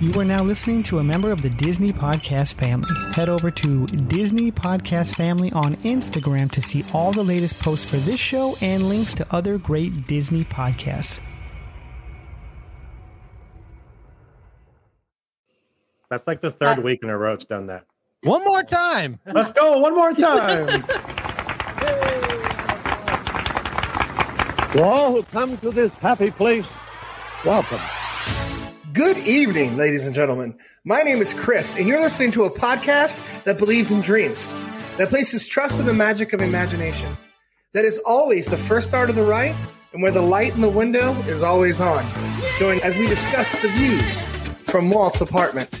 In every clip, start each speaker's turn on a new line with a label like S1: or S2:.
S1: You are now listening to a member of the Disney Podcast family. Head over to Disney Podcast Family on Instagram to see all the latest posts for this show and links to other great Disney podcasts.
S2: That's like the third week in a row it's done that.
S3: One more time.
S2: Let's go one more time.
S4: To all who come to this happy place, welcome.
S5: Good evening, ladies and gentlemen. My name is Chris, and you're listening to a podcast that believes in dreams, that places trust in the magic of imagination, that is always the first star to the right, and where the light in the window is always on. Join as we discuss the views from Walt's apartment.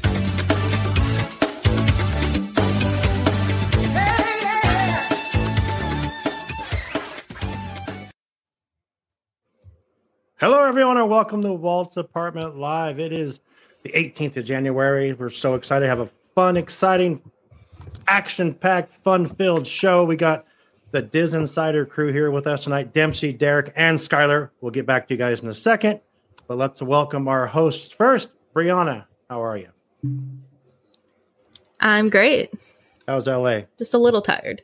S2: Hello, everyone, and welcome to Walt's Apartment Live. It is the 18th of January. We're so excited to have a fun, exciting, action packed, fun filled show. We got the Diz Insider crew here with us tonight Dempsey, Derek, and Skylar. We'll get back to you guys in a second, but let's welcome our hosts first. Brianna, how are you?
S6: I'm great.
S2: How's LA?
S6: Just a little tired.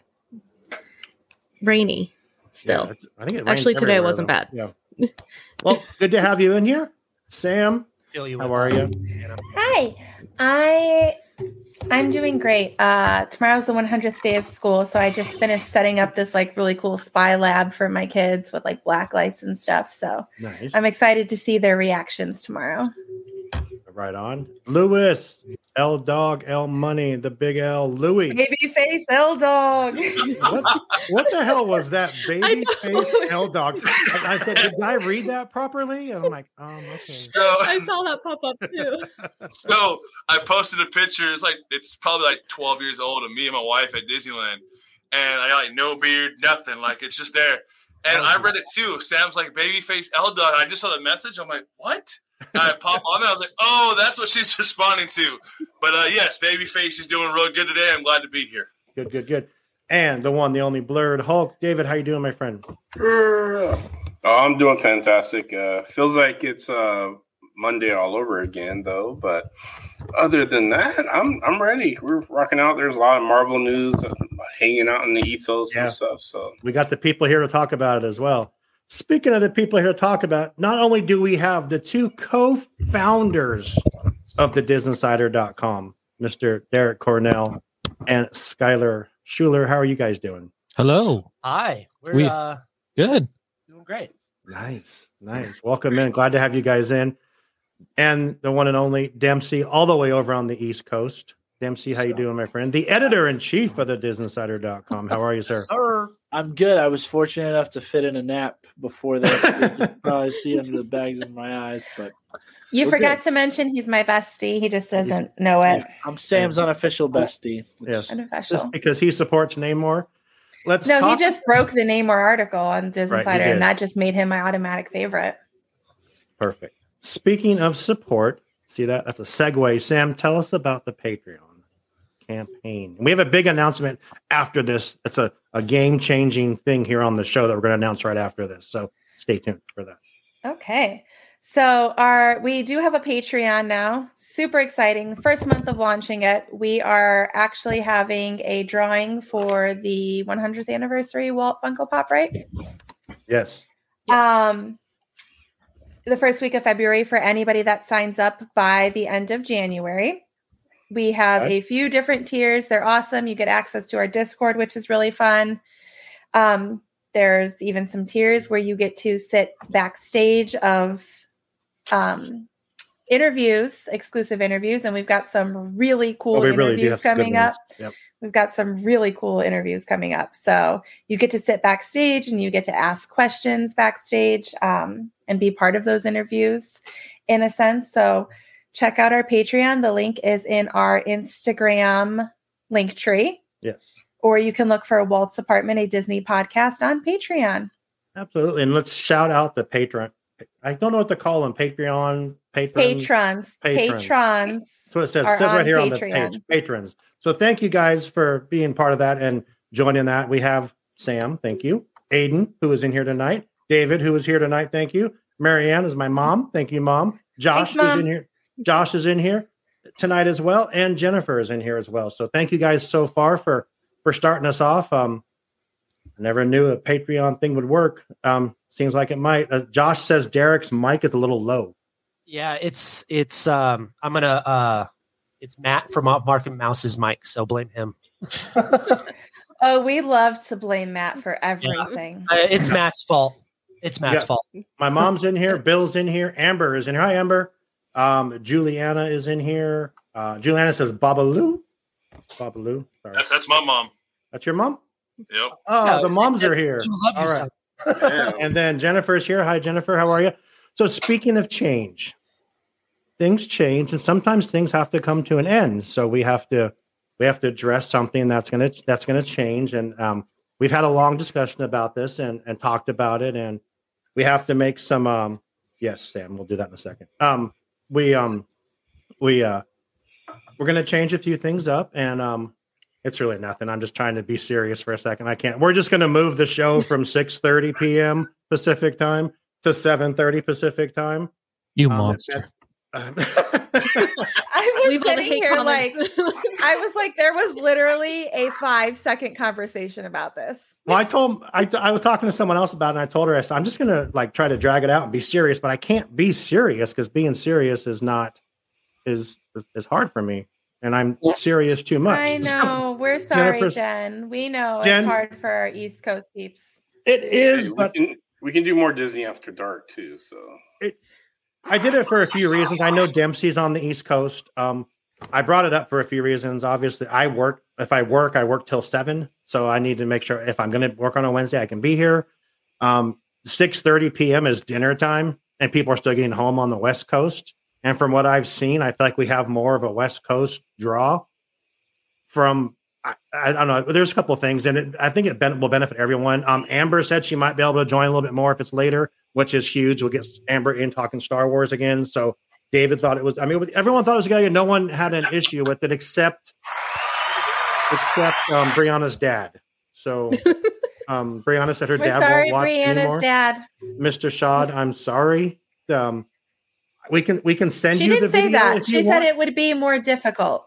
S6: Rainy still.
S2: Yeah, it's- I think it rains
S6: Actually, today
S2: everywhere,
S6: wasn't
S2: though.
S6: bad.
S2: Yeah. Well, good to have you in here, Sam.
S3: Feel you.
S2: How are you?
S7: Hi, I I'm doing great. Uh, tomorrow's the 100th day of school, so I just finished setting up this like really cool spy lab for my kids with like black lights and stuff. So
S2: Nice.
S7: I'm excited to see their reactions tomorrow.
S2: Right on. Lewis, L Dog, L Money, the big L, Louie.
S7: Baby face L dog.
S2: What, what the hell was that baby
S6: know.
S2: face L Dog? And I said, did I read that properly? And I'm like, um, okay.
S8: So,
S6: I saw that pop up too.
S8: so I posted a picture. It's like it's probably like 12 years old of me and my wife at Disneyland, and I got like no beard, nothing. Like it's just there. And I read it too. Sam's like babyface L dot. I just saw the message. I'm like, what? And I pop on. That. I was like, oh, that's what she's responding to. But uh, yes, babyface is doing real good today. I'm glad to be here.
S2: Good, good, good. And the one, the only blurred Hulk. David, how you doing, my friend?
S9: Oh, I'm doing fantastic. Uh, feels like it's uh, Monday all over again, though. But other than that, I'm I'm ready. We're rocking out. There's a lot of Marvel news uh, hanging out in the ethos
S2: Yeah.
S9: and stuff. So
S2: We got the people here to talk about it as well. Speaking of the people here to talk about, not only do we have the two co-founders of the Disinsider.com, Mr. Derek Cornell and Skylar Schuler. How are you guys doing?
S3: Hello.
S10: Hi, we're
S3: We-
S10: uh,
S3: Good.
S10: doing great.
S2: Nice, nice. Welcome in. Glad to have you guys in. And the one and only Dempsey, all the way over on the East Coast. Dempsey, how you doing, my friend? The editor in chief of the Disinsider.com. How are you, sir?
S10: Sir,
S11: I'm good. I was fortunate enough to fit in a nap before that. you can probably see under the bags in my eyes, but
S7: You
S2: We're
S7: forgot to mention he's my bestie. He just doesn't know it.
S11: I'm Sam's unofficial bestie.
S2: Yes.
S7: Unofficial.
S2: Just because he supports Namor. Let's
S7: No,
S2: talk.
S7: he just broke the Namor article on Disney
S2: Right, he
S7: Insider,
S2: did.
S7: and that just made him my automatic favorite.
S2: Perfect. Speaking of support, see that? That's a segue. Sam, tell us about the Patreon campaign. We have a big announcement after this. It's a, a game changing thing here on the show that we're going to announce right after this. So stay tuned for that.
S7: Okay. So our we do have a Patreon now. Super exciting. The first month of launching it, we are actually having a drawing for the 100th anniversary Walt Funko Pop, right?
S2: Yes.
S7: Um, the first week of February for anybody that signs up by the end of January. We have
S2: Okay.
S7: a few different tiers. They're awesome. You get access to our Discord, which is really fun. Um, there's even some tiers where you get to sit backstage of um, interviews, exclusive interviews, and we've got some really cool
S2: Well, Oh, we really do
S7: interviews
S2: have some good
S7: coming up
S2: ones. Yep.
S7: we've got some really cool interviews coming up. So you get to sit backstage and you get to ask questions backstage um, and be part of those interviews in a sense. So check out our Patreon. The link is in our Instagram link tree,
S2: Yes.
S7: or you can look for Walt's Apartment, a Disney podcast on Patreon.
S2: Absolutely. And let's shout out the patron. I don't know what to call them. Patreon, patron.
S7: Patrons,
S2: Patrons.
S7: patrons.
S2: That's what it says.
S7: are
S2: It says right
S7: on
S2: here on the
S7: Patreon.
S2: page, patrons. So thank you guys for being part of that and joining that. We have Sam, thank you. Aiden, who is in here tonight. David, who is here tonight, thank you. Marianne is my mom. Thank you, mom.
S7: Thanks,
S2: Josh
S7: Mom.
S2: is in here. Josh is in here tonight as well, and Jennifer is in here as well. So thank you guys so far for for starting us off. Um, I never knew a Patreon thing would work. Um, seems like it might. Uh, Josh says Derek's mic is a little low.
S3: Yeah, it's it's um I'm gonna uh it's Matt from Op Market Mouse's mic, so blame him.
S7: Oh, we love to blame Matt for everything.
S3: Uh, it's Matt's fault. It's Matt's
S2: Yeah.
S3: fault.
S2: My mom's in here. Bill's in here. Amber is in here. Hi, Amber. Um, Juliana is in here. Uh, Juliana says Babalu. Babalu. Sorry.
S8: That's, that's my mom.
S2: That's your mom?
S8: Yep.
S2: Oh,
S3: No,
S2: the
S3: it's-
S2: moms
S3: it's-
S2: are here.
S3: you love
S2: All
S3: you,
S2: right. and then Jennifer's here. Hi, Jennifer. How are you? So, speaking of change, things change, and sometimes things have to come to an end. So we have to we have to address something that's gonna that's gonna change. And um, we've had a long discussion about this and and talked about it, and we have to make some. Um, yes, Sam, we'll do that in a second. Um, we um we uh we're gonna change a few things up, and um. It's really nothing. I'm just trying to be serious for a second. I can't. We're just going to move the show from 6:30 p.m. Pacific time to 7:30 Pacific time.
S3: You
S2: Um,
S3: monster.
S7: I was
S6: Uh, Leave all the
S7: sitting
S6: hate
S7: here like,
S6: comments.
S7: I was like, there was literally a five second conversation about this.
S2: well, I told I, I was talking to someone else about it, and I told her I said I'm just going to like try to drag it out and be serious, but I can't be serious because being serious is not is is hard for me, and I'm serious too much.
S7: I
S2: So
S7: know. We're sorry,
S2: Jennifer's-
S7: Jen. We know
S2: Jen-
S7: it's hard for our East Coast peeps.
S2: it is,
S9: Hey,
S2: but
S9: we, can, we can do more Disney After Dark too. So
S2: I did it for a few reasons. I know Dempsey's on the East Coast. Um, I brought it up for a few reasons. Obviously, I work. If I work, I work till seven, so I need to make sure if I'm going to work on a Wednesday, I can be here. Um, Six thirty p.m. is dinner time, and people are still getting home on the West Coast. And from what I've seen, I feel like we have more of a West Coast draw. From I, I don't know. There's a couple of things, and it, I think it ben- will benefit everyone. Um, Amber said she might be able to join a little bit more if it's later which is huge. We'll get Amber in talking Star Wars again. So David thought it was. I mean, everyone thought it was a good idea. No one had an issue with it except except um, Brianna's dad. So um, Brianna said her
S7: We're
S2: dad
S7: sorry,
S2: won't watch anymore.
S7: Brianna's dad.
S2: Mr. Shad, I'm sorry. Um, we can we can send
S7: she
S2: you the
S7: didn't say
S2: video.
S7: that.
S2: if you
S7: She said
S2: want.
S7: it would be more difficult.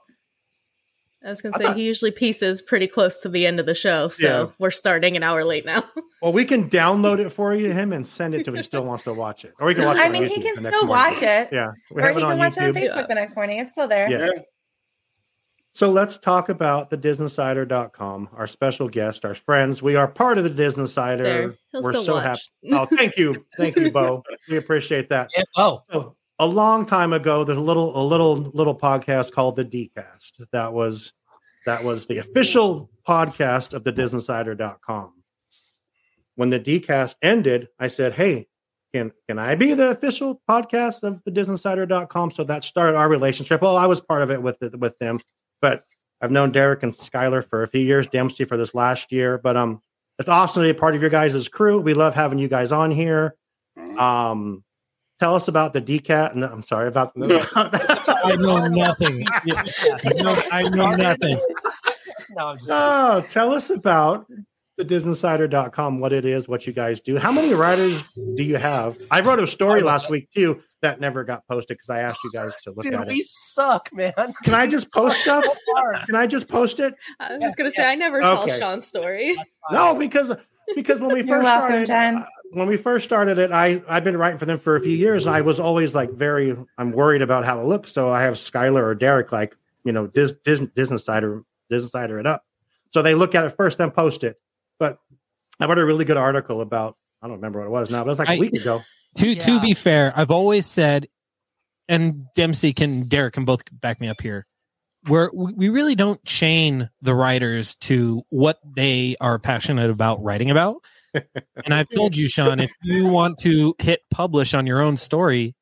S6: I was going
S2: I
S6: to say,
S2: thought-
S6: he usually pieces pretty close to the end of the show. So
S2: Yeah.
S6: we're starting an hour late now.
S2: Well, we can download it for you, him, and send it to him. He still wants to watch it, or he can watch it.
S7: I
S2: on
S7: mean,
S2: YouTube
S7: he
S2: the
S7: can
S2: next
S7: still
S2: morning.
S7: watch it,
S2: Yeah, we
S7: or
S2: have
S7: he
S2: it
S7: can
S2: on
S7: watch
S2: YouTube.
S7: it on Facebook
S6: Yeah.
S7: the next morning. It's still there.
S2: Yeah. So let's talk about the DisneySider.com, our special guest, our friends. We are part of the Disney
S6: There.
S2: Sider.
S6: He'll
S2: We're
S6: still
S2: so
S6: watch.
S2: happy. Oh, thank you. Thank you, Bo. We appreciate that.
S3: Yeah, oh,
S2: So a long time ago, there's a little a little little podcast called the Dcast. That was that was the official podcast of the DisneySider.com. When the Dcast ended, I said, Hey, can can I be the official podcast of the DisneySider.com? So that started our relationship. Well, I was part of it with the, with them, but I've known Derek and Skylar for a few years, Dempsey for this last year. But um, it's awesome to be a part of your guys' crew. We love having you guys on here. Um, tell us about the decat. No, I'm sorry about
S3: I
S2: the.
S3: know nothing. Yeah, I know- I know nothing. No, I'm just
S2: no, Oh, tell us about the DisneySider.com, what it is, what you guys do. How many writers do you have? I wrote a story last week too that never got posted because I asked you guys to look
S3: Dude,
S2: at
S3: we
S2: it.
S3: suck, man.
S2: Can I just post stuff? Can I just post it?
S6: I was
S3: Yes,
S6: going to say,
S3: yes.
S6: I never
S2: Okay.
S6: saw Sean's story.
S3: That's fine.
S2: No, because because when we
S7: You're
S2: first
S7: welcome,
S2: started, uh,
S7: Jen.
S2: when we first started it, I I've been writing for them for a few years, and I was always like very I'm worried about how it looks. So I have Skylar or Derek like you know Dis, Dis, Disney Insider Disney Insider it up, so they look at it first then post it. But I wrote a really good article about I don't remember what it was now, but it was like a
S3: I-
S2: week ago.
S3: To
S11: Yeah.
S3: to be fair, I've always said, and Dempsey can Derek can both back me up here. Where we really don't chain the writers to what they are passionate about writing about. and I've told you, Sean, if you want to hit publish on your own story,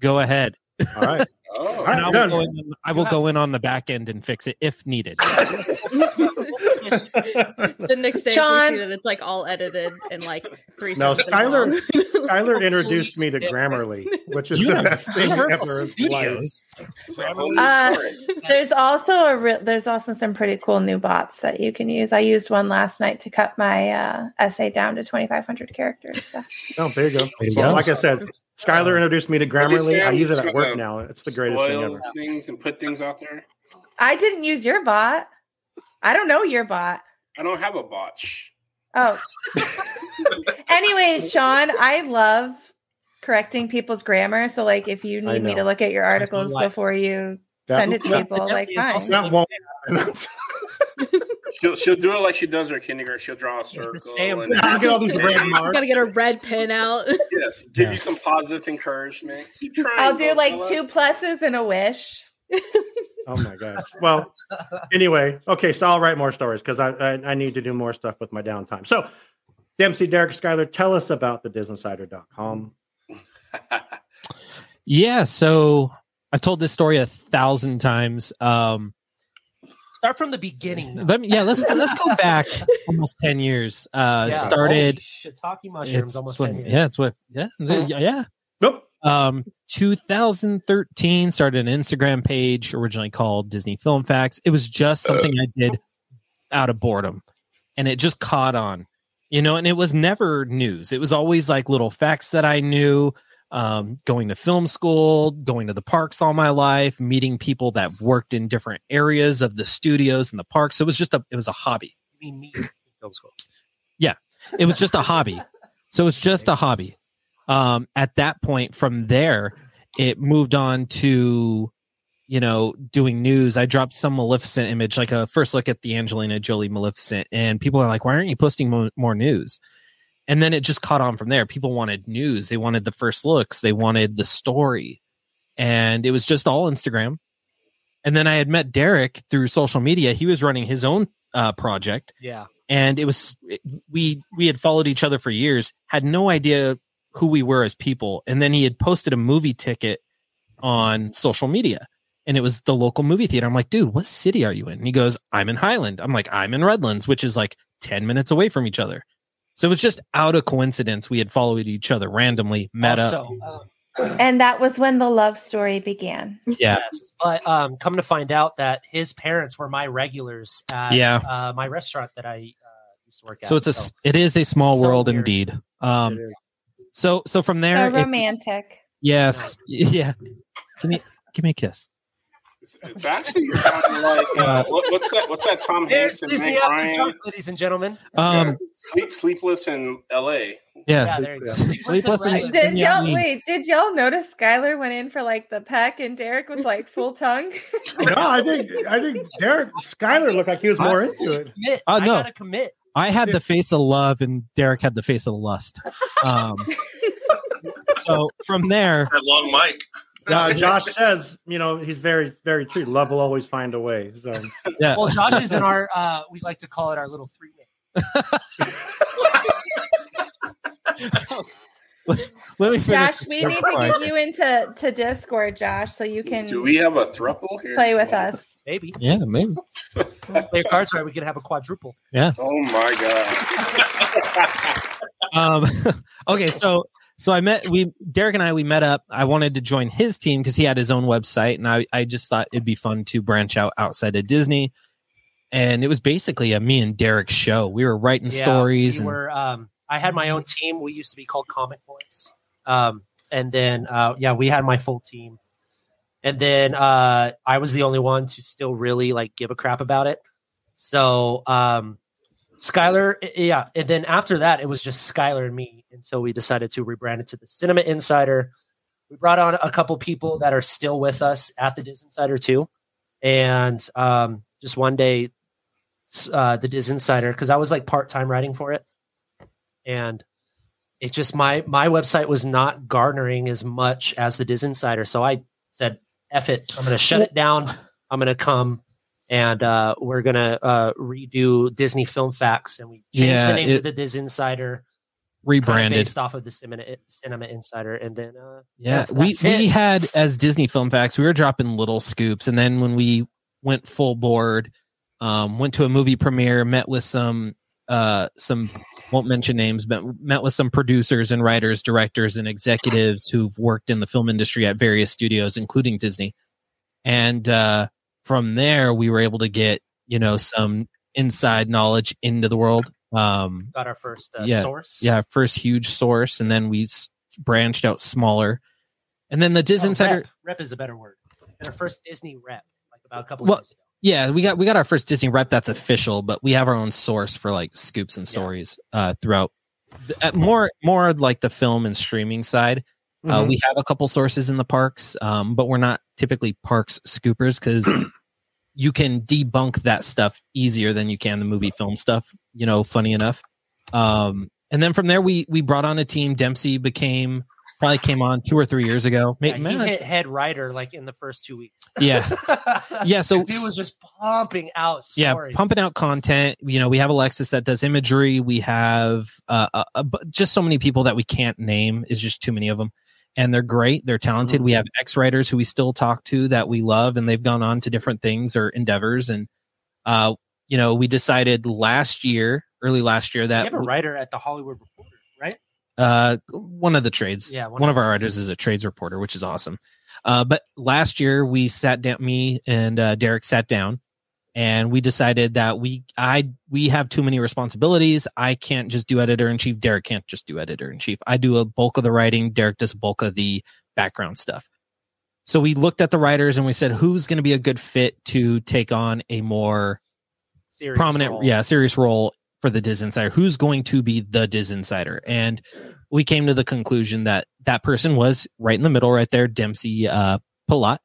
S3: go ahead.
S2: All right,
S9: oh,
S2: All
S3: And
S2: right,
S3: I will,
S2: done.
S3: go in, I will go in on the back end and fix it if needed.
S6: The next day,
S7: John-
S6: we see that it's like all edited and like three
S2: No,
S6: seconds
S2: Skylar-
S6: long.
S2: Skylar introduced me to Grammarly, which is
S3: You
S2: the
S3: have
S2: best thing ever.
S3: Universal
S2: in life.
S3: Studios.
S9: it's a whole new
S7: Uh,
S9: story.
S7: There's also a re- there's also some pretty cool new bots that you can use. I used one last night to cut my uh, essay down to 2,500 characters. So.
S2: No, Oh, there you go.
S3: you
S2: So,
S3: go.
S2: like I said, Skylar introduced me to
S9: What'd you say?
S2: Grammarly. I use it
S9: It's
S2: at
S9: got
S2: work
S9: a-
S2: now. It's the
S9: it's
S2: greatest thing
S9: spoil
S2: ever.
S9: Things and put things out there.
S7: I didn't use your bot. I don't know your bot.
S9: I don't have a botch.
S7: Oh. Anyways, Sean, I love correcting people's grammar. So, like, if you
S2: I
S7: need me
S2: know.
S7: to look at your
S3: That's my
S7: articles
S3: life.
S7: before you
S2: That-
S7: send it to
S2: that's-
S7: people, like,
S3: Definitely is
S7: fine.
S3: also-
S2: That won't.
S9: She'll, she'll do it like she does her kindergarten. She'll draw a circle.
S3: same.
S9: and-
S2: You get all these red marks.
S6: Gotta get a red pin out.
S9: Yes, give
S3: Yeah.
S9: you some positive encouragement. Keep trying.
S7: I'll do like
S9: Godzilla.
S7: two pluses and a wish.
S2: Oh my gosh. Well, anyway, okay, so I'll write more stories because I, I I need to do more stuff with my downtime. So, Dempsey, Derek, Skyler, tell us about the disinsider.com.
S3: Yeah, so I've told this story a thousand times. Um,
S10: Start from the beginning. though.
S3: let me, yeah, let's let's go back almost ten years. Uh,
S10: Yeah.
S3: started.
S10: Holy shiitake mushrooms
S3: It's,
S10: almost
S3: when-
S10: 10 years.
S3: yeah, it's what. Yeah, yeah, yeah.
S2: Nope.
S3: um 2013 started an instagram page originally called disney film facts it was just something i did out of boredom and it just caught on you know and it was never news it was always like little facts that i knew um, going to film school going to the parks all my life meeting people that worked in different areas of the studios and the parks it was just a it was a hobby
S10: You mean me in film school.
S3: it was just a hobby so it's just a hobby um at that point from there it moved on to you know doing news i dropped some maleficent image like a first look at the angelina jolie maleficent and people are like why aren't you posting mo- more news and then it just caught on from there people wanted news they wanted the first looks they wanted the story and it was just all instagram and then i had met derek through social media he was running his own uh, project
S10: Yeah.
S3: and it was it- we we had followed each other for years had no idea who we were as people and then he had posted a movie ticket on social media and it was the local movie theater i'm like dude what city are you in and he goes i'm in highland i'm like i'm in redlands which is like 10 minutes away from each other so it was just out of coincidence we had followed each other randomly met up
S10: Also, uh,
S7: And that was when the love story began.
S3: yeah
S10: yes. But um, come to find out that his parents were my regulars at
S3: Yeah.
S10: uh, my restaurant that I uh, used to work at.
S3: so it's a s- it is a small
S10: So
S3: world
S10: weird.
S3: indeed um
S2: It is.
S3: so so from there
S7: so
S3: it-
S7: romantic.
S3: yes yeah give me give me a kiss
S9: It's, it's actually sounding like uh, what, what's that? What's that? Tom
S10: There's
S9: Hanks and
S10: Disney
S9: Meg
S10: After
S9: Ryan.
S10: Dark, ladies and gentlemen.
S3: um
S9: Sleep, sleepless in L.A.
S3: Yeah.
S10: there you go.
S3: Sleepless in-
S10: Redlands.
S7: Did
S3: Yeah.
S7: y'all wait? Did y'all notice Skylar went in for like the peck and Derek was like full tongue?
S2: No, I think I think Derek Skyler looked like he was more into it.
S10: Commit.
S3: Oh,
S10: I
S3: no.
S10: gotta commit.
S3: I had the face of love and Derek had the face of lust. Um, so from there,
S8: That long mic.
S2: Uh, Josh says, you know, he's very, very true. Love will always find a way. So
S3: yeah.
S10: Well, Josh is in our. Uh, we like to call it our little three.
S3: Let me finish.
S7: Josh,
S3: this
S7: we
S3: real
S7: need to
S3: quick.
S7: get you into to Discord, Josh, so you can
S9: Do we have a thruple here?
S7: play with us.
S10: Maybe
S3: Yeah, maybe.
S10: play cards right. We could have a quadruple.
S9: Oh my god!
S3: Um, okay, so so I met we Derek and I we met up. I wanted to join his team because he had his own website, and I I just thought it'd be fun to branch out outside of Disney. And it was basically a me and Derek show. We were writing
S10: Yeah,
S3: stories
S10: We
S3: and
S10: were, um, I had my own team. We used to be called Comic Boys. Um, and then, uh, yeah, we had my full team. And then uh, I was the only one to still really like give a crap about it. So um, Skylar, i- yeah. And then after that, it was just Skylar and me until we decided to rebrand it to the Cinema Insider. We brought on a couple people that are still with us at the Diz Insider too. And um, just one day uh, the Diz Insider because I was like part time writing for it, and it just my my website was not garnering as much as the Diz Insider. So I said, "F it, I'm going to shut it down. I'm going to come." And uh, we're gonna uh, redo Disney Film Facts, and we changed
S3: Yeah,
S10: the name
S3: it-
S10: to the Diz Insider, kinda
S3: rebranded.
S10: based off of the Cinema, Cinema Insider. And then, uh,
S3: Yeah,
S10: Yeah,
S3: we
S10: that's
S3: we
S10: it.
S3: had as Disney Film Facts, we were dropping little scoops, and then when we went full board, um, went to a movie premiere, met with some uh some won't mention names, but met with some producers and writers, directors and executives who've worked in the film industry at various studios, including Disney. And uh, from there, we were able to get you know some inside knowledge into the world. Um,
S10: got our first uh,
S3: Yeah,
S10: source.
S3: yeah first huge source and then we s- branched out smaller and then the
S10: Oh,
S3: diz insider
S10: rep, rep is a better word. and our first Disney rep like about a couple
S3: Well,
S10: years ago.
S3: yeah, we got we got our first Disney rep that's official, but we have our own source for like scoops and stories uh, throughout. the- uh, more more like the film and streaming side. Uh,
S12: Mhm.
S3: we have a couple sources in the parks, um, but we're not typically parks scoopers because you can debunk that stuff easier than you can the movie film stuff. You know, funny enough. Um, and then from there, we we brought on a team. Dempsey became probably came on two or three years ago. Ma-
S10: Yeah, he
S3: man,
S10: hit head writer like in the first two weeks.
S3: Yeah. Yeah, so-
S10: The dude was just pumping out. Stories.
S3: yeah pumping out content you know we have alexis that does imagery we have uh, a, a bu- just so many people that we can't name is just too many of them and they're great they're talented
S10: Mm-hmm.
S3: we have ex writers who we still talk to that we love and they've gone on to different things or endeavors and uh you know we decided last year early last year
S10: You
S3: that
S10: have a
S3: w-
S10: writer at the Hollywood Reporter, right?
S3: uh, one of the trades.
S10: Yeah,
S3: one, of our writers is a trades reporter, which is awesome. Uh, but last year we sat down, me and uh, Derek sat down, and we decided that we I we have too many responsibilities. I can't just do editor in chief. Derek can't just do editor in chief. I do a bulk of the writing. Derek does a bulk of the background stuff. So we looked at the writers and we said, who's going to be a good fit to take on a more
S10: Serious
S3: prominent,
S10: role.
S3: yeah, serious role for the Diz Insider. Who's going to be the Diz Insider? And we came to the conclusion that that person was right in the middle, right there, Dempsey uh, Palat.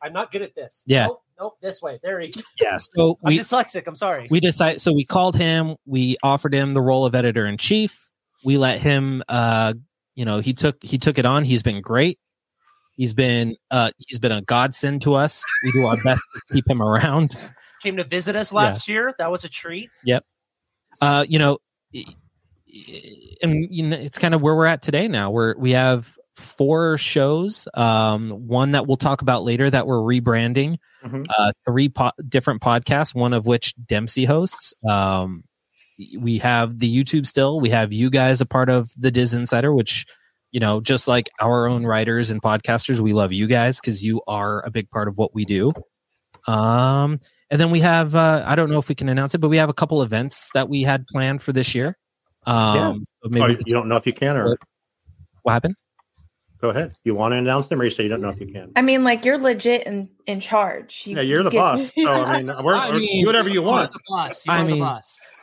S10: I'm not good at this.
S3: Yeah.
S10: Nope, nope this way. There he goes.
S3: Yeah. So
S10: I'm
S3: we
S10: dyslexic. I'm sorry.
S3: we decided. So we called him. We offered him the role of editor in chief. We let him. Uh, you know, he took he took it on. He's been great. He's been uh, he's been a godsend to us. We do our best to keep him around.
S10: Came to visit us last year. That was a treat.
S3: Yep. Uh, you know, i- i- and you know, it's kind of where we're at today. Now we're we have four shows. Um, one that we'll talk about later that we're rebranding.
S2: Mhm.
S3: Uh, three po- different podcasts, one of which Dempsey hosts. Um, we have the YouTube still. We have you guys a part of the Diz Insider, which you know, just like our own writers and podcasters, we love you guys because you are a big part of what we do. Um, and then we have uh, I don't know if we can announce it, but we have a couple events that we had planned for this year. Um,
S2: Yeah.
S3: so maybe
S2: Oh,
S3: we
S2: you
S3: could-
S2: don't know if you can or
S3: what happened?
S2: Go ahead. You want to announce them, or you say you don't know if you can?
S7: I mean, like you're legit in in charge. You
S2: Yeah, you're the
S7: get-
S2: boss. So I mean, we're,
S3: I
S2: we're-
S3: mean,
S2: do whatever you want.
S10: boss.
S3: I mean,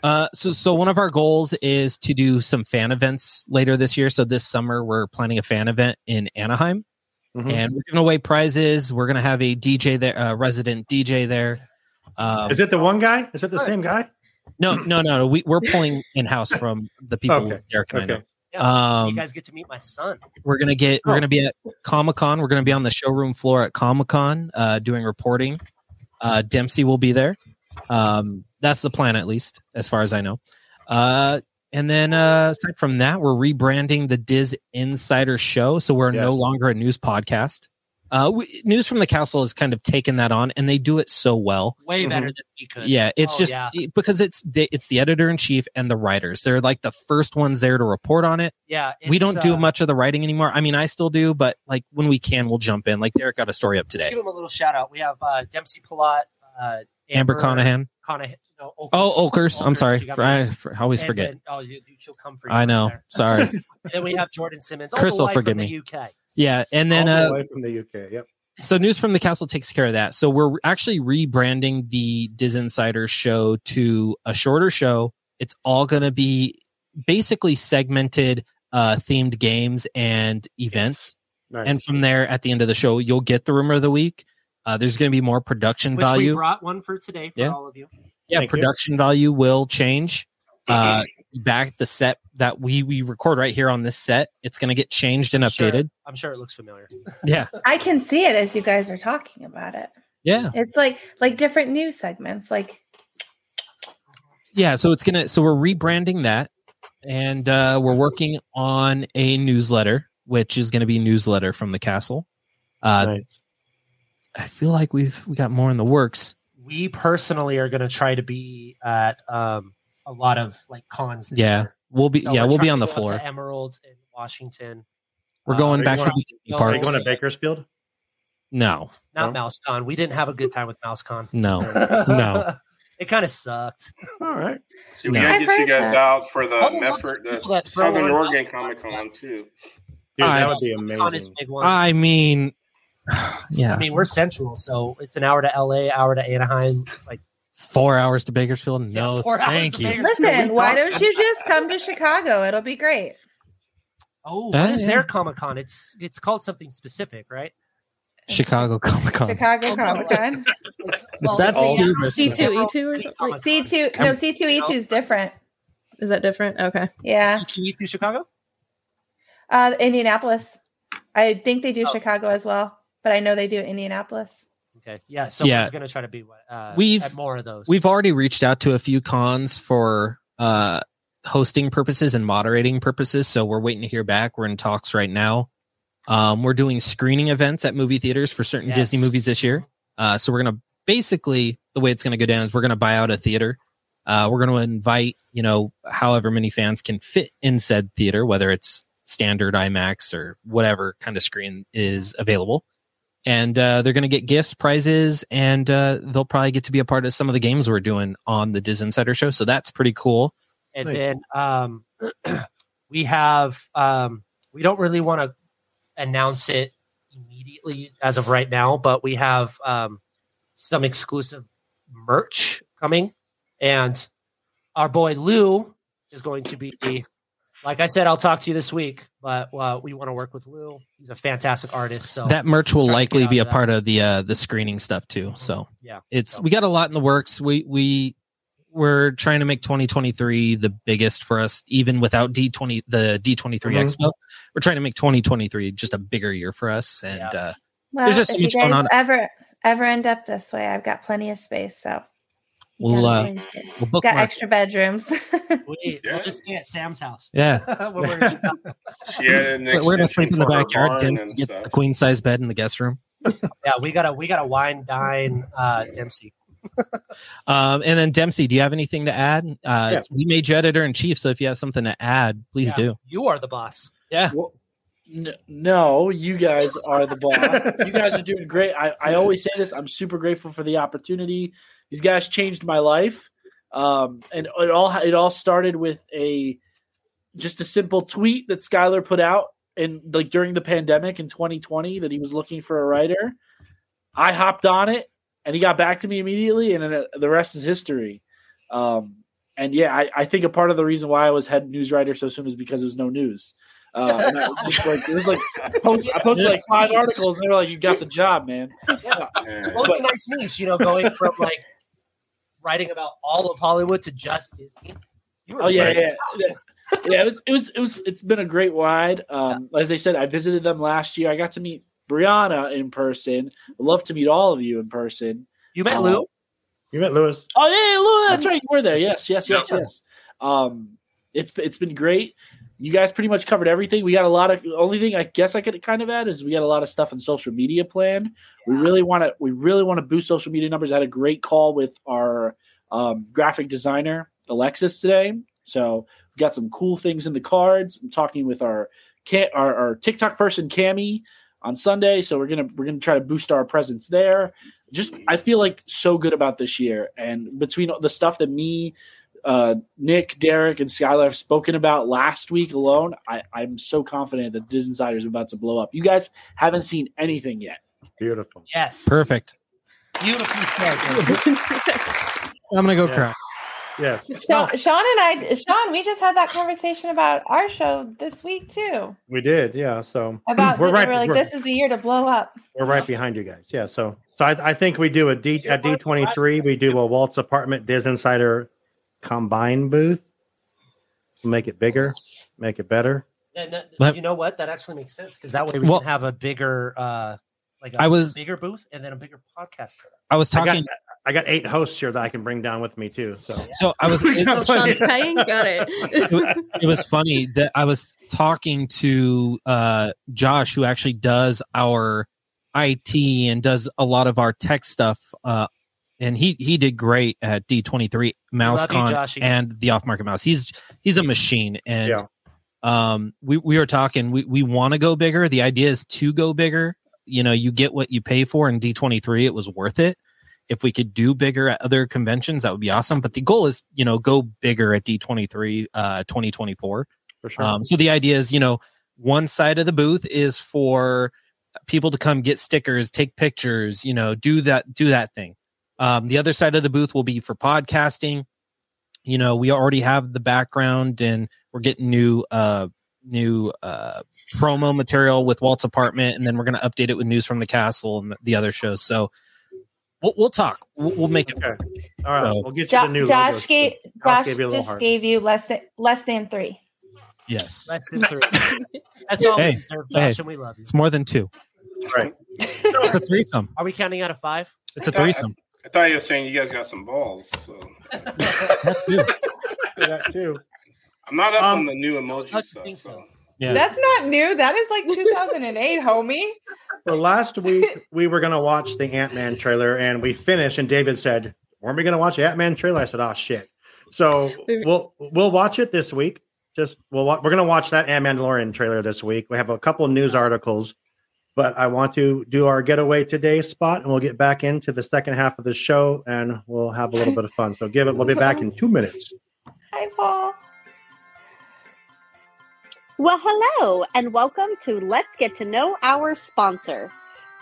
S3: Uh, so so one of our goals is to do some fan events later this year. So this summer we're planning a fan event in Anaheim,
S2: Mhm.
S3: and we're giving away prizes. We're gonna have a DJ there, a resident DJ there. Um,
S2: Is it the one guy? Is it the same guy?
S3: No, no, no. no. We we're pulling in house from the people
S2: Okay.
S3: Derek and
S2: Okay.
S3: I know.
S10: Yeah,
S3: Um,
S10: you guys get to meet my son.
S3: we're gonna get
S10: Oh.
S3: we're gonna be at Comic Con. We're gonna be on the showroom floor at Comic Con uh, doing reporting. Uh, Dempsey will be there. Um, that's the plan, at least as far as I know. Uh, and then uh, aside from that, we're rebranding the Diz Insider Show, so we're no
S2: Yes.
S3: longer a news podcast. Uh, we, news from the castle has kind of taken that on, and they do it so well.
S10: Way better than we could.
S3: Mm-hmm. Yeah, it's
S10: Oh,
S3: just
S10: yeah.
S3: it- because it's the, it's the editor in chief and the writers. They're like the first ones there to report on it.
S10: Yeah,
S3: we don't
S10: it's,
S3: do
S10: uh,
S3: much of the writing anymore. I mean, I still do, but like when we can, we'll jump in. Like Derek got a story up
S10: Let's
S3: today.
S10: give him a little shout out. We have uh, Dempsey Palat, uh,
S3: Amber Conahan.
S10: Conahan. No, Oakers.
S3: Oh, Okers. I'm sorry.
S10: she got
S3: For- I
S10: me.
S3: for- I always
S10: And
S3: forget.
S10: then- oh, you, dude, she'll come for you.
S3: I know.
S10: There.
S3: Sorry.
S10: and then we have Jordan Simmons. all the
S3: Chris will
S10: way from
S3: forgive
S10: the
S3: me.
S10: UK.
S3: Yeah, and then
S2: All
S3: uh,
S2: the way from the UK. Yep.
S3: so news from the castle takes care of that. So we're actually rebranding the Diz Insider show to a shorter show. It's all going to be basically segmented uh themed games and events.
S2: Nice.
S3: And from there at the end of the show, you'll get the rumor of the week. Uh, there's going to be more production
S10: Which we
S3: value.
S10: brought one for today for
S3: Yeah.
S10: all of you.
S3: yeah,
S10: Thank you.
S3: production value will change. Uh back the set that we we record right here on this set, it's going to get changed and
S10: Sure.
S3: updated.
S10: I'm sure it looks familiar.
S3: Yeah.
S7: I can see it as you guys are talking about it.
S3: Yeah.
S7: It's like like different news segments. Like
S3: yeah so it's gonna so we're rebranding that and uh we're working on a newsletter which is gonna be newsletter from the castle uh i feel like we've we got more in the works
S10: We personally are going to try to be at um, a lot of like cons. this
S3: yeah
S10: year.
S3: we'll be
S10: So
S3: yeah
S10: we're
S3: we'll be
S10: trying
S3: on the
S10: to go up
S3: floor
S10: to Emerald in Washington.
S3: We're going
S10: Uh,
S3: back to
S10: trying
S3: the theme
S10: go-
S3: park.
S2: Are you going to Bakersfield?
S3: no
S10: Not MouseCon. We didn't have a good time with MouseCon.
S3: No. No.
S10: it kind of sucked.
S2: All right.
S9: See, we
S3: No.
S9: gotta
S3: I've
S9: get you
S3: heard
S9: guys
S3: that.
S9: out for the
S10: Oh, lots
S9: Medford,
S10: of people
S9: the
S10: that throw
S9: Southern
S10: on
S9: Oregon
S10: us.
S9: Comic Con too.
S2: Dude,
S3: I-
S2: that would be
S10: Con is
S2: amazing.
S10: a big one.
S3: i mean Yeah.
S10: I mean, we're central, so it's an hour to LA, hour to Anaheim. It's like
S3: Four hours to Bakersfield? No,
S10: four hours
S3: thank
S10: to
S3: you.
S10: Bakersfield.
S7: Listen, why don't you just come to Chicago? It'll be great.
S10: oh,
S3: Ah,
S10: what is
S3: yeah.
S10: their Comic Con? It's it's called something specific, right?
S3: Chicago Comic Con.
S7: Chicago Comic Con. E
S3: That's serious.
S6: C2E2 or something?
S7: C2, no, C2E2 is different.
S6: Is that different? Okay.
S7: Yeah.
S10: C2E2 Chicago?
S7: Uh, Indianapolis. I think they do
S10: Oh.
S7: Chicago as well, but I know they do Indianapolis.
S10: Okay, yeah. So
S3: Yeah.
S10: we're gonna try to be uh,
S3: We've-
S10: at more of those.
S3: We've already reached out to a few cons for uh, hosting purposes and moderating purposes, so we're waiting to hear back. We're in talks right now. Um, we're doing screening events at movie theaters for certain
S10: Yes.
S3: Disney movies this year. Uh, so we're gonna basically the way it's gonna go down is we're gonna buy out a theater. Uh, we're gonna invite you know however many fans can fit in said theater, whether it's standard IMAX or whatever kind of screen is available and uh, they're going to get gifts, prizes, and uh, they'll probably get to be a part of some of the games we're doing on the Diz Insider Show. So that's pretty cool.
S10: and
S3: Nice.
S10: then um, we have um, we don't really want to announce it immediately as of right now, but we have um, some exclusive merch coming, and our boy Lou is going to be. Like I said, I'll talk to you this week, but uh, we want to work with Lou. He's a fantastic artist. So
S3: That merch will
S10: Try to get
S3: likely be
S10: onto
S3: a
S10: that. Mm-hmm.
S3: part of the uh, the screening stuff too. So
S10: Yeah.
S3: it's we got a lot in the works. We we we're trying to make 2023 the biggest for us, even without D20 the D23
S10: Mhm.
S3: Expo. We're trying to make 2023 just a bigger year for us, and uh,
S7: Well,
S3: there's just so
S7: if you
S3: much going
S7: guys
S3: on.
S7: ever ever end up this way, I've got plenty of space, so you
S3: We'll,
S7: gotta
S3: uh,
S7: manage it.
S3: we'll
S7: got
S3: bookmark
S7: extra bedrooms.
S10: we, will just stay at Sam's house.
S3: Yeah.
S10: When we're in Chicago.
S9: Yeah,
S3: We're we're gonna sleep in the backyard. Tim's get a queen size bed in the guest room.
S10: yeah, we gotta we gotta wine dine uh, Dempsey.
S3: Um, and then Dempsey, do you have anything to add? Uh,
S10: Yeah.
S3: We made you editor in chief, so if you have something to add, please
S10: Yeah,
S3: do.
S10: You are the boss.
S3: Yeah.
S11: N- no, you guys are the boss. you guys are doing great. I, I always say this. I'm super grateful for the opportunity. These guys changed my life, um, and it all it all started with a just a simple tweet that Skylar put out and like during the pandemic in 2020 that he was looking for a writer. I hopped on it, and he got back to me immediately, and then uh, the rest is history. Um, and yeah, I, I think a part of the reason why I was head news writer so soon is because there was no news. Uh, and I was just like, it was like I post- I posted like five articles, and they were like, "You got the job, man."
S10: It was a nice niche, you know, going from like writing about all of Hollywood to just Disney. You were
S11: Oh yeah,
S10: right.
S11: yeah, yeah. Yeah, It was, it was, it was. It's been a great ride. Um, as they said, I visited them last year. I got to meet Brianna in person. I'd love to meet all of you in person. Uh,
S10: You
S2: met Lou? You met Lewis.
S11: Oh yeah, yeah, Lou, that's right. You were there. Yes, yes, yes,
S2: Yeah.
S11: yes. Um, it's it's been great. You guys pretty much covered everything. We got a lot of. Only thing I guess I could kind of add is we got a lot of stuff in social media planned. We really want to. We really want to boost social media numbers. I had a great call with our um, graphic designer Alexis today. So we've got some cool things in the cards. I'm talking with our ca- our, our TikTok person Cami on Sunday. So we're gonna we're gonna try to boost our presence there. Just I feel like so good about this year, and between the stuff that me, uh, Nick, Derek, and Skylar have spoken about last week alone, I, I'm so confident that Diz Insider is about to blow up. You guys haven't seen anything yet.
S2: Beautiful.
S10: Yes.
S3: Perfect.
S10: Beautifully said.
S3: I'm gonna go
S2: Yeah.
S3: cry.
S2: Yes.
S7: Sean, Sean and I, Sean, we just had that conversation about our show this week too.
S2: We did. Yeah. So
S7: About
S2: we're
S7: we
S2: right.
S7: were like,
S2: we're,
S7: this is the year to blow up.
S2: we're right behind you guys. Yeah. So so I, I think we do a D at D twenty three. We do a Waltz Apartment Diz Insider combine booth. Make it bigger. Make it better.
S10: And that-
S3: Let-
S10: you know what? That actually makes sense because that way we
S3: Well-
S10: can have a bigger, uh, like a
S3: I was-
S10: bigger booth and then a bigger podcast. setup.
S3: I was
S2: I got,
S3: talking.
S2: I got eight hosts here that I can bring down with me too. So
S3: so I was. It,
S6: Oh, Sean's paying? Got it.
S3: it was- it was funny that I was talking to uh, Josh, who actually does our IT and does a lot of our tech stuff. Uh, and he he did great at D23
S10: Josh.
S3: MouseCon and the Off Market Mouse. He's he's a machine, and
S2: Yeah.
S3: um, we we were talking. We we want to go bigger. The idea is to go bigger. You know, you get what you pay for. In D23, it was worth it. If we could do bigger at other conventions, that would be awesome. But the goal is, you know, go bigger at D23 uh, 2024.
S2: for sure.
S3: Um, so the idea is, you know, one side of the booth is for people to come get stickers, take pictures, you know, do that, do that thing. Um, the other side of the booth will be for podcasting. You know, we already have the background and we're getting new, uh, new uh, promo material with Walt's apartment, and then we're going to update it with news from the castle and the other shows. So we'll, we'll talk. We'll, we'll make it. work.
S2: All right,
S3: So-
S2: we'll get you
S7: Jo-
S2: the new
S7: Josh gave Josh
S2: gave you a little
S7: just
S2: heart.
S7: gave you less than less than three.
S3: Yes.
S10: Less than three. That's all we
S3: Hey,
S10: deserve, Josh,
S3: hey,
S10: and we love you.
S3: It's more than two.
S2: Right.
S3: it's a threesome.
S10: Are we counting out of five?
S3: It's a threesome.
S9: I thought you were saying you guys got some balls. So.
S2: that too.
S9: I'm not up
S3: Um,
S9: on the new emoji stuff. So.
S3: Yeah.
S7: That's not new. That is like 2008, homie.
S2: So last week we were gonna watch the Ant Man trailer and we finished, and David said, "Weren't we gonna watch the Ant Man trailer?" I said, "Oh shit!" So we'll we'll watch it this week. Just we'll wa- we're gonna watch that Ant Mandalorian trailer this week. We have a couple news articles, but I want to do our getaway today spot, and we'll get back into the second half of the show, and we'll have a little bit of fun. So give it. We'll be back in two minutes.
S12: Hi, Paul. Well, hello, and welcome to Let's Get to Know Our Sponsor.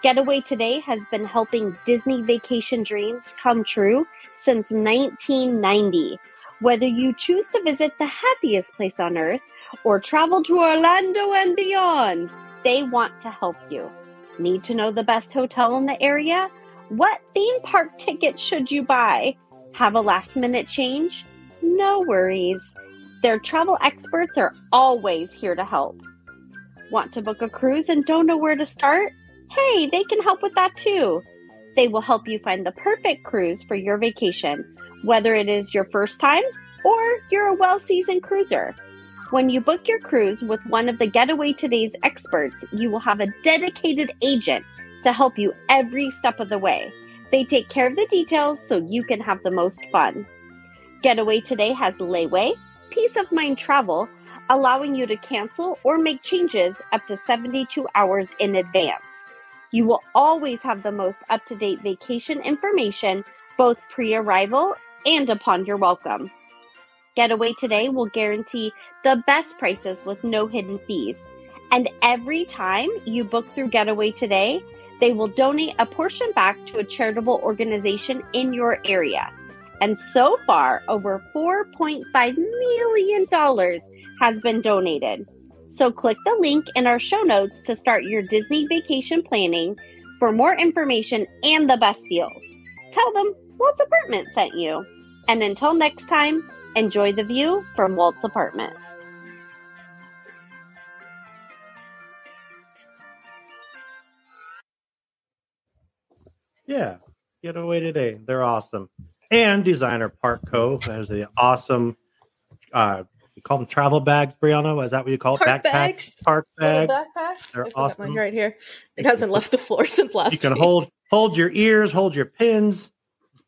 S12: Getaway Today has been helping Disney vacation dreams come true since 1990. Whether you choose to visit the happiest place on earth or travel to Orlando and beyond, they want to help you. Need to know the best hotel in the area? What theme park ticket should you buy? Have a last minute change? No worries. Their travel experts are always here to help. Want to book a cruise and don't know where to start? Hey, they can help with that too. They will help you find the perfect cruise for your vacation, whether it is your first time or you're a well seasoned cruiser. When you book your cruise with one of the Getaway Today's experts, you will have a dedicated agent to help you every step of the way. They take care of the details so you can have the most fun. Getaway Today has layaway, peace of mind travel, allowing you to cancel or make changes up to 72 hours in advance. You will always have the most up to date vacation information both pre arrival and upon your welcome. Getaway Today will guarantee the best prices with no hidden fees. And every time you book through Getaway Today, they will donate a portion back to a charitable organization in your area. And so far, over $4.5 million has been donated. So click the link in our show notes to start your Disney vacation planning for more information and the best deals. Tell them Walt's Apartment sent you. And until next time, enjoy the view from Walt's Apartment.
S2: Yeah, getaway today. They're awesome. And designer Park Co. has the awesome. Uh, you call them travel bags, Brianna. Is that what you call it?
S6: Park
S2: Backpacks,
S6: bags.
S2: park
S6: Little
S2: bags.
S6: backpack.
S2: They're
S6: I forgot
S2: awesome.
S6: mine right here. It hasn't left the floor since last.
S2: You can
S6: week.
S2: hold hold your ears, hold your pins,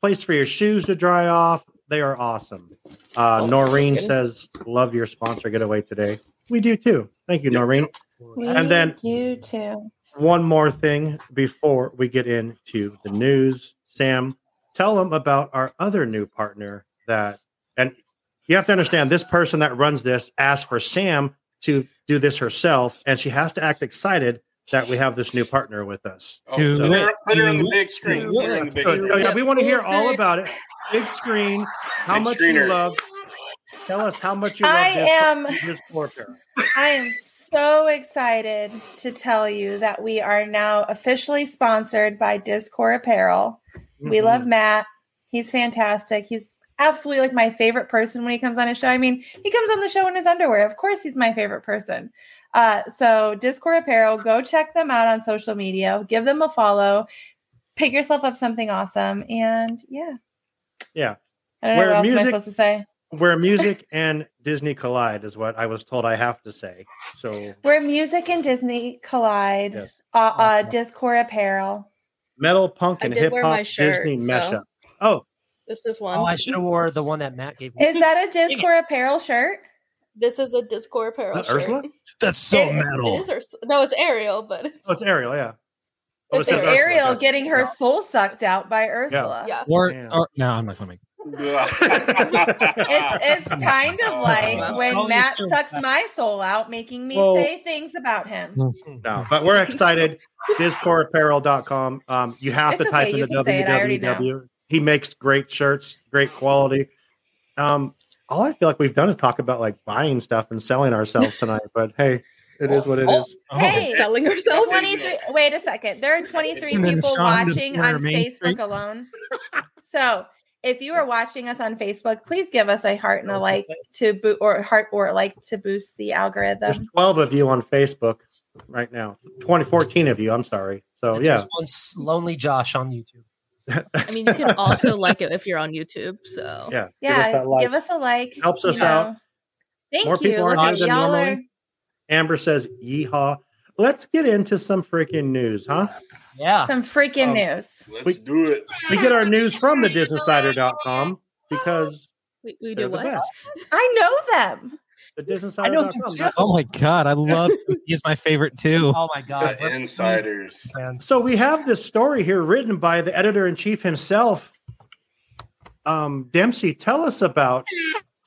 S2: place for your shoes to dry off. They are awesome. Uh, Noreen
S6: Oh, goodness.
S2: says, "Love your sponsor getaway today." We do too. Thank you, Noreen. And then
S7: you too.
S2: one more thing before we get into the news. Sam, tell them about our other new partner that, and you have to understand this person that runs this asked for Sam to do this herself, and she has to act excited that we have this new partner with us.
S9: Oh, put, her, put her on the big screen. Put her on the big
S2: So,
S9: screen.
S2: oh, yeah, we want to hear all about it. Big screen, how
S9: Big
S2: much
S9: screener.
S2: you love. Tell us how much you love
S7: I
S2: his-
S7: am-
S2: his worker.
S7: I am so excited to tell you that we are now officially sponsored by Discord Apparel. We
S6: Mhm.
S7: love Matt. He's fantastic. He's absolutely like my favorite person when he comes on a show. I mean, he comes on the show in his underwear. Of course, he's my favorite person. Uh, so, Discord Apparel, go check them out on social media. Give them a follow. Pick yourself up something awesome. And yeah,
S2: Yeah.
S7: I don't know what else am I supposed to say.
S2: where music and Disney collide is what I was told I have to say. So
S7: Where music and Disney collide,
S2: Yes.
S7: uh, uh, Discord apparel.
S2: metal, punk,
S7: I
S2: and
S7: did
S2: hip
S7: wear
S2: hop
S7: my shirt,
S2: Disney mesh
S7: so-
S2: up. Oh,
S6: This is one.
S10: Oh, I should have wore the one that Matt gave me.
S7: Is that a Discord apparel shirt?
S6: This is a Discord apparel. shirt.
S3: That's so
S6: It-
S3: metal.
S6: It is Ursula. No, it's Ariel, but it's,
S2: oh, it's Ariel. Yeah.
S6: Oh, it
S7: it's
S6: says Ursula,
S7: Ariel
S6: doesn't it?
S7: getting her soul sucked out by Ursula.
S6: Yeah.
S3: Or, or no, I'm not coming.
S7: It's, it's kind of like
S2: Wow.
S7: when
S2: Holy
S7: Matt
S2: smokes.
S7: sucks my soul out, making me
S2: Whoa.
S7: say things about him.
S2: Hmm. No, but we're excited. DiscordApparel.com. Um, you have
S7: It's
S2: to type
S7: okay,
S2: in
S7: you
S2: the
S7: can say it, I already
S2: www. He makes great shirts, great quality. Um, all I feel like we've done is talk about like buying stuff and selling ourselves tonight. But hey, it is what it is.
S3: Oh.
S7: Hey,
S6: Selling ourselves?
S7: 23 wait a second. There are 23
S2: Isn't it
S7: people
S2: Sean just
S7: watching
S2: corner
S7: on
S2: Main
S7: Facebook alone. So if you are watching us on Facebook, please give us a heart and a like to boot or heart or like to boost the
S2: There's
S7: algorithm.
S2: 12 of you on Facebook right now. 2014 of you. I'm sorry. So yeah,
S10: There's one s- lonely Josh on YouTube.
S6: I mean, you can also like it if you're on YouTube. So
S2: yeah,
S7: Yeah,
S2: that like.
S7: give us a like.
S2: Helps us
S7: you know.
S2: out.
S7: Thank
S2: More
S7: you.
S2: people are
S7: Look
S2: here
S7: at
S2: than
S7: y'all
S2: normally.
S7: are-
S2: Amber says, "Yeehaw." Let's get into some freaking news, huh?
S10: Yeah.
S7: Some freaking
S2: Um,
S7: news.
S2: Let's do it. We get our news from the Disinsider.com because
S6: We, we
S2: They're
S6: do
S2: the
S6: what?
S2: best.
S7: I know them.
S2: the Disinsider.com.
S6: I know
S2: that's-
S3: Oh my god, I love. He's my favorite too.
S10: Oh my god,
S9: The insiders.
S2: So we have this story here written by the editor in chief himself, um, Dempsey. Tell us about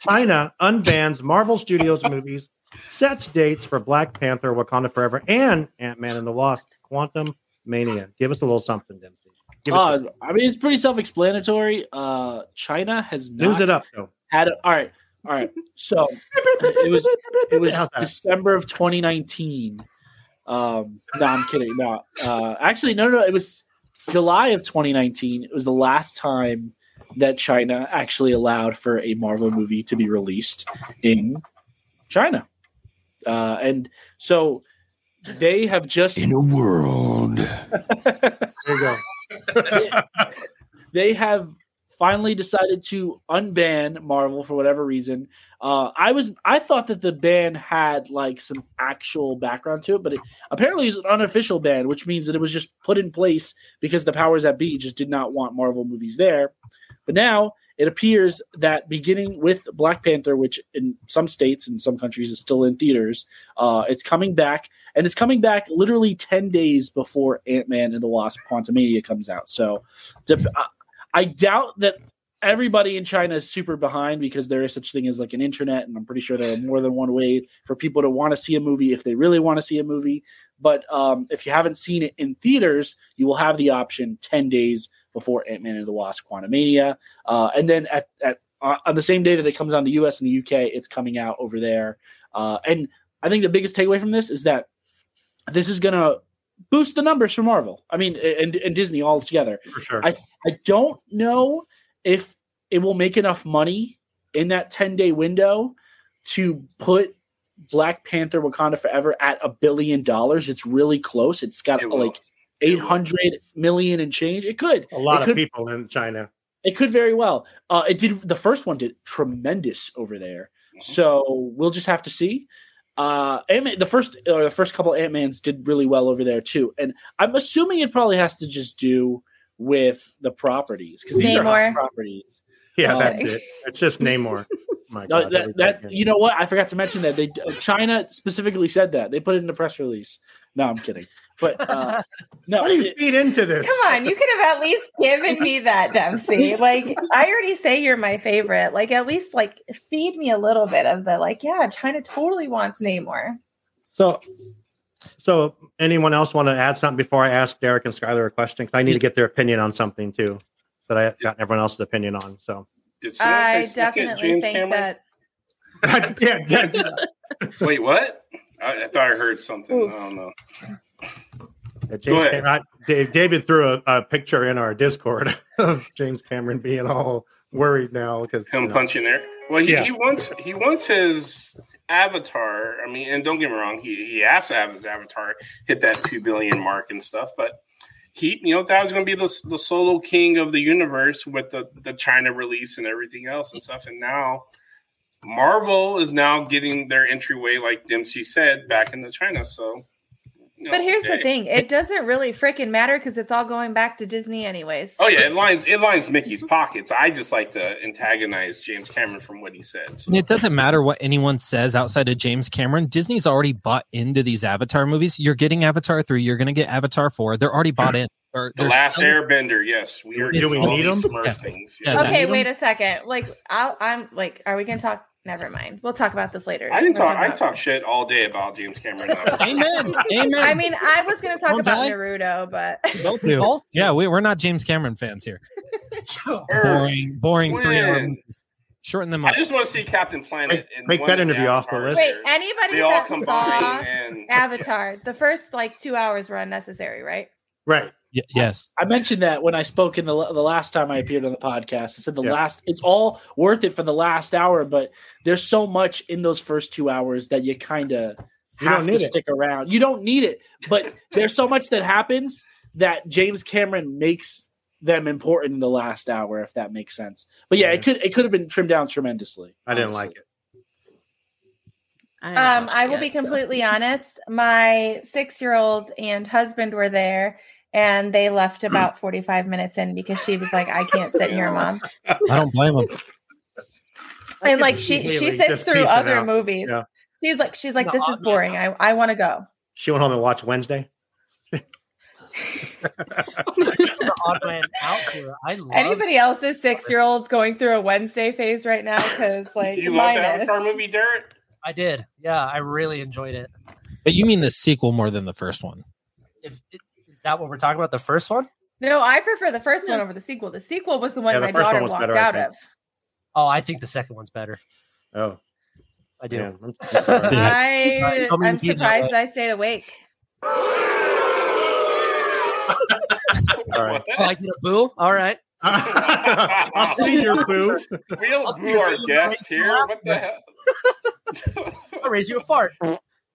S2: China unbans Marvel Studios movies, sets dates for Black Panther, Wakanda Forever, and Ant Man and the Wasp: Quantum Mania. Give us a little something, Dempsey. Give it
S11: Uh,
S2: to us.
S11: I mean, it's pretty self-explanatory. Uh, China has not
S2: News it up though.
S11: Had a, all right, all right. So it was it was
S2: How's that?
S11: December of 2019. Um, no, I'm kidding. No, uh, actually, no, no. It was July of 2019. It was the last time that China actually allowed for a Marvel movie to be released in China, uh, and so they have just in
S13: a world.
S2: There you go.
S11: they have finally decided to unban Marvel for whatever reason. Uh, I was I thought that the ban had like some actual background to it, but it apparently is an unofficial ban, which means that it was just put in place because the powers that be just did not want Marvel movies there. But now it appears that beginning with Black Panther, which in some states and some countries is still in theaters, uh, it's coming back, and it's coming back literally ten days before Ant Man and the Wasp: Quantumania comes out. So, dep- I- I doubt that everybody in China is super behind because there is such thing as like an internet, and I'm pretty sure there are more than one way for people to want to see a movie if they really want to see a movie. But um, if you haven't seen it in theaters, you will have the option 10 days before Ant Man and the Wasp Quantumania. Uh, and then at, at uh, on the same day that it comes out in the US and the UK, it's coming out over there. Uh, and I think the biggest takeaway from this is that this is going to boost the numbers for Marvel. I mean, and, and Disney all together.
S2: For sure.
S11: I, I don't know if it will make enough money in that 10 day window to put Black Panther Wakanda Forever at a billion dollars. It's really close. It's got like 800 million and change. It could.
S2: A lot
S11: It
S2: of
S11: could-
S2: people in China.
S11: it could very well. Uh, it did. The first one did tremendous over there. So we'll just have to see. Uh, Ant-Man, the first or the first couple Ant Mans did really well over there too, and I'm assuming it probably has to just do with the properties because these are hot
S7: Namor.
S11: properties.
S2: Yeah,
S11: Um,
S2: that's it. It's just Namor. My
S11: no,
S2: God, every
S11: that, that
S2: second.
S11: you know what? I forgot to mention that they uh, China specifically said that they put it in the press release. No, I'm kidding. But uh, no,
S2: How do you
S11: it-
S2: feed into this?
S7: Come on, you could have at least given me that, Dempsey. Like I already say you're my favorite. Like at least like feed me a little bit of the like, yeah, China totally wants Namor.
S2: So, so anyone else want to add something before I ask Derek and Skylar a question? Because I need to get their opinion on something too that I've gotten everyone else's opinion on. So,
S9: Did someone say
S7: I
S9: suck it,
S7: definitely
S9: James
S7: think
S9: Cameron?
S7: that
S2: yeah, yeah,
S9: Wait, what? I, I thought I heard something. I don't know.
S2: uh, James
S9: ahead.
S2: Cameron, I- Dave, David threw a, a picture in our Discord of James Cameron being all worried now because
S9: Him punching air. Well, he,
S2: Yeah.
S9: he wants he wants his avatar. I mean, and don't get me wrong, he he has to have his avatar hit that two billion mark and stuff. But he, you know, that was going to be the the solo king of the universe with the the China release and everything else and stuff. And now Marvel is now getting their entryway, like Dempsey said, back into China. So, you know,
S7: But here's the
S9: hey.
S7: thing, it doesn't really freaking matter because it's all going back to Disney anyways.
S9: Oh yeah, it lines it lines Mickey's pockets. I just like to antagonize James Cameron from what he said. So.
S3: And it doesn't matter what anyone says outside of James Cameron. Disney's already bought into these Avatar movies. You're getting Avatar 3, you're going to get Avatar 4. They're already bought in. Or
S9: The
S3: they're
S9: Last
S3: selling-
S9: Airbender. Yes, we are
S3: Do we
S9: doing
S3: need 'em?
S9: all Smurf
S3: Yeah.
S9: things.
S3: Yeah,
S9: yes.
S7: okay, wait a second. Like, I'll, I'm like, are we gonna talk? Never mind. We'll talk about this later.
S9: I can
S7: We're
S9: talk.
S7: talking
S9: I talk shit all day about James Cameron.
S3: Amen. Amen.
S7: I mean, I was gonna talk
S3: Don't
S7: about
S3: die.
S7: Naruto, but
S3: Both do. Yeah, we, we're not James Cameron fans here. boring, boring three hour
S9: When?
S3: movies. Shorten them
S9: I
S3: up.
S9: just want to see Captain Planet. and
S3: make
S9: one
S3: that
S9: of the
S3: interview off
S9: Avatar
S3: the list.
S7: wait,
S9: characters.
S7: anybody
S9: They all
S7: that
S9: combine
S7: saw
S9: and-
S7: Avatar, the first like two hours were unnecessary, right?
S2: Right.
S3: yes.
S11: I mentioned that when I spoke in the the last time I appeared on the podcast. I said the
S2: Yeah.
S11: last it's all worth it for the last hour, but there's so much in those first 2 hours that you kind of
S2: You don't
S11: have to
S2: need it.
S11: stick around. You don't need it, but there's so much that happens that James Cameron makes them important in the last hour if that makes sense. But yeah, it could it could have been trimmed down tremendously.
S2: I didn't
S11: honestly.
S2: like it.
S7: Um, I will be completely honest. My six year old and husband were there, and they left about 45 minutes in because she was like, I can't sit here, mom.
S3: I don't blame him.
S7: And like, she,
S2: Haley
S7: she sits
S2: just
S7: through
S2: peacing
S7: other
S2: out.
S7: movies.
S2: Yeah.
S7: She's like, she's like,
S10: No,
S7: this is boring. I, I want to go.
S2: She went home and watched Wednesday.
S10: the odd man out here. I love
S7: Anybody else's six year olds going through a Wednesday phase right now? Because like,
S9: You love the
S7: mine is.
S9: Avatar movie, Derek?
S10: I did. Yeah, I really enjoyed it.
S3: But you mean the sequel more than the first one?
S10: If is that what we're talking about? The first one?
S7: No, I prefer the first one over the sequel. The sequel was the one
S10: Yeah, the
S7: my
S10: first one
S7: daughter
S10: was
S7: walked
S10: better, I
S7: out
S10: think.
S7: of.
S10: Oh, I think the second one's better.
S2: Oh,
S10: I do.
S7: I,
S10: Don't
S7: I'm
S10: mean to be that
S7: surprised
S10: way.
S7: I stayed awake.
S2: All right.
S10: Oh, I did a boo. All right.
S2: I'll see your boo.
S9: We don't do our guests here. What the hell?
S10: I'll raise you a fart.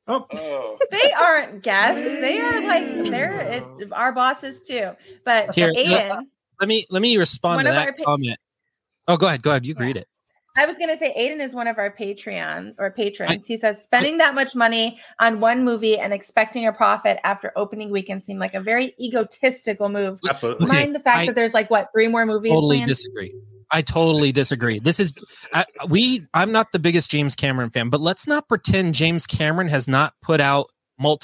S9: Oh.
S7: They aren't guests. They are like they're it, our bosses too. But
S3: Here,
S7: Aiden,
S3: let me let me respond
S7: One
S3: to
S7: of
S3: that
S7: our pa-
S3: comment. Oh, go ahead, go ahead. You can read it.
S7: I was gonna say Aiden is one of our Patreon or patrons. he says spending that much money on one movie and expecting a profit after opening weekend seemed like a very egotistical move.
S2: Absolutely.
S7: Mind the fact
S3: I-
S7: that there's like what three more movies.
S3: totally
S7: planned?
S3: disagree. I totally disagree. This is I, we. I'm not the biggest James Cameron fan, but let's not pretend James Cameron has not put out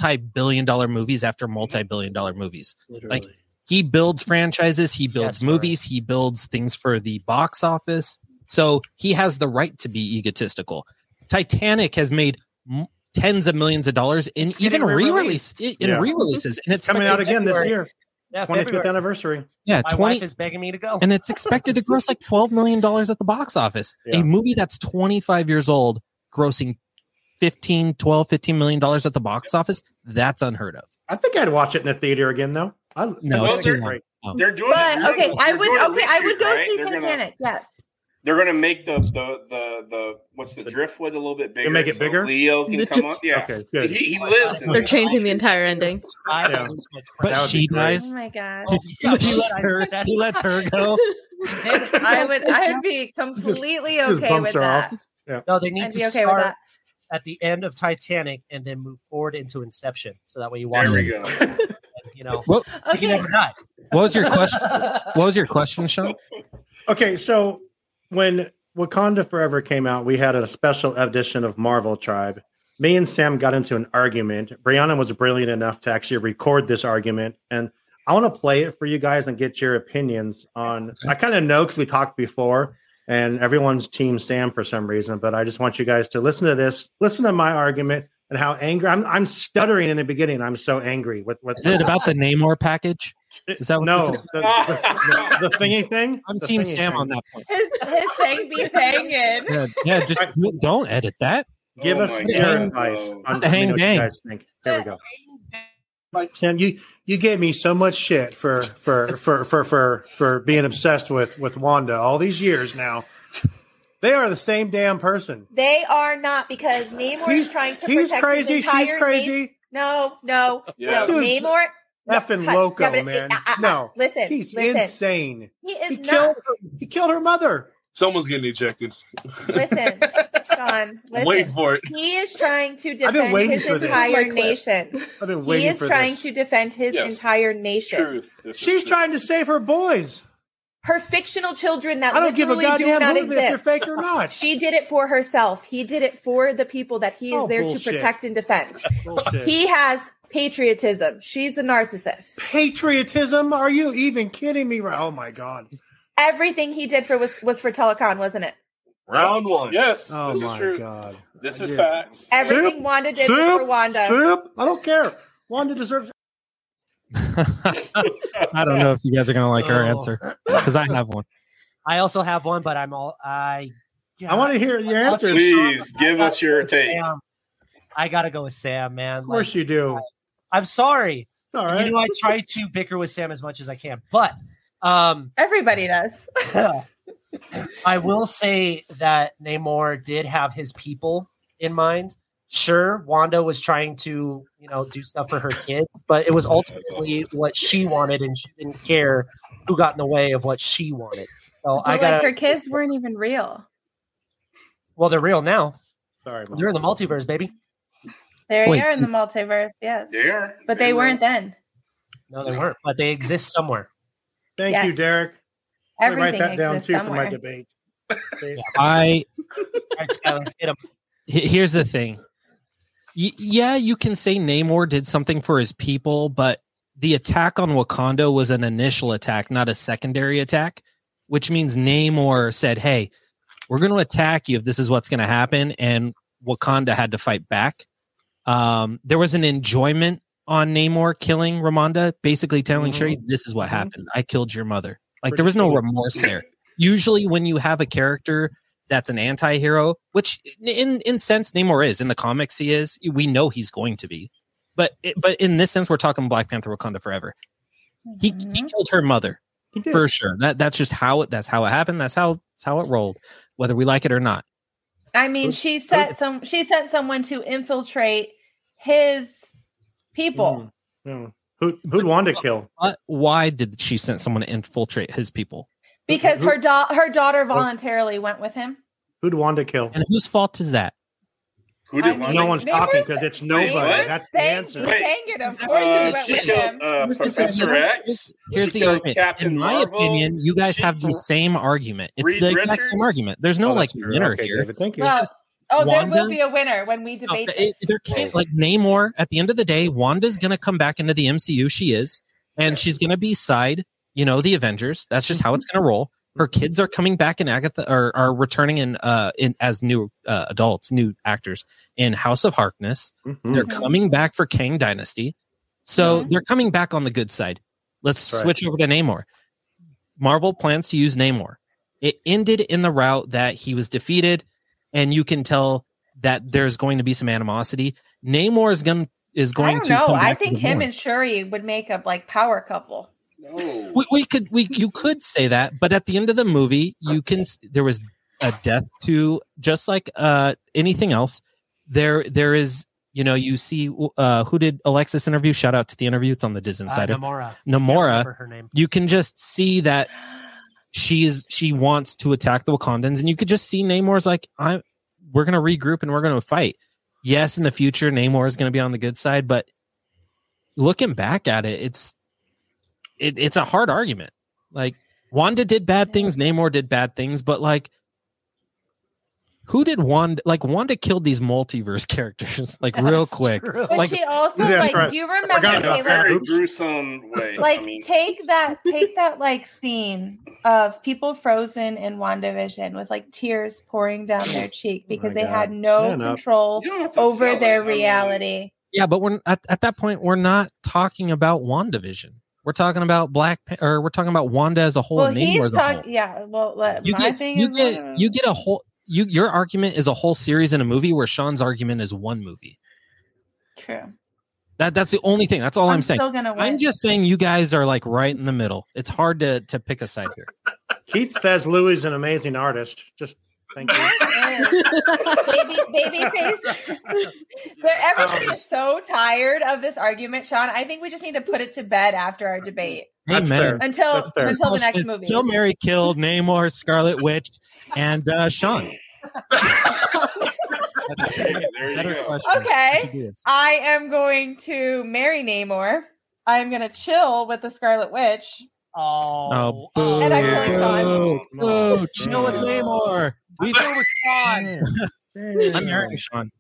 S3: multi-billion-dollar movies after multi-billion-dollar movies. Like he builds franchises, he builds movies, he builds things for the box office. So he has the right to be egotistical. Titanic has made m- tens of millions of dollars in even re-release in
S2: Yeah.
S3: re-releases, and it's
S2: coming out
S3: fucking
S2: again this
S3: everywhere.
S2: year.
S10: Yeah,
S2: 25th
S10: February.
S2: anniversary.
S3: Yeah,
S10: My
S3: 20
S10: wife is begging me to go.
S3: and it's expected to gross like twelve million dollars at the box office.
S2: Yeah.
S3: A movie that's twenty five years old grossing 15, 12, 15 million dollars at the box office, that's unheard of.
S2: I think I'd watch it in the theater again, though. I,
S3: No,
S2: I
S3: it's
S2: think
S3: too
S2: it's
S3: long.
S2: great.
S3: No.
S9: They're doing
S7: But
S9: they're
S7: okay,
S9: doing-
S7: I
S9: they're
S7: would
S9: doing a
S7: okay, I would
S9: reshoot,
S7: go
S9: right?
S7: see
S9: They're gonna-
S7: Titanic. Yes.
S9: They're gonna make the the the the what's the driftwood a little bit bigger.
S2: make it
S9: so
S2: bigger?
S9: Leo can
S6: The
S9: come
S6: drift-
S9: up. Yeah.
S2: Okay, good.
S9: He, he lives. In
S6: They're
S9: that.
S6: changing the entire ending.
S10: I
S2: Yeah.
S10: lose my crap.
S2: That
S3: But
S2: would
S3: she
S2: be great.
S7: Oh
S3: dies.
S7: my gosh.
S3: He lets
S10: I-
S3: her-
S10: that-
S3: he lets her go.
S7: I would I would be completely
S2: just
S7: okay
S2: bumps
S7: with
S2: her
S7: that.
S2: off.
S10: No, they need
S7: I'd
S10: to
S7: be okay with
S10: start
S7: that.
S10: at the end of Titanic and then move forward into Inception. So that way you watch
S9: There we
S10: it.
S9: go.
S10: You know,
S3: What,
S10: you can
S7: Okay.
S10: never die.
S3: what was your question? What was your question, Sean?
S2: Okay, so when Wakanda Forever came out, we had a special edition of Marvel Tribe. Me and Sam got into an argument. Brianna was brilliant enough to actually record this argument, and I want to play it for you guys and get your opinions on. I kind of know because we talked before, and everyone's team Sam for some reason, but I just want you guys to listen to this, listen to my argument, and how angry I'm. I'm stuttering in the beginning. I'm so angry with what.
S3: Is it about the Namor package? Is that what
S2: no
S3: this is?
S2: the, the, the thingy thing?
S3: I'm
S2: The
S3: Team
S2: thingy
S3: Sam
S2: thing.
S3: on that point.
S7: His his thing be hanging.
S3: Yeah, yeah just don't edit that.
S2: Give
S9: Oh
S2: us
S9: my
S2: your
S3: God.
S2: advice on
S3: The
S2: let me know
S3: hang
S2: what
S3: bang.
S2: you guys think. There we go. Sam, you you gave me so much shit for for for for for for being obsessed with with Wanda all these years now. They are the same damn person.
S7: They are not because Namor
S2: He's-
S7: is trying to
S2: he's
S7: protect
S2: crazy,
S7: His
S2: she's
S7: entire
S2: crazy.
S7: nation. No, no, no.
S9: Yeah.
S2: Dude's
S7: Namor, no,
S2: Effing
S7: cut.
S2: loco,
S7: Yeah, but it-
S2: man.
S7: uh, uh, uh,
S2: no,
S7: listen,
S2: he's
S7: listen.
S2: insane.
S7: He is
S2: He
S7: not.
S2: killed her, he killed her mother.
S8: Someone's getting ejected.
S7: Listen, Sean. Listen.
S8: Wait for it.
S7: He is trying to
S2: been
S7: defend
S2: waiting
S7: his
S2: for this.
S7: entire
S2: Like,
S7: nation.
S2: I've been
S7: He
S2: waiting
S7: is
S2: for
S7: trying
S2: this.
S7: to defend his
S8: Yes.
S7: entire nation.
S8: Truth. This is
S2: She's
S8: truth.
S2: trying to save her boys.
S7: Her fictional children that
S2: I don't give a
S7: literally do
S2: goddamn
S7: not
S2: who if they're
S7: exist.
S2: fake or not.
S7: She did it for herself. He did it for the people that he is
S2: Oh,
S7: there
S2: bullshit.
S7: to protect and defend.
S2: Bullshit.
S7: He has Patriotism. She's a narcissist.
S2: Patriotism? Are you even kidding me? Right? Oh my god.
S7: Everything he did for was, was for Telecon, wasn't it?
S9: Round one. Yes.
S2: Oh
S9: this
S2: my
S9: is true.
S2: god.
S9: This is
S2: Yeah.
S9: facts.
S7: Everything Wanda did was
S2: Soup.
S7: for Wanda.
S2: Soup. I don't care. Wanda deserves.
S3: I don't know if you guys are going to like our
S10: Oh.
S3: answer because I have one.
S10: I also have one, but I'm all I.
S2: I wanna hear your answers.
S9: Please give us your take.
S10: Sam. I gotta go with Sam, man.
S2: Of course you do.
S10: I'm sorry.
S2: All
S10: You know, I try to bicker with Sam as much as I can, but um,
S7: Everybody does.
S10: I will say that Namor did have his people in mind. Sure, Wanda was trying to, you know, do stuff for her kids, but it was ultimately what she wanted, and she didn't care who got in the way of what she wanted. So I
S7: But,
S10: got
S7: like her kids weren't even real.
S10: Well, they're real now.
S2: Sorry,
S10: you're in the multiverse, baby.
S7: There
S10: Wait,
S7: you are
S10: so-
S7: in the multiverse. Yes.
S9: They are.
S7: But they, weren't then.
S10: No, they weren't, but they exist somewhere.
S2: Thank
S7: Yes.
S2: you, Derek. I'm gonna
S7: Everything
S2: write that down
S7: exists
S2: too for my
S7: somewhere.
S2: debate.
S3: I
S10: All right, Skylar, hit 'em.
S3: H- Here's the thing. Y- yeah, you can say Namor did something for his people, but the attack on Wakanda was an initial attack, not a secondary attack, which means Namor said, "Hey, we're going to attack you if this is what's going to happen," and Wakanda had to fight back. Um, there was an enjoyment on Namor killing Ramonda, basically telling Shuri, "This is what happened. I killed your mother." Like there was no remorse there. Usually, when you have a character that's an anti-hero which in in sense namor is in the comics he is we know he's going to be but it, but in this sense we're talking black panther wakanda forever he, he killed her mother
S2: did.
S3: for sure that that's just how it that's how it happened that's how that's how it rolled whether we like it or not
S7: I mean, she sent some. She sent someone to infiltrate his
S3: Hmm.
S7: people.
S2: No. Who who'd Wanda kill?
S3: but why did she send someone to infiltrate his people
S7: Because
S2: Who-
S7: her da- her daughter voluntarily went with him.
S2: Who'd Wanda kill?
S3: and whose fault is that
S9: Who
S7: I
S9: did
S7: mean,
S9: Wanda?
S2: No one's
S7: Neighbors-
S2: talking because it's nobody.
S9: Neighbors?
S2: That's the
S7: Dang,
S2: answer.
S7: you dang it! Of course
S9: Uh,
S7: you went
S9: she
S7: with
S9: killed
S7: him.
S9: uh, Professor X.
S3: here's
S9: She
S3: the
S9: killed
S3: argument
S9: Captain
S3: in my
S9: Marvel.
S3: opinion you guys have the same argument it's
S9: Reed
S3: the exact same
S9: Richards?
S3: argument there's no
S2: Oh,
S3: like
S2: that's true.
S3: winner
S2: Okay,
S3: here
S2: David, thank you.
S7: Well, oh, there will
S3: Wanda- Oh,
S7: be a winner when we debate
S3: Th-
S7: this.
S3: it- there can't like Namor. At the end of the day, Wanda's gonna come back into the MCU. She is, and she's gonna be side. You know, the Avengers. That's just how it's
S2: Mm-hmm.
S3: gonna roll. Her kids are coming back in Agatha, or are returning in uh in as new uh, adults, new actors in House of Harkness.
S2: Mm-hmm.
S3: They're coming back for Kang Dynasty, so they're coming back on the good side. Let's
S2: That's right.
S3: switch over to Namor. Marvel plans to use Namor. It ended in the route that he was defeated, and you can tell that there's going to be some animosity. Namor is going is
S7: I
S3: going
S7: don't
S3: to.
S7: know.
S3: come
S7: I
S3: back as
S7: think
S3: a
S7: him
S3: villain.
S7: and Shuri would make a like power couple.
S9: No.
S3: we, we could we you could say that, but at the end of the movie, you can s- there was a death to just like uh anything else. There there is you know you see uh who did Alexis interview? Shout out to the interview. It's on the Diz
S10: Uh,
S3: Insider.
S10: Namora.
S3: Namora.
S10: I remember her name.
S3: you can just see that she's she wants to attack the Wakandans, and you could just see Namor's like, I'm we're gonna regroup and we're gonna fight. Yes, in the future, Namor is gonna be on the good side, but looking back at it, it's it, it's a hard argument. Like Wanda did bad things, Namor did bad things, but like who did Wanda like Wanda killed these multiverse characters like real quick.
S7: But
S3: Like
S7: she also
S2: That's
S7: like.
S2: right.
S7: Do you
S9: In
S7: remember?
S2: Forgot
S9: a
S7: Caleb,
S9: very
S2: Oops.
S9: gruesome way.
S7: like
S9: I mean,
S7: take that take that like scene of people frozen in WandaVision with like tears pouring down their
S3: Oh
S7: cheek because they
S2: God.
S7: had no
S2: Man up.
S7: control
S9: you don't have to
S7: over
S9: sell
S7: their
S9: it. I mean,
S7: reality.
S3: Yeah, but we're at, at that point we're not talking about WandaVision. We're talking about Black Pan- or we're talking about Wanda as a whole
S7: well,
S3: and Namor
S7: he's
S3: as a whole.
S7: talking. Yeah. Well, let,
S3: You
S7: my
S3: get
S7: thing
S3: you
S7: is
S3: get you get a whole you your argument is a whole series in a movie where Sean's argument is one movie.
S2: Mm,
S7: true.
S3: That that's the only thing. That's all I'm, saying.
S7: still gonna win.
S3: I'm just saying you guys are like right in the middle. It's hard to to pick a side here.
S2: Keith says Louis is an amazing artist. Just thank you.
S7: baby, baby face. But
S2: Um,
S7: everyone is so tired of this argument, Sean. I think we just need to put it to bed after our debate
S2: That's
S3: Amen.
S2: fair.
S7: until
S2: That's fair.
S7: until the next
S3: Just
S7: movie.
S3: Till Mary killed Namor, Scarlet Witch, and uh, Sean. That's a better-
S9: There you
S3: better
S9: go.
S3: question.
S7: Okay.
S3: Let's do this.
S7: I am going to marry Namor. I'm going to chill with the Scarlet Witch.
S10: Oh,
S3: Oh, boo.
S7: And I feel like Sean.
S3: boo, boo, chill with
S2: Yeah.
S3: Namor.
S10: we feel with Sean.
S7: Oh
S3: I'm marrying Sean.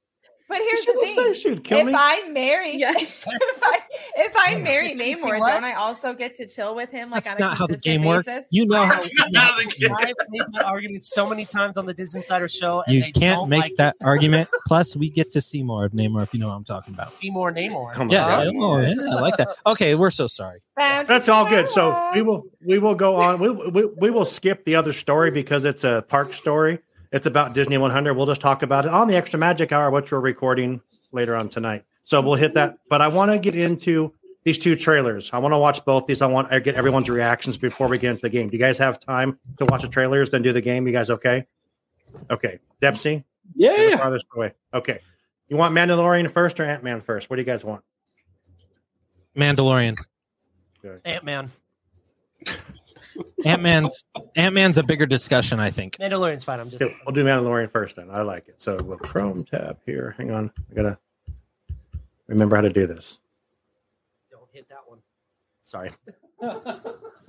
S7: But here's
S2: She
S7: the
S2: will
S7: thing:
S2: say she would kill
S7: if
S2: me.
S7: I marry, yes, if I, if I marry
S6: He
S7: Namor,
S6: was?
S7: don't I also get to chill with him? Like
S3: That's
S7: on a
S3: not how the
S7: consistent
S3: game works.
S7: basis?
S3: You know how
S10: I've made that argument so many times on the Disney Insider Show, and
S3: you
S10: they
S3: can't
S10: don't
S3: make
S10: like
S3: that argument. Plus, we get to see more of Namor if you know what I'm talking about.
S10: Seymour Namor.
S3: yeah, oh, yeah, I like that. Okay, we're so sorry.
S2: That's all good. So we will we will go on. We, we we will skip the other story because it's a park story. It's about Disney 100. We'll just talk about it on the Extra Magic Hour, which we're recording later on tonight. So we'll hit that. But I want to get into these two trailers. I want to watch both these. I want to get everyone's reactions before we get into the game. Do you guys have time to watch the trailers, then do the game? You guys okay? Okay, Dempsey.
S11: Yeah, yeah.
S2: Farthest away. Okay. You want Mandalorian first or Ant Man first? What do you guys want?
S3: Mandalorian.
S10: Ant Man.
S3: Ant Man's Ant Man's a bigger discussion, I think.
S10: Mandalorian's fine. I'm just.
S2: Okay, we'll do Mandalorian first then. I like it. So we'll Chrome tab here. Hang on. I gotta remember how to do this.
S10: Don't hit that one.
S2: Sorry.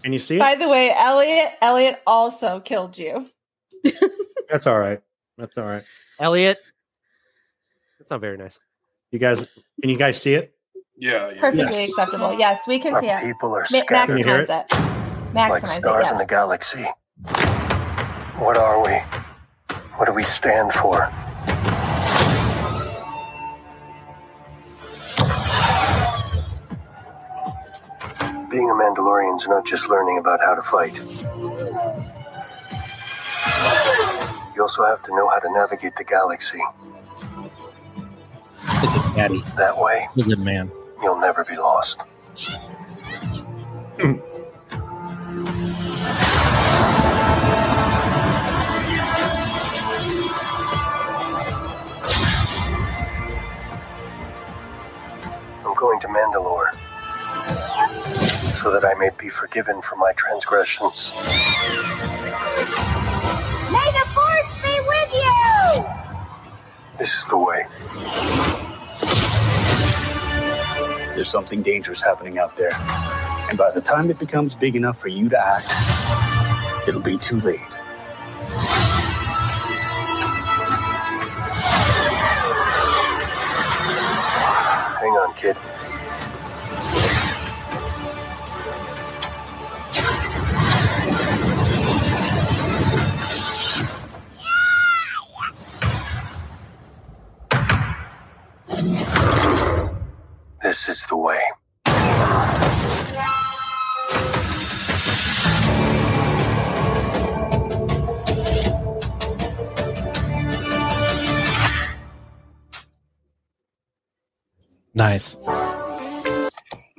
S2: Can you see
S7: By
S2: it?
S7: the way, Elliot, Elliot also killed you.
S2: That's all right. That's all right.
S10: Elliot. That's not very nice.
S2: You guys can you guys see it?
S9: Yeah.
S7: Perfectly acceptable. Yes, we can
S2: Our
S7: see it.
S2: people are
S7: Ma-
S2: scattered. Can you hear
S7: maximize
S2: it?
S7: it. Maximize
S13: like stars
S7: it.
S13: in the
S7: Yes.
S13: galaxy. What are we? What do we stand for? Being a Mandalorian's not just learning about how to fight. You also have to know how to navigate the galaxy.
S3: Daddy.
S13: That way,
S3: He's a good man.
S13: you'll never be lost. I'm going to Mandalore so that I may be forgiven for my transgressions.
S14: May the force be with you!
S13: This is the way.
S15: There's something dangerous happening out there. And by the time it becomes big enough for you to act, it'll be too late.
S13: Hang on, kid. This is the way.
S3: Nice.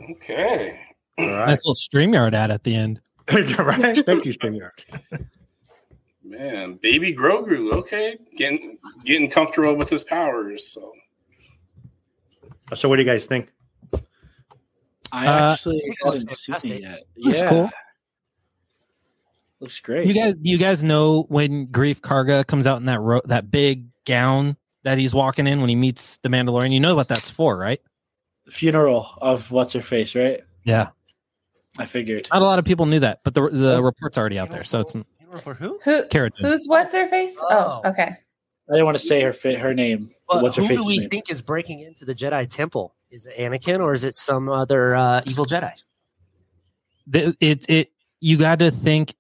S9: Okay.
S2: All right.
S3: Nice little StreamYard ad at the end.
S2: right. Thank you, StreamYard.
S9: Man, baby Grogu. Okay, getting getting comfortable with his powers. So
S2: Uh, So what do you guys think?
S11: I
S2: Uh,
S11: actually
S2: I think it looks
S11: haven't seen it
S2: fantastic.
S11: yet.
S3: Looks
S11: yeah.
S3: cool.
S11: Looks great.
S3: You guys, do you guys know when Grief Karga comes out in that ro- that big gown that he's walking in when he meets the Mandalorian? You know what that's for, right?
S11: Funeral of what's her face, right?
S3: Yeah. Oh.
S11: I figured.
S3: Not a lot of people knew that, but the the report's already out there, so it's
S10: for who?
S7: Who?
S3: Cara Dune.
S7: Who's what's her face? Oh, okay.
S11: I didn't want to say her fa- her name.
S10: But
S11: what's her
S10: who
S11: face's
S10: do we
S11: name?
S10: think is breaking into the Jedi Temple? Is it Anakin or is it some other uh, evil Jedi?
S3: the, it it you got to think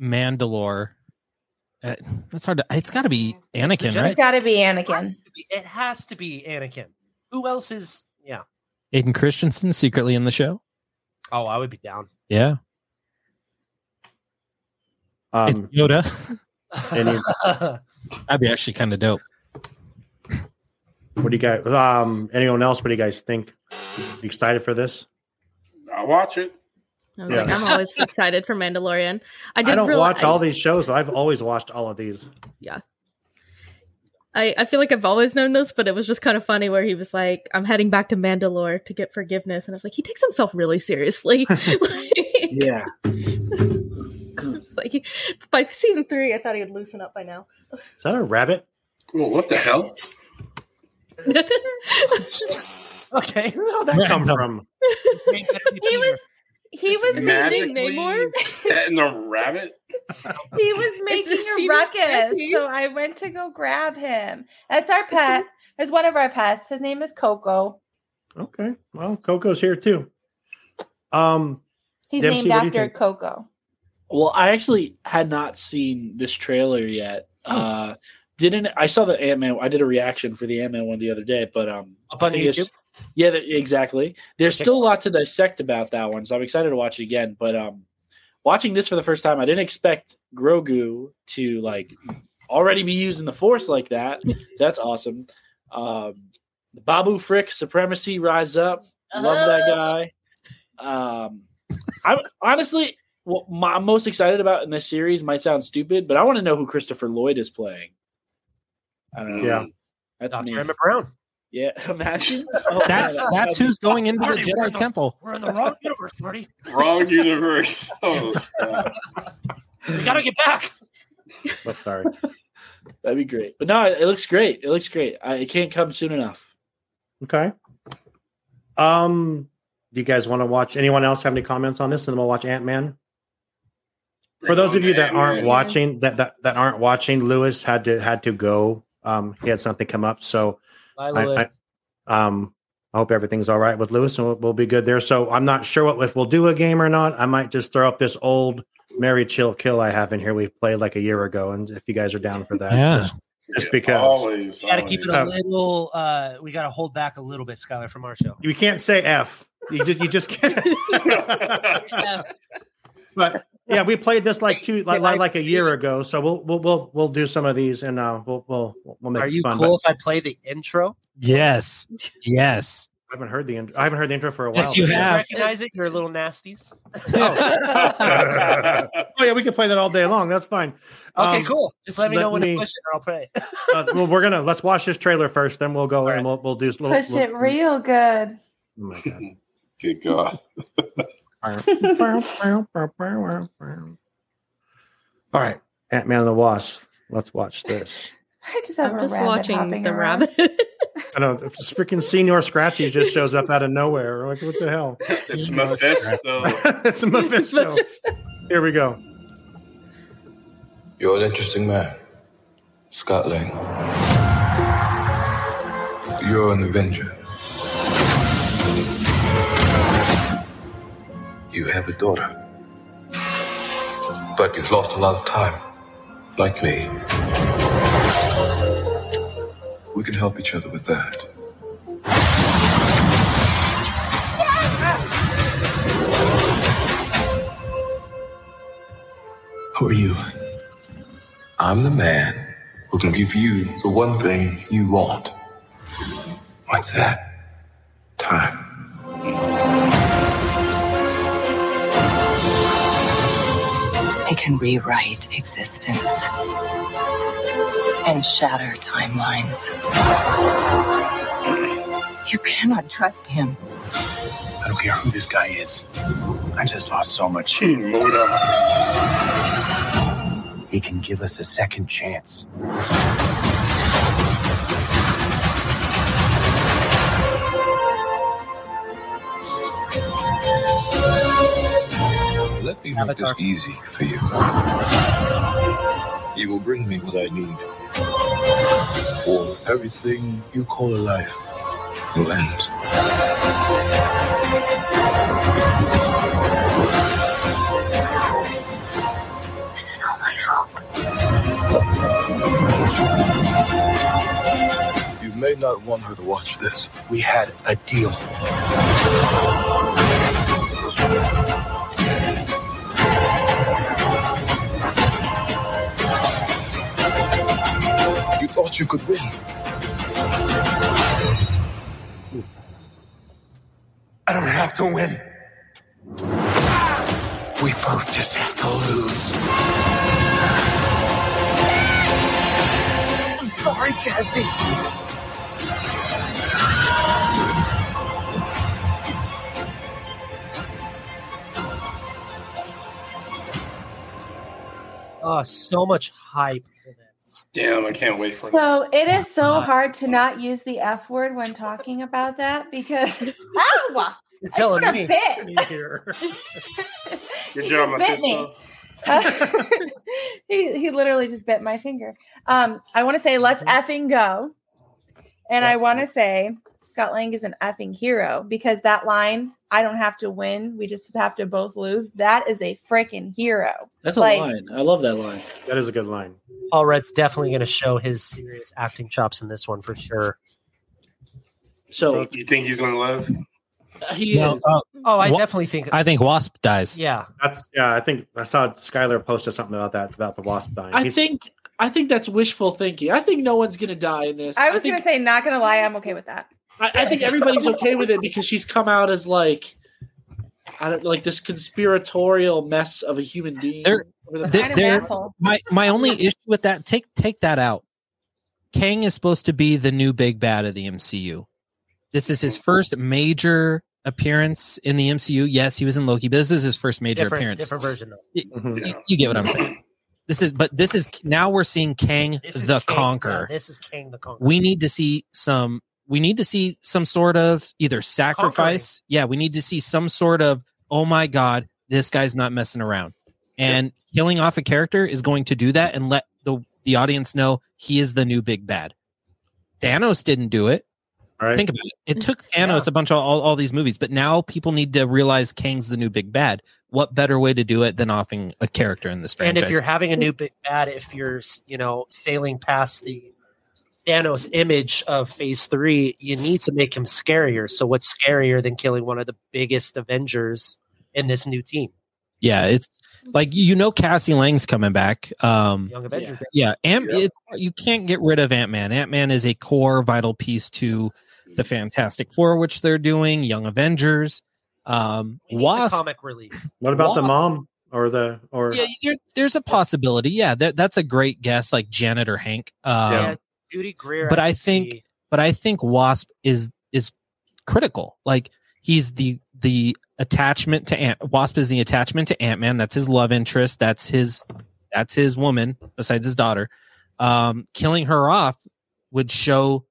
S3: Mandalore. Uh, that's hard to. It's got to be Anakin,
S10: Jedi
S3: right?
S7: It's got to be
S10: It has
S7: Anakin.
S10: to be, it has to be Anakin. Who else is? Yeah.
S3: Aiden Christensen secretly in the show.
S10: Oh, I would be down.
S3: Yeah, it's
S2: Um,
S3: Yoda.
S2: any-
S3: That'd be actually kind of dope.
S2: what do you guys um anyone else? What do you guys think? You excited for this?
S9: I'll watch it.
S6: I was
S2: Yeah.
S6: like, I'm always excited for Mandalorian. I,
S2: I,
S6: did
S2: don't
S6: reali-
S2: watch all these shows, but I've always watched all of these.
S6: Yeah. I, I feel like I've always known this, but it was just kind of funny where he was like, I'm heading back to Mandalore to get forgiveness. And I was like, he takes himself really seriously.
S11: Yeah.
S6: It's like, he- by season three, I thought he'd loosen up by now.
S2: Is that a rabbit?
S9: Well, what the hell?
S10: okay.
S2: Where'd that come from?
S10: he
S7: was he was
S9: magically
S7: using Namor.
S9: That and the rabbit.
S7: he was making
S6: It's a
S7: a
S6: scenic
S7: ruckus,
S6: jetty.
S7: so I went to go grab him. That's our pet. That's one of our pets. His name is Coco.
S2: Okay. Well, Coco's here too. Um,
S7: He's
S11: Dempsey,
S7: named
S11: what do you
S7: after
S11: think?
S7: Coco.
S11: Well, I actually had not seen this trailer yet.
S10: Oh.
S11: Uh, didn't I saw the Ant Man? I did a reaction for the Ant Man one the other day, but um,
S10: Up on
S11: I think it's-
S10: YouTube?
S11: Yeah, th- exactly. There's still a lot to dissect about that one, so I'm excited to watch it again. But um, watching this for the first time, I didn't expect Grogu to like already be using the Force like that. That's awesome. Um, Babu Frick, Supremacy, Rise Up. Love that guy. Um, I honestly, what my, I'm most excited about in this series might sound stupid, but I want to know who Christopher Lloyd is playing. I don't know.
S2: Yeah.
S11: that's
S10: Dr.
S11: me.
S10: Emmett Brown.
S11: Yeah, imagine.
S10: Oh,
S3: That's that's who's going into the Jedi Temple.
S10: We're in the wrong universe, Marty.
S9: Wrong universe. Oh,
S10: We gotta get back.
S2: But sorry.
S11: That'd be great. But no, it it looks great. It looks great. I, it can't come soon enough.
S2: Okay. Um, do you guys want to watch? Anyone else have any comments on this? And then we'll watch Ant Man. For those of you that aren't watching, that, that that aren't watching, Lewis had to had to go. Um, he had something come up, so
S10: Bye,
S2: I, I, um, I hope everything's all right with Lewis, and we'll, we'll be good there. So I'm not sure what if we'll do a game or not. I might just throw up this old Mary Chill Kill I have in here. We played like a year ago, and if you guys are down for that,
S3: Yeah.
S2: just, just because
S9: Always,
S10: We gotta keep it a
S2: So-
S10: little. Uh, we gotta hold back a little bit, Skylar, from our show.
S2: you can't say F. You just you just can't. but yeah, we played this like two like like, like a year ago. So we'll we'll we'll we'll do some of these and uh we'll we'll we'll make
S10: Are
S2: it
S10: you
S2: fun.
S10: cool
S2: but
S10: if I play the intro?
S3: Yes. Yes.
S2: I haven't heard the intro. I haven't heard the intro for a while.
S3: Yes, you
S2: but-
S3: have.
S10: Recognize it. You're a little nasties.
S2: oh yeah, we can play that all day long. That's fine.
S10: Okay,
S2: Um,
S10: cool. Just let me
S2: let
S10: know when
S2: me-
S10: to push it, or I'll play.
S2: uh, well, we're gonna let's watch this trailer first, then we'll go and we'll we'll do. We'll,
S7: Push
S2: we'll-
S7: it real good.
S2: Oh my god.
S9: Good God.
S2: All right, Ant Man and the Wasp. Let's watch this.
S7: I just have
S6: I'm
S7: a
S6: just
S7: rabbit
S6: watching
S7: hopping
S6: the
S7: around.
S6: rabbit.
S2: I know this freaking Senior Scratchy just shows up out of nowhere. Like, what the hell?
S9: It's Mephisto.
S2: it's Mephisto. Here we go.
S16: You're an interesting man, Scott Lang. You're an Avenger. You have a daughter. But you've lost a lot of time, like me. We can help each other with that. Who are you? I'm the man who can give you the one thing you want. What's that? Time.
S17: I can rewrite existence and shatter timelines. You cannot trust him.
S15: I don't care who this guy is. I just lost so much.
S16: Hmm,
S15: He can give us a second chance.
S16: Let me make this easy for you. You will bring me what I need. Or everything you call a life will end.
S17: This is all my fault.
S16: You may not want her to watch this.
S15: We had a deal.
S16: You thought you could win. I don't have to win. We both just have to lose.
S17: I'm sorry, Cassie.
S10: Oh, so much hype.
S9: Damn, I can't wait for it.
S7: So it is so hard to not use the F word when talking about that because Ow!
S10: You're
S7: I just
S10: telling
S7: got
S10: me.
S7: bit.
S2: Here.
S9: Good
S7: He just
S9: job,
S7: bit me.
S9: Mephisto.
S7: he he literally just bit my finger. Um, I want to say let's effing go, and I want to say Scott Lang is an effing hero because that line I don't have to win, we just have to both lose. That is a freaking hero.
S11: That's a line. I love that line.
S2: That is a good line.
S10: Paul Rudd's definitely going to show his serious acting chops in this one for sure.
S11: So,
S9: do you think he's going to live?
S10: He
S3: No,
S10: is.
S3: uh,
S10: oh, I
S3: Wa-
S10: definitely think.
S3: I think Wasp dies.
S10: yeah,
S2: That's yeah. I think I saw Skylar posted something about that about the wasp dying.
S11: I
S2: He's-
S11: think I think that's wishful thinking. I think no one's gonna die in this.
S7: I was
S11: think,
S7: gonna say, not gonna lie, I'm okay with that.
S11: I, I think everybody's okay with it because she's come out as like, I don't like this conspiratorial mess of a human being.
S3: They're-
S11: Over the-
S3: There- there- my my only issue with that take take that out. Kang is supposed to be the new big bad of the MCU. This is his first major appearance in the MCU. Yes, he was in Loki, but this is his first major
S10: different,
S3: appearance.
S10: different version though.
S3: Y-
S2: Mm-hmm.
S3: y- you get what I'm saying. This is but this is now we're seeing Kang
S10: This is
S3: the
S10: King-
S3: Conqueror.
S10: yeah, this is King the Conqueror.
S3: we need to see some we need to see some sort of either sacrifice yeah we need to see some sort of oh my god this guy's not messing around and killing off a character is going to do that and let the the audience know he is the new big bad thanos didn't do it
S2: Right.
S3: think about it it took thanos a bunch of all, all these movies but now people need to realize kang's the new big bad what better way to do it than offing a character in this
S10: and
S3: franchise
S10: if you're having a new big bad, if you're you know sailing past the Thanos image of Phase Three, you need to make him scarier. So what's scarier than killing one of the biggest Avengers in this new team,
S3: yeah it's like you know cassie lang's coming back um
S10: Young Avengers?
S3: Yeah, Ant- it- you can't get rid of Ant Man. Ant Man is a core vital piece to the Fantastic Four, which they're doing, Young Avengers, um,
S10: We need the
S3: Wasp.
S10: comic relief.
S2: What about the
S3: Wasp.
S2: mom or the or?
S3: Yeah, there, there's a possibility. Yeah, that, that's a great guess, like Janet or Hank. Um,
S10: yeah, Judy Greer.
S3: but I
S10: could
S3: think-
S10: see.
S3: But I think Wasp is is critical. Like he's the the attachment to Ant. Wasp is the attachment to Ant Man. That's his love interest. That's his that's his woman besides his daughter. Um, killing her off would show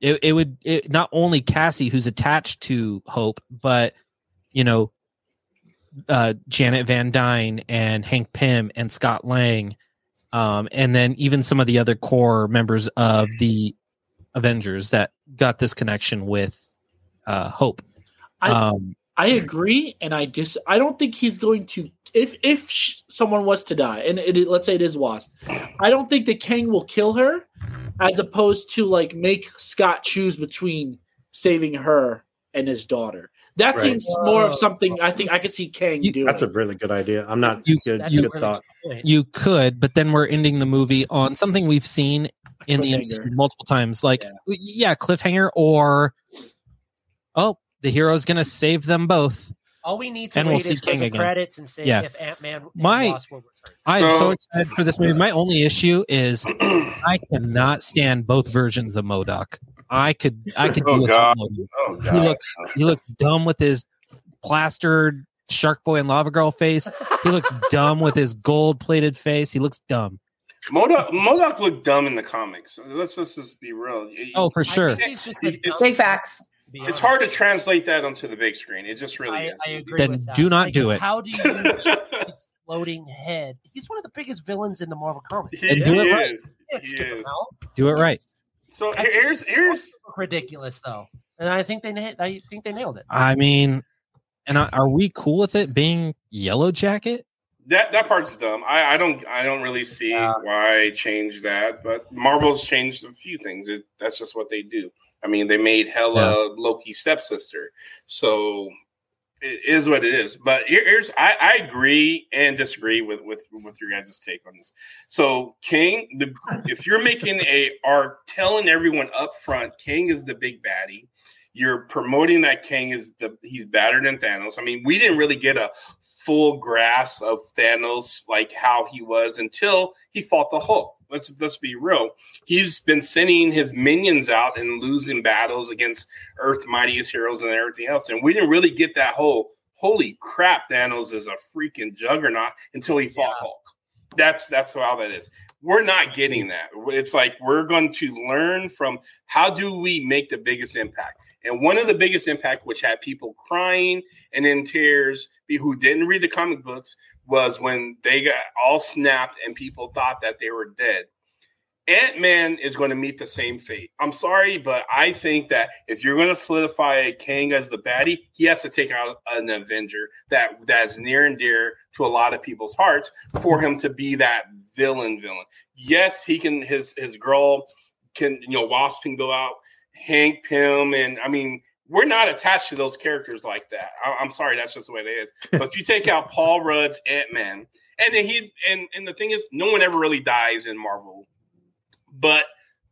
S3: it, it would it, not only Cassie who's attached to Hope, but you know uh, Janet Van Dyne and Hank Pym and Scott Lang, um, and then even some of the other core members of the Avengers that got this connection with uh, Hope.
S11: I-
S3: um,
S11: I agree, and I dis. I don't think he's going to. If if sh- someone was to die, and it, let's say it is Wasp, I don't think that Kang will kill her, as opposed to like make Scott choose between saving her and his daughter. That
S2: Right.
S11: seems more of something I think I could see Kang do.
S2: That's a really good idea. I'm not.
S3: You-
S2: good,
S10: That's
S2: you
S10: a
S2: good
S10: really
S2: thought.
S10: good point.
S3: you could, but then we're ending the movie on something we've seen in the
S11: cliffhanger.
S3: MCU multiple times, like
S11: Yeah.
S3: yeah, cliffhanger or oh, the hero's gonna save them both.
S10: all we need to
S3: And
S10: wait
S3: we'll see
S10: is for
S3: King
S10: the
S3: again.
S10: credits and say
S3: Yeah.
S10: if Ant Man and
S3: My-
S10: Wasp will return.
S3: I am
S9: So-
S3: so excited for this movie. My only issue is I cannot stand both versions of Modoc. I could I could
S9: Oh,
S3: do
S9: God.
S3: without Modok.
S9: Oh god.
S3: He looks he looks dumb with his plastered shark boy and lava girl face. He looks dumb with his gold plated face. He looks dumb.
S9: Modoc Modoc looked dumb in the comics. Let's let's just be real. You-
S3: Oh, for
S10: I
S3: sure.
S10: think he's just a
S9: It's-
S10: dumb
S7: Big
S10: guy,
S7: facts.
S10: to be
S9: It's
S10: honest.
S9: hard to translate that onto the big screen. It just really
S10: I,
S9: is.
S10: I agree.
S3: Then
S10: with that.
S3: do not do it.
S10: How do you do his floating head? He's one of the biggest villains in the Marvel comics.
S9: He
S3: And do it
S9: is.
S3: right.
S10: You can't
S9: He
S10: skip him
S9: is.
S10: out.
S3: Do it right.
S9: So here- here's here's
S10: Ridiculous though, and I think they na- I think they nailed it.
S3: I mean, and I, are we cool with it being Yellow Jacket?
S9: that that part's dumb. I, I don't I don't really see
S10: Yeah.
S9: why change that, but Marvel's changed a few things. It, that's just what they do. I mean, they made Hella Loki's stepsister, so it is what it is. But here- here's I, I agree and disagree with with with your guys' take on this. So King, the if you're making a are telling everyone up front, King is the big baddie. You're promoting that King is the he's better than Thanos. I mean, we didn't really get a full grasp of Thanos, like how he was until he fought the Hulk. Let's let's be real. He's been sending his minions out and losing battles against Earth mightiest heroes and everything else. And we didn't really get that whole holy crap, Thanos is a freaking juggernaut until he fought Hulk. that's that's how that is. We're not getting that. It's like we're going to learn from how do we make the biggest impact. And one of the biggest impact, which had people crying and in tears, who didn't read the comic books, was when they got all snapped and people thought that they were dead. Ant Man is going to meet the same fate. I'm sorry, but I think that if you're going to solidify Kang as the baddie, he has to take out an Avenger that that is near and dear to a lot of people's hearts for him to be that villain. Villain. Yes, he can. His his girl can. You know, Wasp can go out. Hank Pym, and I mean, we're not attached to those characters like that. I, am sorry, that's just the way it is. But if you take out Paul Rudd's Ant Man, and then he and and the thing is, no one ever really dies in Marvel but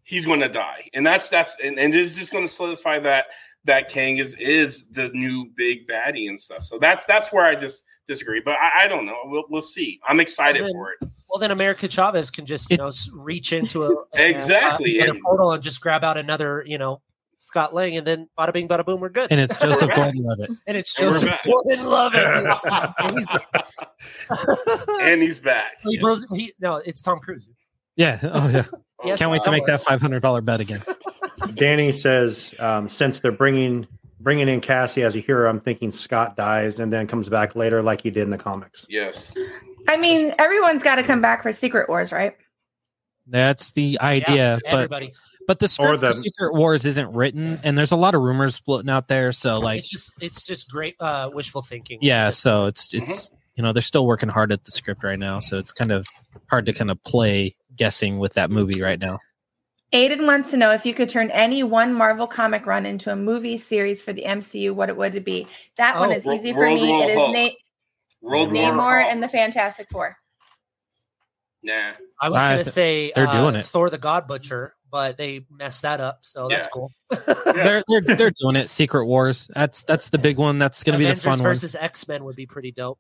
S9: he's going to die, and that's that's and, and it's just going to solidify that that Kang is is the new big baddie and stuff. So that's that's where I just disagree. But I, I don't know. We'll, we'll see. I'm excited
S10: Well, then-
S9: for it.
S10: Well, then America Chavez can just you know s- reach into a a-
S9: Exactly,
S10: a, a
S9: and-
S10: portal and just grab out another you know Scott Lang, and then bada bing, bada boom, we're good.
S3: And it's Joseph
S10: We're back.
S3: Gordon-Levitt.
S10: And it's
S3: And we're
S10: Joseph
S3: back.
S10: Gordon-Levitt. He's-
S9: And he's back.
S10: he blows- he- no, it's Tom Cruise.
S3: Yeah. Oh yeah.
S10: Yes,
S3: Can't wait to
S10: Tom.
S3: make that five hundred dollar bet again.
S2: Danny says, um, since they're bringing bringing in Cassie as a hero, I'm thinking Scott dies and then comes back later like he did in the comics.
S9: Yes.
S7: I mean, everyone's got to come back for Secret Wars, right?
S3: That's the idea. but
S10: everybody.
S3: but the
S10: Or
S3: script
S10: the-
S3: for Secret Wars isn't written, and there's a lot of rumors floating out there. So like,
S10: it's just it's just great uh, wishful thinking.
S3: yeah. So it's it's
S10: Mm-hmm.
S3: you know they're still working hard at the script right now. So it's kind of hard to kind of play guessing with that movie right now.
S7: Aiden wants to know if you could turn any one Marvel comic run into a movie series for the MCU, what it would be. That one
S9: Oh,
S7: is
S9: Ro-
S7: easy for
S9: Road
S7: me.
S9: War
S7: It is
S9: Hulk.
S7: Na-
S9: World War.
S7: Namor and the Fantastic Four.
S9: Nah.
S10: I was
S3: I
S10: gonna
S3: th-
S10: say
S3: they're
S10: uh,
S3: doing it.
S10: Thor the God Butcher, but they messed that up, so that's
S9: Yeah.
S10: cool.
S3: They're they're they're doing it. Secret Wars. That's that's the big one. That's gonna
S10: Avengers
S3: be the fun
S10: versus X Men would be pretty dope.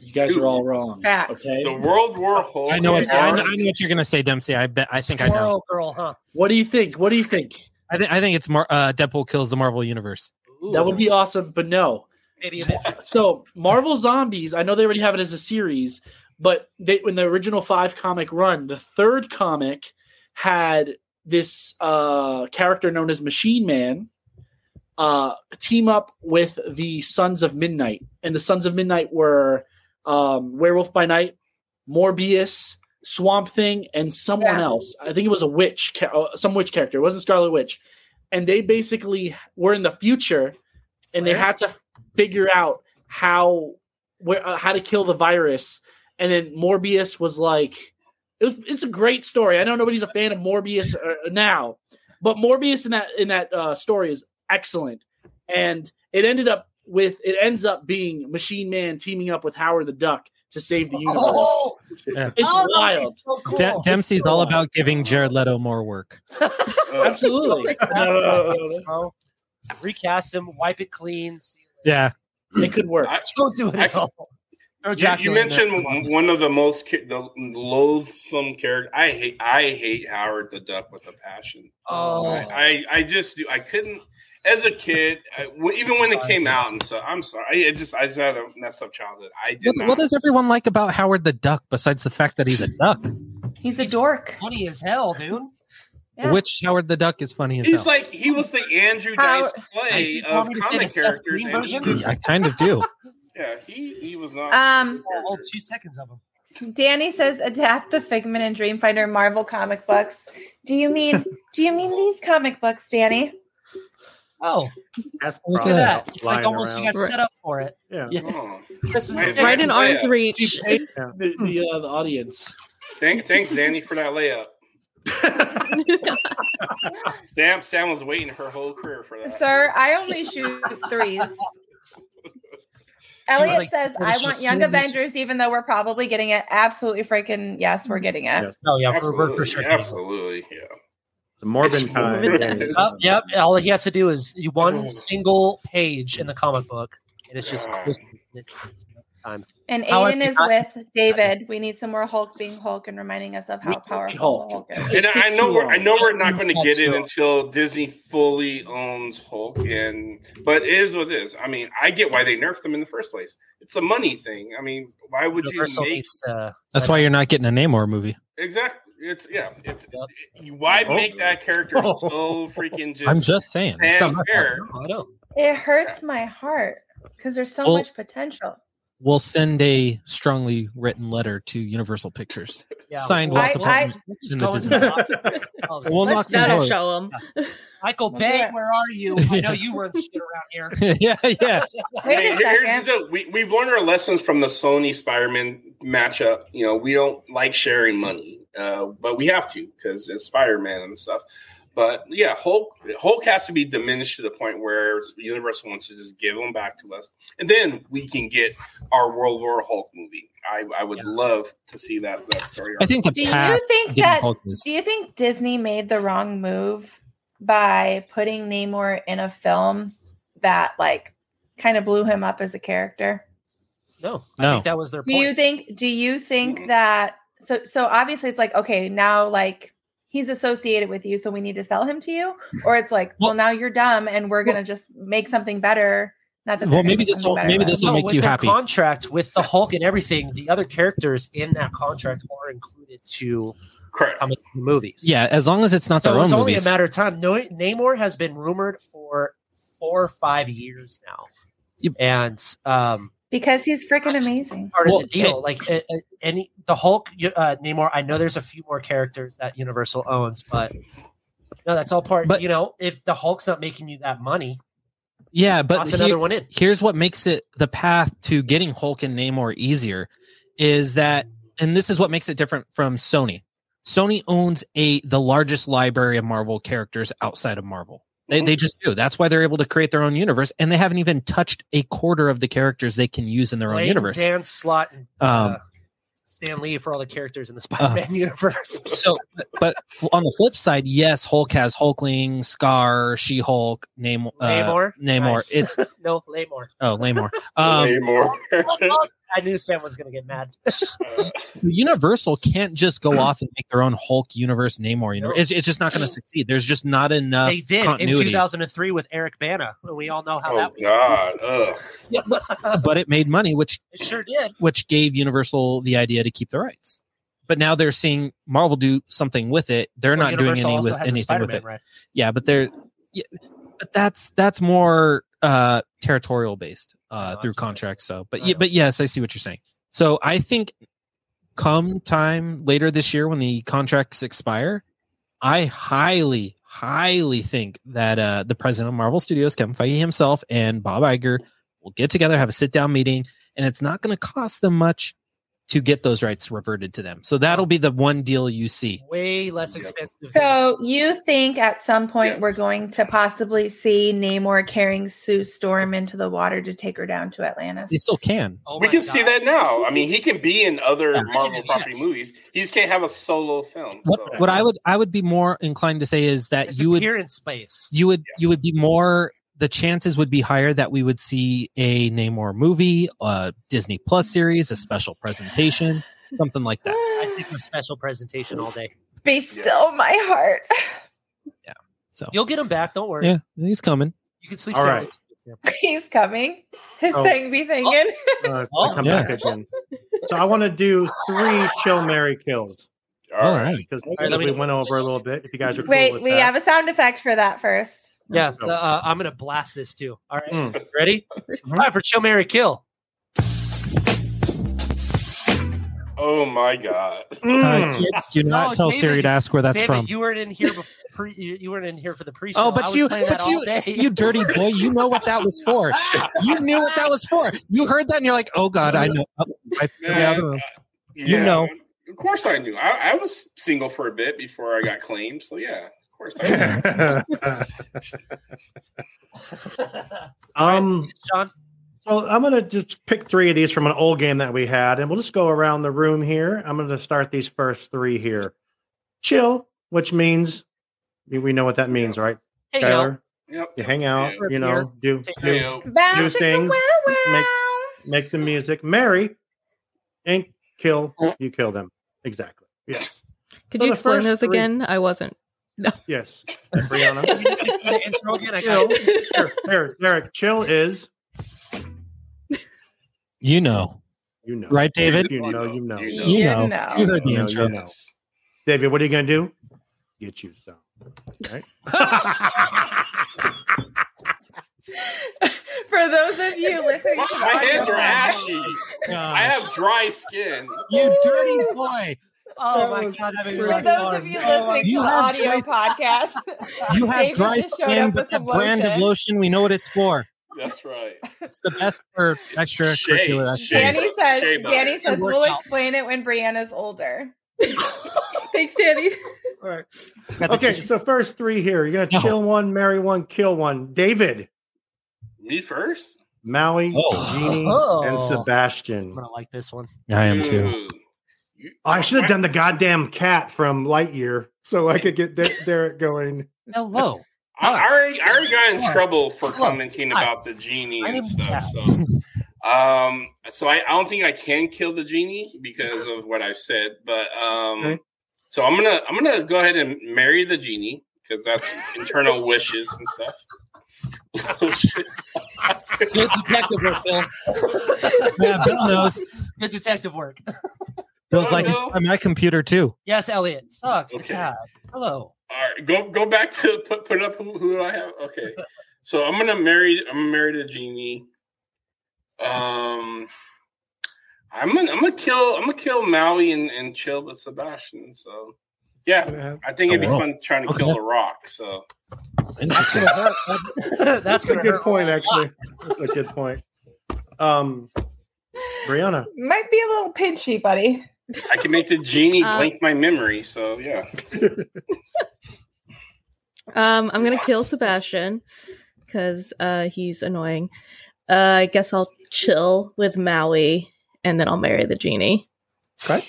S11: You guys are all wrong.
S10: Facts.
S11: Okay.
S9: The World
S10: Oh,
S9: War Hulk.
S3: one. I know, what, I know. I know what you're gonna say, Dempsey. I bet. I think I know.
S10: Squirrel Girl, huh?
S11: What do you think? What do you think?
S3: I think I think it's more. Uh, Deadpool kills the Marvel universe.
S11: That would be awesome, but no.
S10: Maybe
S11: so Marvel Zombies, I know they already have it as a series, but they in the original five comic run, the third comic had this uh, character known as Machine Man uh, team up with the Sons of Midnight, and the Sons of Midnight were um, Werewolf by Night, Morbius, Swamp Thing, and someone else. I think it was a witch, ca- uh, some witch character. It wasn't Scarlet Witch, and they basically were in the future, and they had to figure out how where uh, how to kill the virus. And then Morbius was like, it was it's a great story. I know nobody's a fan of Morbius uh, now, but Morbius in that in that uh, story is excellent, and it ended up with it ends up being Machine Man teaming up with Howard the Duck to save the universe.
S3: Yeah.
S11: It's wild.
S3: De- Dempsey's all about giving Jared Leto more work.
S11: Absolutely. No, no, no, no, no.
S10: Recast him, wipe it clean. see-
S3: Yeah.
S11: It could work.
S10: Don't do it at all. No
S9: You, you
S10: Jackman,
S9: mentioned
S10: that's
S9: w- one of the most ca- the loathsome character. I hate I hate Howard the Duck with a passion.
S10: Oh.
S9: I, I I just do. I couldn't as a kid. I, w- even when it
S10: Sorry.
S9: came out and so I'm sorry. I, I just I just had a messed up childhood. I did
S3: What,
S9: not.
S3: what does everyone like about Howard the Duck besides the fact that he's a duck?
S7: He's a dork.
S10: Funny as hell, dude.
S3: Which Howard the Duck is funny as
S9: He's
S3: hell?
S9: like he was the Andrew
S10: How-
S9: Dice Clay
S10: You want
S9: of
S10: me to say the
S9: comic
S10: Seth
S9: characters.
S10: Green
S9: and he
S10: version? Uh,
S9: just-
S3: I kind of do.
S9: yeah, he he was uh, not.
S7: Um,
S10: All two seconds of him.
S7: Danny says adapt the Figment and Dreamfinder Marvel comic books. Do you mean do you mean these comic books, Danny?
S10: Oh,
S2: That's
S10: look at that. It's like almost you got set up for it.
S2: Yeah.
S9: Oh.
S10: That's
S9: Right
S10: insane.
S9: in arm's reach.
S11: She paid The, the, uh, the audience.
S9: Thank, thanks, Danny, for that layup. Sam Sam was waiting her whole career for that.
S7: Sir, I only shoot threes.
S9: was
S7: Elliot
S9: like,
S7: says,
S9: "Well,
S7: I
S9: she's
S7: want
S9: seen
S7: Young
S9: this."
S7: Avengers, even though we're probably getting it. Absolutely freaking yes, we're getting it.
S10: Oh yeah, for, we're for sure.
S9: Absolutely, yeah.
S2: The Morbin time.
S10: Yep, yep. All he has to do is one single page in the comic book, and it's just.
S9: Oh. God.
S10: it's- it's- time.
S7: And
S10: How I
S7: Aiden is
S10: cannot-
S7: with David. We need some more Hulk being Hulk and reminding us of how powerful Hulk. is.
S9: And I know we're I know we're not going to get it until Disney fully owns Hulk, and but it is what it is. I mean, I get why they nerfed them in the first place. It's a money thing. I mean, why would
S10: Universal
S9: you make
S10: needs to-
S3: That's why you're not getting a Namor movie.
S9: exactly? It's yeah. It's you why make that character so freaking just?
S3: Oh. I'm just saying. It's not my fault.
S9: unfair?
S7: It hurts my heart because there's so
S3: Well-
S7: much potential.
S3: We'll send a strongly written letter to Universal Pictures. Signed
S7: well,
S3: lots of
S7: I-
S3: buttons
S7: I-
S3: in the Disney.
S10: Well,
S3: We'll knock some
S10: that'll
S3: doors.
S10: show
S6: them.
S10: Michael Bay, where are you? I know you were shit around here.
S3: yeah, yeah.
S7: Wait a
S9: Hey, here- here's
S7: second.
S9: the deal. we, we've learned our lessons from the Sony Spider-Man matchup. You know, we don't like sharing money, uh, but we have to because it's Spider-Man and stuff. But yeah, Hulk Hulk has to be diminished to the point where Universal wants to just give them back to us, and then we can get our World War Hulk movie. I, I would love to see that that story.
S3: I think the
S7: do
S3: path
S7: you
S3: to
S7: think
S3: getting
S7: that
S3: Hulk is-
S7: do you think Disney made the wrong move by putting Namor in a film that like kind of blew him up as a character?
S10: No, I
S3: No.
S10: think that was their
S7: Do
S10: point.
S7: you think do you think that so so obviously it's like okay, now like he's associated with you so we need to sell him to you or it's like well, now you're dumb and we're going to just make something better. Not that they're
S3: Well,
S7: gonna
S3: maybe
S7: make
S3: this
S7: something
S3: will-
S7: better,
S3: maybe
S7: but-
S3: this will
S10: No,
S3: make
S10: with
S3: you
S10: their
S3: happy.
S10: Contract with the Hulk and everything. The other characters in that contract are included to come into the movies.
S3: Yeah, as long as it's not
S10: so
S3: their own
S10: it's only
S3: movies.
S10: a matter of time. No, Namor has been rumored for four or five years now, and um,
S7: because he's freaking amazing.
S10: part of the deal. like uh, uh, any the Hulk, you- uh, Namor. I know there's a few more characters that Universal owns, but no, that's all part. But you know, if the Hulk's not making you that money,
S3: Yeah, but
S10: Toss another one in.
S3: here's what makes it the path to getting Hulk and Namor easier is that, and this is what makes it different from Sony. Sony owns a the largest library of Marvel characters outside of Marvel. They,
S10: Mm-hmm.
S3: they just do. That's why they're able to create their own universe, and they haven't even touched a quarter of the characters they can use in their own
S10: Blame
S3: universe.
S10: Dan Slott and
S3: Um,
S10: Stan Lee for all the characters in the Spider-Man universe.
S3: Uh, so, but f- on the flip side, yes, Hulk has Hulkling, Scar, She Hulk, Name, uh,
S10: Namor,
S3: Namor.
S10: Nice.
S3: It's
S10: no Namor.
S3: oh, Namor. Um,
S10: I knew Sam was gonna get mad.
S9: Uh,
S3: So Universal can't just go off and make their own Hulk universe, Namor universe. It's, it's just not going to succeed. There's just not enough
S10: they did in
S3: uh, continuity.
S10: 2003 with Eric Bana, and we all know how that went.
S9: Oh, God, ugh.
S3: but it made money, which
S10: It sure did.
S3: which gave Universal the idea to keep the rights. But now they're seeing Marvel do something with it. They're
S10: Well,
S3: not
S10: Universal
S3: doing any
S10: also
S3: with
S10: has a
S3: anything with
S10: Spider-Man
S3: it.
S10: right.
S3: Yeah, but they're yeah, but that's that's more uh territorial based uh
S10: Oh,
S3: through contracts. So, but yeah, but yes, I see what you're saying. So I think come time later this year when the contracts expire, I highly, highly think that uh, the president of Marvel Studios, Kevin Feige himself, and Bob Iger will get together, have a sit down meeting, and it's not going to cost them much to get those rights reverted to them. So that'll be the one deal you see.
S10: Way less expensive.
S7: So you think at some point we're going to possibly see Namor carrying Sue Storm into the water to take her down to Atlantis?
S3: They still can.
S9: we can see that now. I mean, he can be in other Marvel property movies. He just can't have a solo film.
S3: What
S9: so.
S3: what I would I would be more inclined to say is that you would
S10: appearance space.
S3: you would you would be more the chances would be higher that we would see a Namor movie, a Disney Plus series, a special presentation, something like that.
S10: I think a special presentation all day.
S7: Be still my heart.
S3: So
S10: you'll get him back. Don't worry.
S3: Yeah, he's coming.
S10: You can sleep.
S2: All
S10: sound.
S2: right.
S7: He's coming. His
S2: Oh.
S7: thing be thinking.
S2: Uh, it's to come back again. So I want to do three chill Mary kills.
S3: All right.
S2: Because
S10: All right, let me-
S2: we went over a little bit. If you guys are cool
S7: Wait,
S2: with
S7: we
S2: that.
S7: have a sound effect for that first.
S10: Yeah, the, uh, I'm gonna blast this too. All right,
S2: Mm.
S10: ready? Time for chill, Mary, kill.
S9: Oh my god!
S7: Mm.
S3: Uh, kids, do not
S10: No,
S3: tell
S10: David,
S3: Siri to ask where that's
S10: David,
S3: from.
S10: You weren't in here before. Pre, you, you weren't in here for the pre-show.
S3: Oh,
S10: I
S3: but
S10: was
S3: you,
S10: playing
S3: but
S10: that all
S3: you,
S10: day.
S3: you dirty boy, you know what that was for. You knew what that was for. You heard that and you're like, oh God, I know. Oh, I figured out the room. You
S9: Yeah,
S3: know.
S9: Of course I knew. I, I was single for a bit before I got claimed. So yeah, of course I knew.
S2: um,
S10: John.
S2: So I'm gonna just pick three of these from an old game that we had, and we'll just go around the room here. I'm gonna start these first three here. Chill, which means we- we know what that means, right?
S10: Hang
S2: Tyler,
S10: out.
S2: you hang out,
S10: Yeah.
S2: you know, do
S10: Take a
S2: do,
S10: nap.
S2: do
S10: Bounce at the
S2: things, make make the music, marry, and kill. You kill them. Exactly. Yes.
S6: Could
S2: So
S6: you
S2: the
S6: explain
S2: first
S6: those
S2: three-
S6: again? I wasn't. No.
S2: Yes. Brianna.
S10: intro again. I
S2: Chill. Eric, Eric, Eric, chill is.
S3: You know.
S2: You know.
S3: Right, David?
S2: You know, you know.
S3: You know. You know. You heard the intro.
S2: David, what are you going to do? Get you some. Right?
S7: For those of you listening, to the
S9: My hands
S7: audio-
S9: are ashy.
S7: Oh
S9: I have dry skin.
S3: You dirty boy.
S7: Oh
S9: my
S7: God,
S9: having
S7: For
S9: lots
S7: those
S9: of
S7: of you listening
S3: You
S7: to the
S3: have
S7: audio podcast,
S3: You have
S7: David
S3: dry
S7: just showed
S3: skin,
S7: up
S3: but
S7: with
S3: that
S7: some
S3: brand of lotion, we know what it's for.
S9: That's right.
S3: It's the best for extracurricular
S7: Danny
S3: activities.
S7: says,
S3: Shea butter.
S7: Danny says,
S3: It
S7: we'll
S3: works out.
S7: explain it when Brianna's older. Thanks, Danny.
S2: All right. Okay, so first three here. You're going to chill one, marry one, kill one. David,
S9: Me first?
S2: Maui,
S9: Oh.
S2: Jeannie,
S9: Oh.
S2: and Sebastian.
S10: I like this one.
S3: I am too.
S9: Hmm.
S2: Oh, I should have done the goddamn cat from Lightyear so I could get Der- Derek going.
S3: Hello.
S9: I, I already, I already got in
S2: Look.
S9: trouble for
S2: Look.
S9: commenting about the genie
S2: I
S9: and
S2: am
S9: stuff. So, um, so I, I don't think I can kill the genie because of what I've said. But um,
S2: Okay.
S9: so I'm gonna I'm gonna go ahead and marry the genie because that's internal wishes and stuff.
S10: Good detective work, Bill.
S3: Yeah, Bill knows.
S10: Good detective work.
S3: Feels like it's on my computer too.
S10: Yes, Elliot. Sucks.
S9: Okay.
S10: God. Hello.
S9: All right, go go back to put put up who, who do I have. Okay, so I'm gonna marry I'm gonna marry the genie. Um, I'm gonna I'm gonna kill I'm gonna kill Maui and, and chill with Sebastian. So yeah, I think it'd be
S2: Oh, wow.
S9: fun trying to kill the Rock. So
S2: That's gonna hurt. That's,
S9: gonna
S2: a good
S9: hurt a
S2: point,
S9: lot.
S2: actually. That's a good point. Um, Brianna,
S7: Might be a little pinchy, buddy.
S9: I can make the genie
S10: Uh,
S6: Um,
S9: blank my memory. So yeah,
S6: Um, I'm gonna kill Sebastian because uh, he's annoying. Uh, I guess I'll chill with Maui and then I'll marry the genie.
S2: Okay.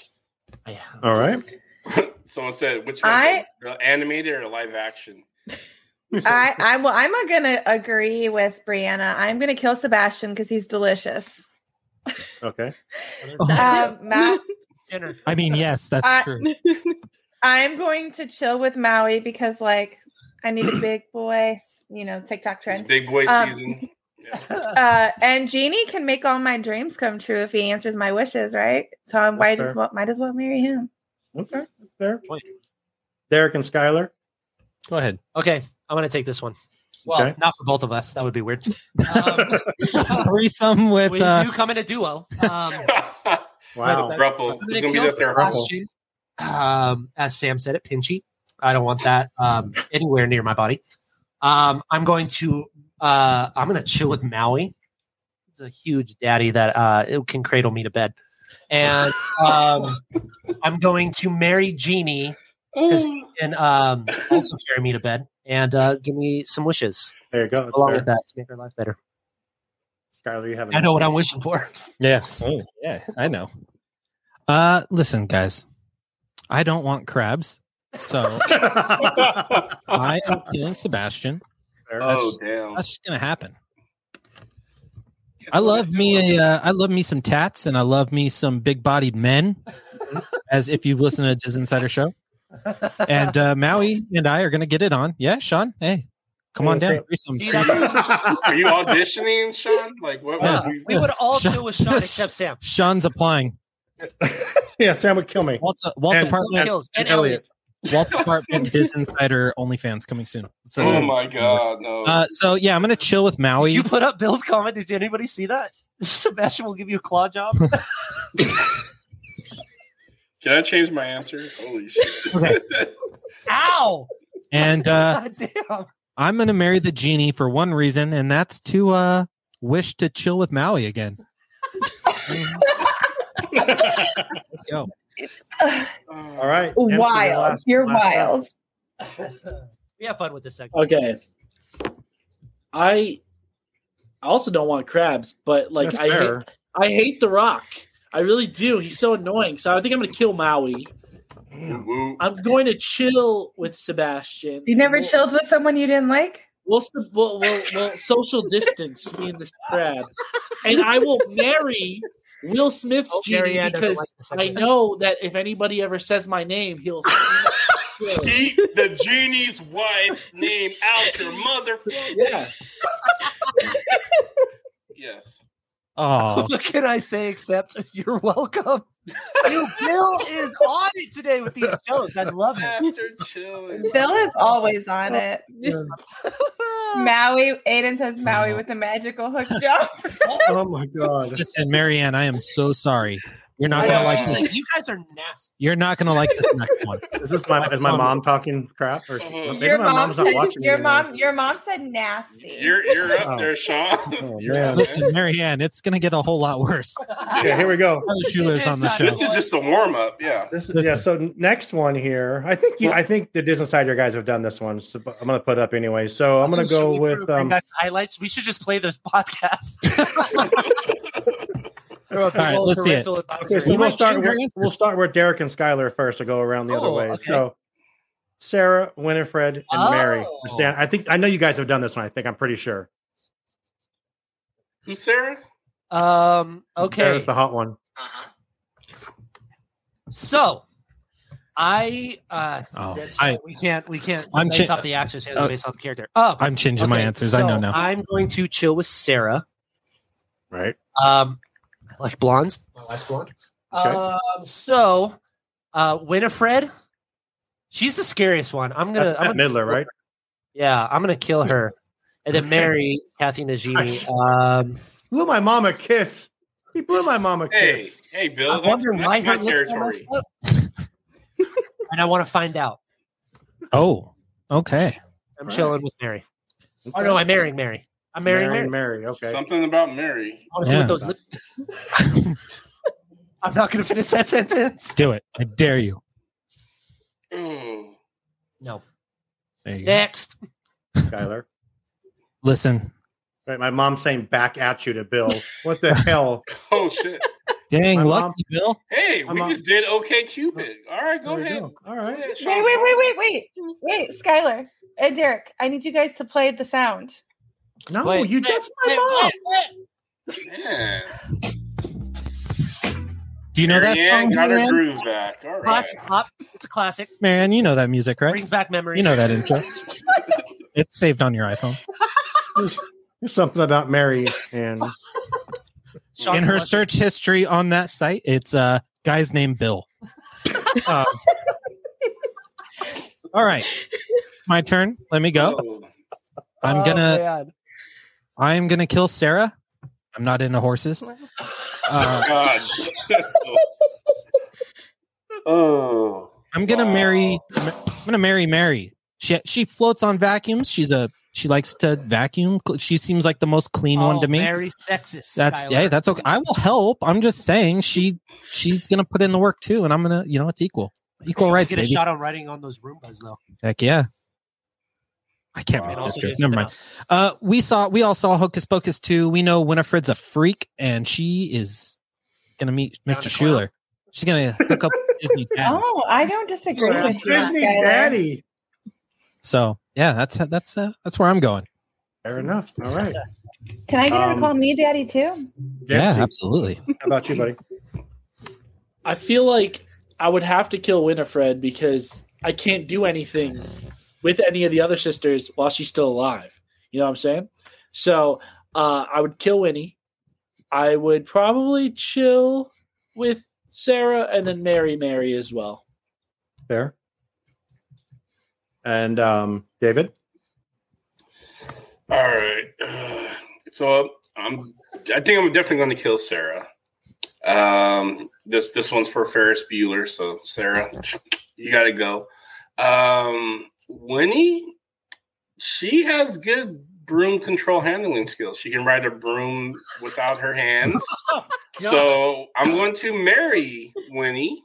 S2: All right.
S9: someone said which one?
S7: I-
S9: the animated or live action?
S7: I, I well, I'm uh, gonna agree with Brianna. I'm gonna kill Sebastian because he's delicious.
S2: Okay.
S3: Oh,
S7: Um, Ma-
S3: Uh, I mean, yes, that's
S7: I-
S3: true.
S7: I'm going to chill with Maui because, like, I need a big boy. You know, TikTok trend.
S9: Big boy
S7: Um,
S9: season.
S7: uh, and Genie can make all my dreams come true if he answers my wishes, right? So I might as
S2: fair.
S7: well might as well marry him.
S2: Okay, fair. Derek and Skylar.
S3: Go ahead.
S10: Okay. I'm going to take this one. Well,
S3: Okay.
S10: not for both of us. That would be weird. Um,
S3: Threesome with
S10: we
S3: uh,
S10: do come in a duo. Um,
S2: Wow.
S9: Grapple.
S10: I'm gonna
S9: Who's gonna be
S10: kill
S9: the therapist?
S10: Sebastian. Um, as Sam said, it pinchy. I don't want that um, anywhere near my body. Um, I'm going to uh, I'm going to chill with Maui. He's a huge daddy that uh, it can cradle me to bed, and um, I'm going to marry Jeannie because he
S2: Oh.
S10: can um, also carry me to bed and uh, give me some wishes.
S2: There you go. That's
S10: Along
S2: fair.
S10: with that, to make her life better.
S2: Skylar, you have.
S10: I know what I'm wishing for.
S3: Yeah. Oh, yeah, I know. Uh listen, guys. I don't want crabs. So I am killing Sebastian.
S9: Oh, damn.
S3: That's just gonna happen. I love me a, uh, I love me some tats and I love me some big bodied men. as if you've listened to Diz Insider Show. And uh Maui and I are gonna get it on. Yeah, Sean. Hey, come on down. Threesome, threesome.
S9: Are you auditioning, Sean? Like what?
S3: Yeah.
S9: what we,
S10: Uh, We would all
S3: Sean-
S10: do with Sean except Sam.
S3: Sean's applying.
S2: yeah, Sam would kill me.
S3: Walt's, Walt's
S2: And-
S3: apartment.
S10: Kills. And And Elliot.
S3: Walt's apartment. Diz Insider OnlyFans coming soon. So-
S9: oh my god, no!
S3: Uh, so yeah, I'm gonna chill with Maui.
S10: Did you put up Bill's comment? Did anybody see that? Sebastian will give you a claw job.
S9: Can I change my answer? Holy shit!
S10: Ow!
S3: and uh,
S10: God damn.
S3: I'm gonna marry the genie for one reason, and that's to uh, wish to chill with Maui again. Let's go.
S2: All right. MC,
S10: Wild.
S2: last-
S10: You're
S2: last out.
S10: wild. We have fun with this segment.
S11: Okay. I I also don't want crabs, but like
S10: That's
S11: I hate,
S10: fair.
S11: I hate the Rock. I really do. He's so annoying. So I think I'm gonna kill Maui.
S9: I'm
S11: going to chill with Sebastian.
S7: You never chilled with someone you didn't like?
S11: We'll, s- we'll, we'll, we'll social distance me and this crab, and I will marry Will Smith's
S10: Oh,
S11: genie
S10: Marianne doesn't
S11: because
S10: like the
S11: I
S10: segment.
S11: know that if anybody ever says my name, he'll.
S9: Keep the genie's wife name out your motherfucker.
S11: Yeah.
S9: Yes.
S3: Oh,
S10: What can I say except you're welcome? You, Bill is on it today with these jokes. I love it.
S9: After chilling.
S7: Bill is always on it. Maui, Aiden says Maui with the magical hook jump.
S2: Oh my god!
S3: Listen, Marianne, I am so sorry. You're not
S10: I
S3: gonna
S10: know,
S3: like
S10: she's
S3: this.
S10: you guys are nasty.
S3: You're not gonna like this next one.
S2: Is this my is my mom talking crap? Or
S9: Mm-hmm.
S2: maybe
S7: your
S2: my
S7: mom,
S2: mom's not
S7: said-
S2: watching.
S7: your
S2: me now.
S7: mom, your mom said nasty.
S9: You're you're up
S2: Oh.
S9: there, Sean. You're
S2: man.
S9: up there.
S3: Listen, Marianne, it's gonna get a whole lot worse.
S2: Okay, here we go.
S3: Tyler Shuler's on the show.
S9: This is just a warm up. Yeah.
S2: uh, This is, yeah. So n- next one here, I think you, I think the Disney Insider guys have done this one. So but I'm going to put up anyway. So I'm going to
S10: Should
S2: go
S10: we
S2: with
S10: bring
S2: um,
S10: back highlights. We should just play this podcast. Throw up the
S3: All right,
S10: whole
S3: let's see it.
S10: parental
S2: Okay,
S10: advisory.
S2: so we'll start. With,
S3: answers.
S2: we'll start with Derek and Skylar first. To go around the other
S10: Oh,
S2: way.
S10: okay.
S2: So Sarah, Winifred, and Mary.
S9: Oh.
S2: Stan- I think I know you guys have done this one. I think I'm pretty sure.
S9: Who's Sarah?
S10: Um. Okay.
S2: Sarah's the hot one.
S10: So, I. Uh,
S3: Oh,
S10: that's-
S3: I-
S10: we can't. We can't.
S3: I'm
S10: based
S3: cha-
S10: off the actors,
S3: uh,
S10: based off the character. Oh,
S3: I'm changing my
S10: okay,
S3: answers. I know
S10: so
S3: now.
S10: I'm going to chill with Sarah.
S2: Right.
S10: Um, I like blondes. My wife's blonde. Um, so, uh, Winifred, she's the scariest one. I'm gonna.
S2: That's
S10: I'm
S2: Bette
S10: gonna
S2: Midler, right?
S10: Yeah, I'm gonna kill her, and then
S2: Okay.
S10: marry Kathy Najimy. Um,
S2: Blew my mom a kiss. He blew my mom a
S9: Hey,
S2: kiss.
S9: hey, Bill.
S10: I
S9: That's,
S10: wonder
S9: that's
S10: why
S9: my
S10: her lips are
S9: territory.
S10: messed up. and I want to find out.
S3: Oh, okay.
S10: I'm
S9: Right.
S10: chilling with Mary. Oh no, I'm marrying Mary. I'm marrying Mary.
S2: Mary. Okay.
S9: Something about Mary.
S10: I want to see
S3: Yeah.
S10: what those. Lip- I'm not going to finish that sentence.
S3: Do it. I dare you.
S9: Mm.
S10: No.
S3: There you go.
S10: Next.
S2: Skylar.
S3: Listen,
S2: Right, my mom's saying back at you to Bill. What the hell?
S9: Oh shit.
S3: dang,
S2: My
S3: lucky
S2: mom-
S3: Bill.
S9: Hey,
S2: I'm
S9: we
S2: on-
S9: just did OK Cupid. All right, go
S2: There we
S9: ahead.
S2: go. All right.
S9: Yeah, Sean.
S7: Wait, wait, wait, wait, wait, wait, Skylar and Derek. I need you guys to play the sound.
S2: No,
S3: Wait.
S2: Oh, you just my mom.
S9: Yeah.
S3: Do you know that
S9: Marianne
S3: song,
S9: got her
S3: Marianne?
S9: groove back. All right.
S10: Classic pop. It's a classic.
S3: Marianne, you know that music, right?
S10: Brings back memories.
S3: You know that intro. it's saved on your iPhone.
S2: There's, there's something about Mary and
S10: Sean's
S3: In her
S10: watching.
S3: search history on that site, it's uh, guy's named Bill. Um, all right, it's my turn. Let me go.
S9: Oh,
S3: I'm
S10: Oh,
S3: gonna.
S10: man.
S3: I'm gonna kill Sarah. I'm not into horses. Uh,
S9: God. oh.
S3: I'm gonna
S9: Wow.
S3: marry. I'm gonna marry Mary. She she floats on vacuums. She's a she likes to vacuum. She seems like the most clean one
S10: Oh,
S3: to me.
S10: Very sexist.
S3: that's
S10: Skylar.
S3: yeah, that's okay. I will help. I'm just saying she she's gonna put in the work too, and I'm gonna you know it's equal equal rights,
S10: Get a
S3: baby.
S10: shot on writing on those Roombas though.
S3: Heck yeah. I can't
S10: It
S3: make this
S10: also
S3: joke.
S10: gets
S3: Never
S10: them
S3: mind.
S10: out.
S3: Uh, we saw we all saw Hocus Pocus two. We know Winifred's a freak, and she is gonna meet
S10: Down
S3: Mr.
S10: to clown.
S3: Schuler. She's gonna hook up with Disney. Dad.
S7: Oh, I don't disagree with you,
S2: Disney
S7: Skylar.
S2: Daddy.
S3: So yeah, that's that's uh, that's where I'm going.
S2: Fair enough. All right.
S7: Can I get her
S2: Um,
S7: to call me daddy too?
S2: Dempsey,
S3: Yeah, absolutely.
S2: how about you, buddy?
S11: I feel like I would have to kill Winifred because I can't do anything with any of the other sisters while she's still alive. You know what I'm saying? So uh, I would kill Winnie. I would probably chill with Sarah and then marry Mary as well.
S2: Fair. And um, David.
S9: All right. Uh, so I'm. I think I'm definitely going to kill Sarah. Um, this this one's for Ferris Bueller. So Sarah, you got to go. Um, Winnie, she has good broom control handling skills. She can ride a broom without her hands. so I'm going to marry Winnie,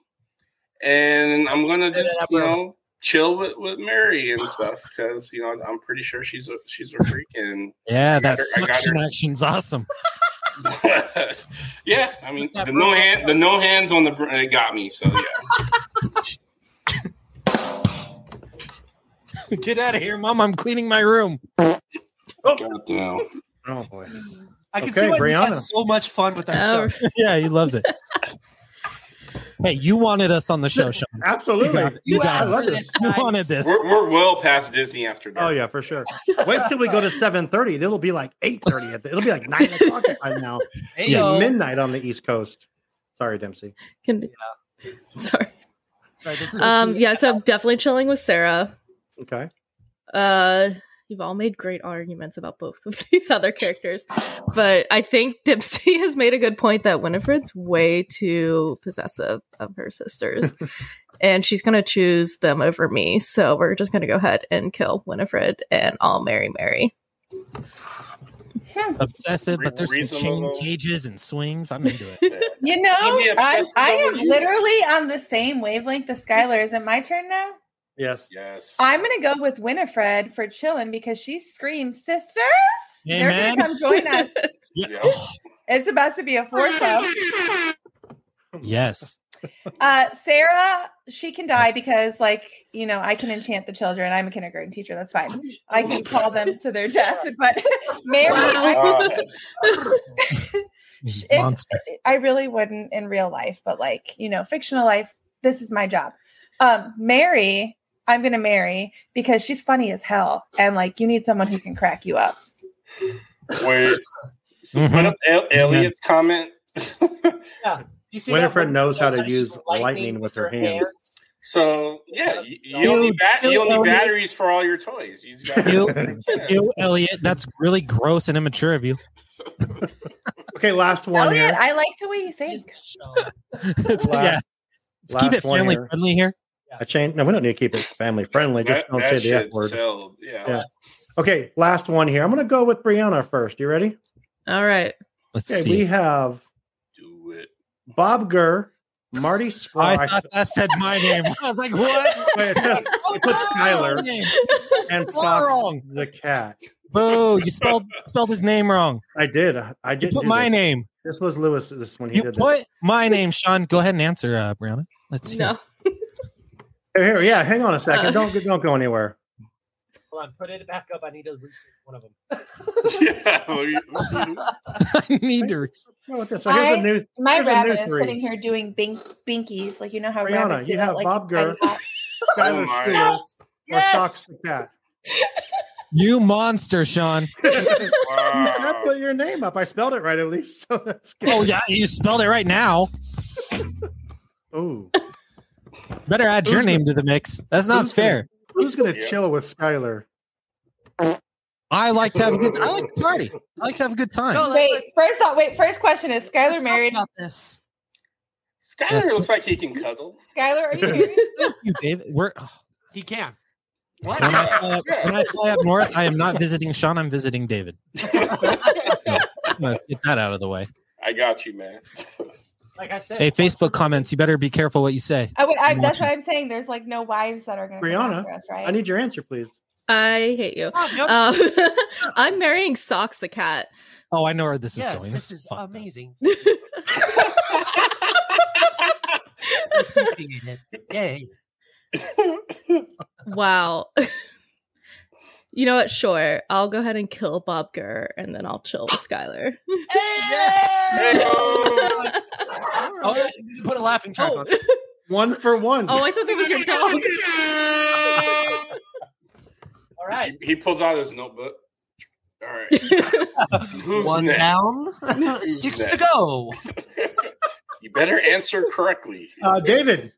S9: and I'm going to just you know chill with, with Mary and stuff because you know I'm pretty sure she's a she's a freak and
S3: Yeah, that
S9: her- I got her.
S3: suction action's awesome.
S9: yeah I mean
S10: That
S9: the
S10: broom.
S9: no hand the no hands on the br- it got me so yeah
S3: Get out of here, mom. I'm cleaning my room.
S9: Goddamn.
S2: Oh boy.
S10: I can see
S2: Okay,
S10: why Nick
S2: Brianna.
S10: has so much fun with that
S3: Oh.
S10: show.
S3: yeah, he loves it. hey, you wanted us on the show, Sean.
S2: Absolutely.
S3: You, got it. you,
S2: You
S3: got
S2: asked
S3: it.
S2: for this,
S3: You
S2: guys.
S3: wanted this.
S9: We're, we're well past Disney after dark.
S2: Oh yeah, for sure. Wait till we go to seven thirty. It'll be like eight thirty. It'll be like nine o'clock by now.
S10: Hey,
S2: Yeah,
S10: yo.
S2: midnight on the East Coast. Sorry, Dempsey.
S6: Can, Sorry.
S10: Right, this is a
S6: Um,
S10: two-
S6: yeah, so I'm definitely chilling with Sarah.
S2: Okay.
S6: Uh, you've all made great arguments about both of these other characters, but I think Dipsy has made a good point that Winifred's way too possessive of her sisters, and she's gonna choose them over me. So we're just gonna go ahead and kill Winifred, and I'll marry Mary.
S3: Obsessive, but there's some chain
S9: Reasonable.
S3: cages and swings. I'm into it.
S7: You know,
S9: be
S7: I,
S9: obsessed
S7: I
S9: about
S7: am
S9: you.
S7: literally on the same wavelength as Skylar. Is it my turn now?
S2: Yes.
S9: Yes.
S7: I'm going to go with Winifred for chilling because she screams, Sisters, they're going
S3: Amen.
S7: to come join us.
S3: Oh,
S7: It's about to be a foursome.
S3: yes.
S7: Uh, Sarah, she can die because, like, you know, I can enchant the children. I'm a kindergarten teacher. That's fine. I can call them to their death. But Mary, I, if-
S3: Monster.
S7: I really wouldn't in real life, but like, you know, fictional life, this is my job. Um, Mary, I'm gonna marry because she's funny as hell. And like you need someone who can crack you up.
S9: Wait. So
S10: Mm-hmm.
S9: put up El- Elliot's comment.
S10: You see that
S2: Winifred
S10: one
S2: knows how
S10: that's
S2: to
S10: like
S2: use lightning with her hand.
S9: So yeah, you, you
S3: Ew,
S9: only bat-
S3: ew,
S9: you only
S3: Elliot.
S9: batteries for all your toys. You just got-
S3: Ew, ew, Elliot, that's really gross and immature of you.
S2: Okay, last one
S7: Elliot,
S2: here.
S7: I like the way you think.
S3: It's- yeah. Let's keep
S2: last
S3: it
S2: one
S3: family
S2: here.
S3: friendly here.
S2: I changed. No, we don't need to keep it family friendly. Just
S9: That-
S2: don't
S9: that
S2: say the F
S9: shit's
S2: word.
S9: sold, Yeah.
S2: Yeah. Okay, last one here. I'm gonna go with Brianna first. You ready?
S6: All right.
S3: Let's
S2: okay,
S3: see.
S2: we have
S9: Do it.
S2: Bob Gurr, Marty Spry.
S3: I thought that said my name. I was like, what?
S2: Wait, it says it puts Skylar and Socks
S3: Wrong.
S2: the cat.
S3: Boo! You spelled spelled his name wrong.
S2: I did. I did.
S3: put my name.
S2: This was Lewis. This when he
S3: You
S2: did this.
S3: put my name, Sean. Go ahead and answer, uh, Brianna. Let's hear.
S6: No.
S2: Here, here, yeah. Hang on a second.
S6: Uh.
S2: Don't don't go anywhere.
S10: Hold on, put it back up. I need to research one of them.
S9: Yeah. let me- let's see.
S3: I need to. re-
S2: No, it's- so here's a
S7: I-
S2: new.
S7: My
S2: here's
S7: rabbit
S2: a
S7: is
S2: new three.
S7: sitting here doing bink, binkies, like you know how
S2: Brianna,
S7: rabbits
S2: you
S7: do
S2: have
S7: that, like,
S2: Bob Gurr.
S7: hiding out.
S9: Oh my.
S2: Skylar Stewart or
S7: Yes.
S2: Socks the cat.
S3: You monster, Sean.
S2: You
S9: Wow.
S2: said put your name up. I spelled it right at least, so that's good.
S3: Oh yeah, you spelled it right now.
S2: Ooh.
S3: Better add your
S2: Who's
S3: name to the mix. That's not
S2: who's gonna-
S3: fair.
S2: Who's gonna
S9: Yeah.
S2: chill with Skylar?
S3: I like to have a good. I like to party. I like to have a good time.
S10: No,
S7: Wait, first off, wait, first question is Skylar
S10: let's talk
S7: married?
S10: about this.
S9: Skylar looks like he can cuddle.
S7: Skylar, are you married?
S3: Thank you, David. We're
S10: He can. What?
S3: when I, fly up, when I fly up north, I am not visiting Sean. I'm visiting David. So, I'm gonna get that out of the way.
S9: I got you, man.
S10: like I said,
S3: Hey, Facebook comments. You better be careful what you say.
S7: I would, Oh, I,
S3: I'm
S7: that's what I'm saying. There's like no wives that are going to
S2: Brianna,
S7: after us, right?
S2: I need your answer, please.
S6: I hate you.
S10: Oh, no.
S6: Um, I'm marrying Socks the cat.
S3: Oh, I know where this is
S10: yes,
S3: going.
S10: this is
S3: fucked up.
S10: amazing. Yay.
S6: Wow. you know what? Sure. I'll go ahead and kill Bob Gurr and then I'll chill with Skylar.
S9: Hey-o.
S10: Oh, yeah, you put a laughing track
S6: Oh.
S10: on.
S2: One for one.
S6: oh, I thought that was your dog.
S10: All right.
S9: he pulls out his notebook. All right. Who's
S10: One
S9: next?
S10: down, six to
S9: next?
S10: go.
S9: You better answer correctly.
S2: Uh, David,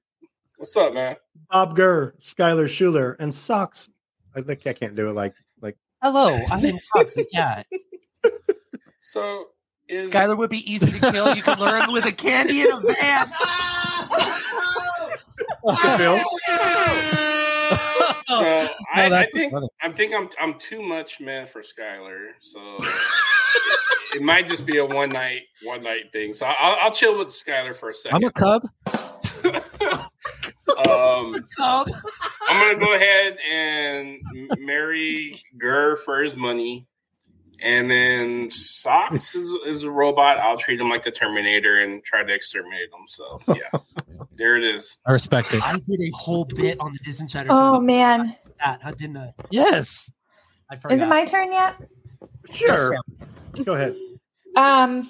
S9: What's up, man?
S2: Bob Gurr, Skylar Schuler, and Socks. I think I can't do it like like
S10: Hello, I'm in socks. Yeah,
S9: So is
S10: Skylar would be easy to kill. You can lure him with a candy in a van.
S2: Phil.
S9: so I, I
S3: that's
S9: think
S3: funny.
S9: I think I'm I'm too much man for Skylar. So it might just be a one night one night thing. So I'll, I'll chill with Skylar for a
S3: I'm
S9: second.
S3: a cub.
S9: um, I'm gonna go ahead and m- marry Gurr for his money, and then Socks is, is a robot. I'll treat him like the Terminator and try to exterminate him. So yeah, there it is.
S3: I respect it.
S10: I did a whole bit on the Disney Chatter.
S7: Oh man,
S10: that I didn't. I,
S3: Yes.
S10: I
S7: is it
S10: forgot.
S7: my turn yet?
S2: Sure. Go ahead.
S7: Um,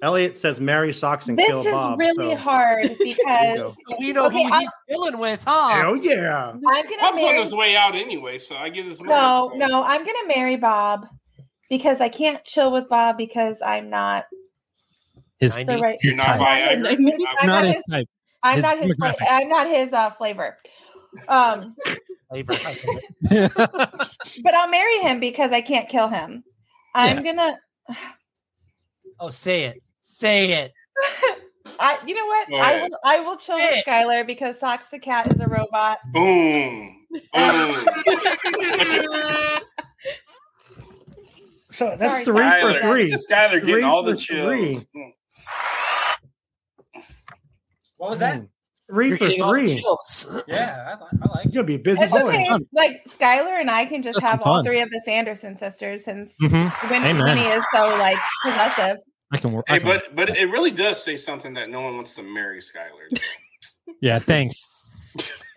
S2: Elliot says marry socks and
S7: this
S2: kill
S7: is
S2: Bob.
S7: really
S2: so-
S7: hard because
S18: We know
S7: okay,
S18: who
S7: I-
S18: he's
S10: dealing with,
S18: huh?
S2: Hell
S10: Uh,
S2: yeah.
S7: I'm gonna
S18: Bob's
S7: marry-
S18: on his way out anyway, so I give this.
S7: No, no, I'm gonna marry Bob because I can't chill with Bob because I'm not
S3: His,
S7: the right.
S3: his type.
S7: I'm
S3: I'm not
S7: not
S3: his
S7: his-
S3: type.
S7: I'm
S3: His
S7: not his.
S3: demographic.
S7: I'm not his uh, flavor. Um,
S10: Flavor.
S7: but I'll marry him because I can't kill him. I'm gonna.
S10: oh, say it. Say it.
S7: I, you know what?
S10: Go
S7: I
S10: ahead.
S7: will. I will chill with Skylar because Socks the cat is a robot.
S18: Boom. Boom.
S2: So
S7: Sorry,
S2: that's three
S18: Skylar.
S2: for three.
S18: This Skylar getting
S2: Three
S18: all the
S2: for three.
S18: chills.
S10: What was
S3: Hmm.
S10: that?
S2: Three
S10: You're
S2: for
S10: getting all the
S2: three.
S10: chills. Yeah, I, I like
S2: You're gonna be a busy
S7: It's
S2: boy.
S7: okay. Like Skylar and I can just
S2: That's some
S7: have all
S2: fun. Mm-hmm.
S7: three of the Sanderson sisters since
S18: Mhm.
S7: Win-
S18: Amen.
S7: Winnie is so like possessive.
S3: I can work.
S18: Hey, but but it really does say something that no one wants to marry Skylar.
S3: Yeah, thanks.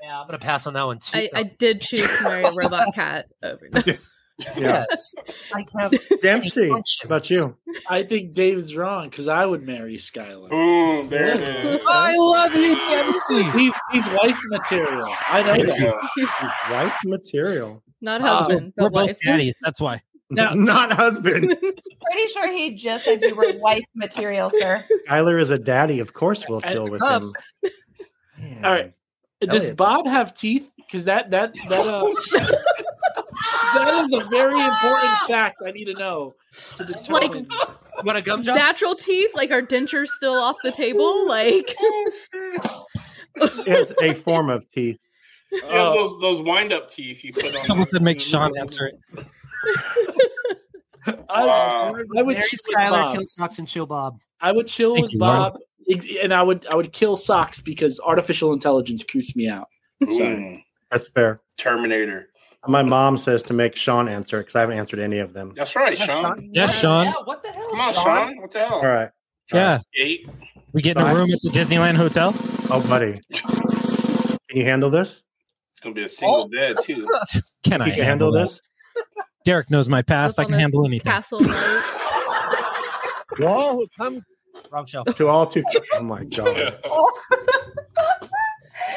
S10: Yeah, I'm gonna pass on that one too.
S6: I, I did choose to marry a robot cat over.
S2: Yeah.
S10: I have
S2: Dempsey, how about you?
S11: I think David's wrong because I would marry Skylar.
S18: Ooh, there it is. I
S10: love you, Dempsey.
S11: He's he's wife material. I know that.
S2: Wife material.
S7: Not
S3: husband, we're both daddies. That's why.
S11: No.
S2: Not husband.
S7: Pretty sure he just said you were wife material, sir.
S2: Skylar is a daddy. Of course, we'll
S11: That's
S2: chill with
S11: tough.
S2: him.
S11: All right. Uh, Does
S2: Elliot's-
S11: Bob have teeth? Because that that that uh, that is a very important fact. I need to know. To determine.
S10: what a gum
S6: Natural teeth, like are dentures still off the table? Like
S2: He has a form of teeth.
S18: It has those those wind up teeth you put on.
S3: Someone said make Sean answer it.
S11: I,
S18: Wow.
S11: I
S10: Mary
S11: would chill with
S10: Skylar
S11: Bob.
S10: kill socks and chill Bob.
S11: I would chill
S10: Thank
S11: with
S10: you,
S11: Bob, ex- and I would I would kill socks because artificial intelligence creeps me out.
S18: Ooh,
S2: That's fair.
S18: Terminator.
S2: My mom says to make Sean answer because I haven't answered any of them.
S18: That's right, Sean.
S3: Yes, Sean. Yeah,
S10: what the hell?
S18: Come on, Sean. What the hell?
S2: All right.
S3: Yeah.
S18: Eight.
S3: We get in a room at the Disneyland Hotel.
S2: Oh, buddy. Can you handle this?
S18: It's gonna be a
S7: Oh.
S18: single dad too.
S3: Can I
S2: You can handle this?
S3: Derek knows my past. I can handle anything.
S6: castle. Night.
S10: To all who come, wrong shelf.
S2: To all two. Oh my god.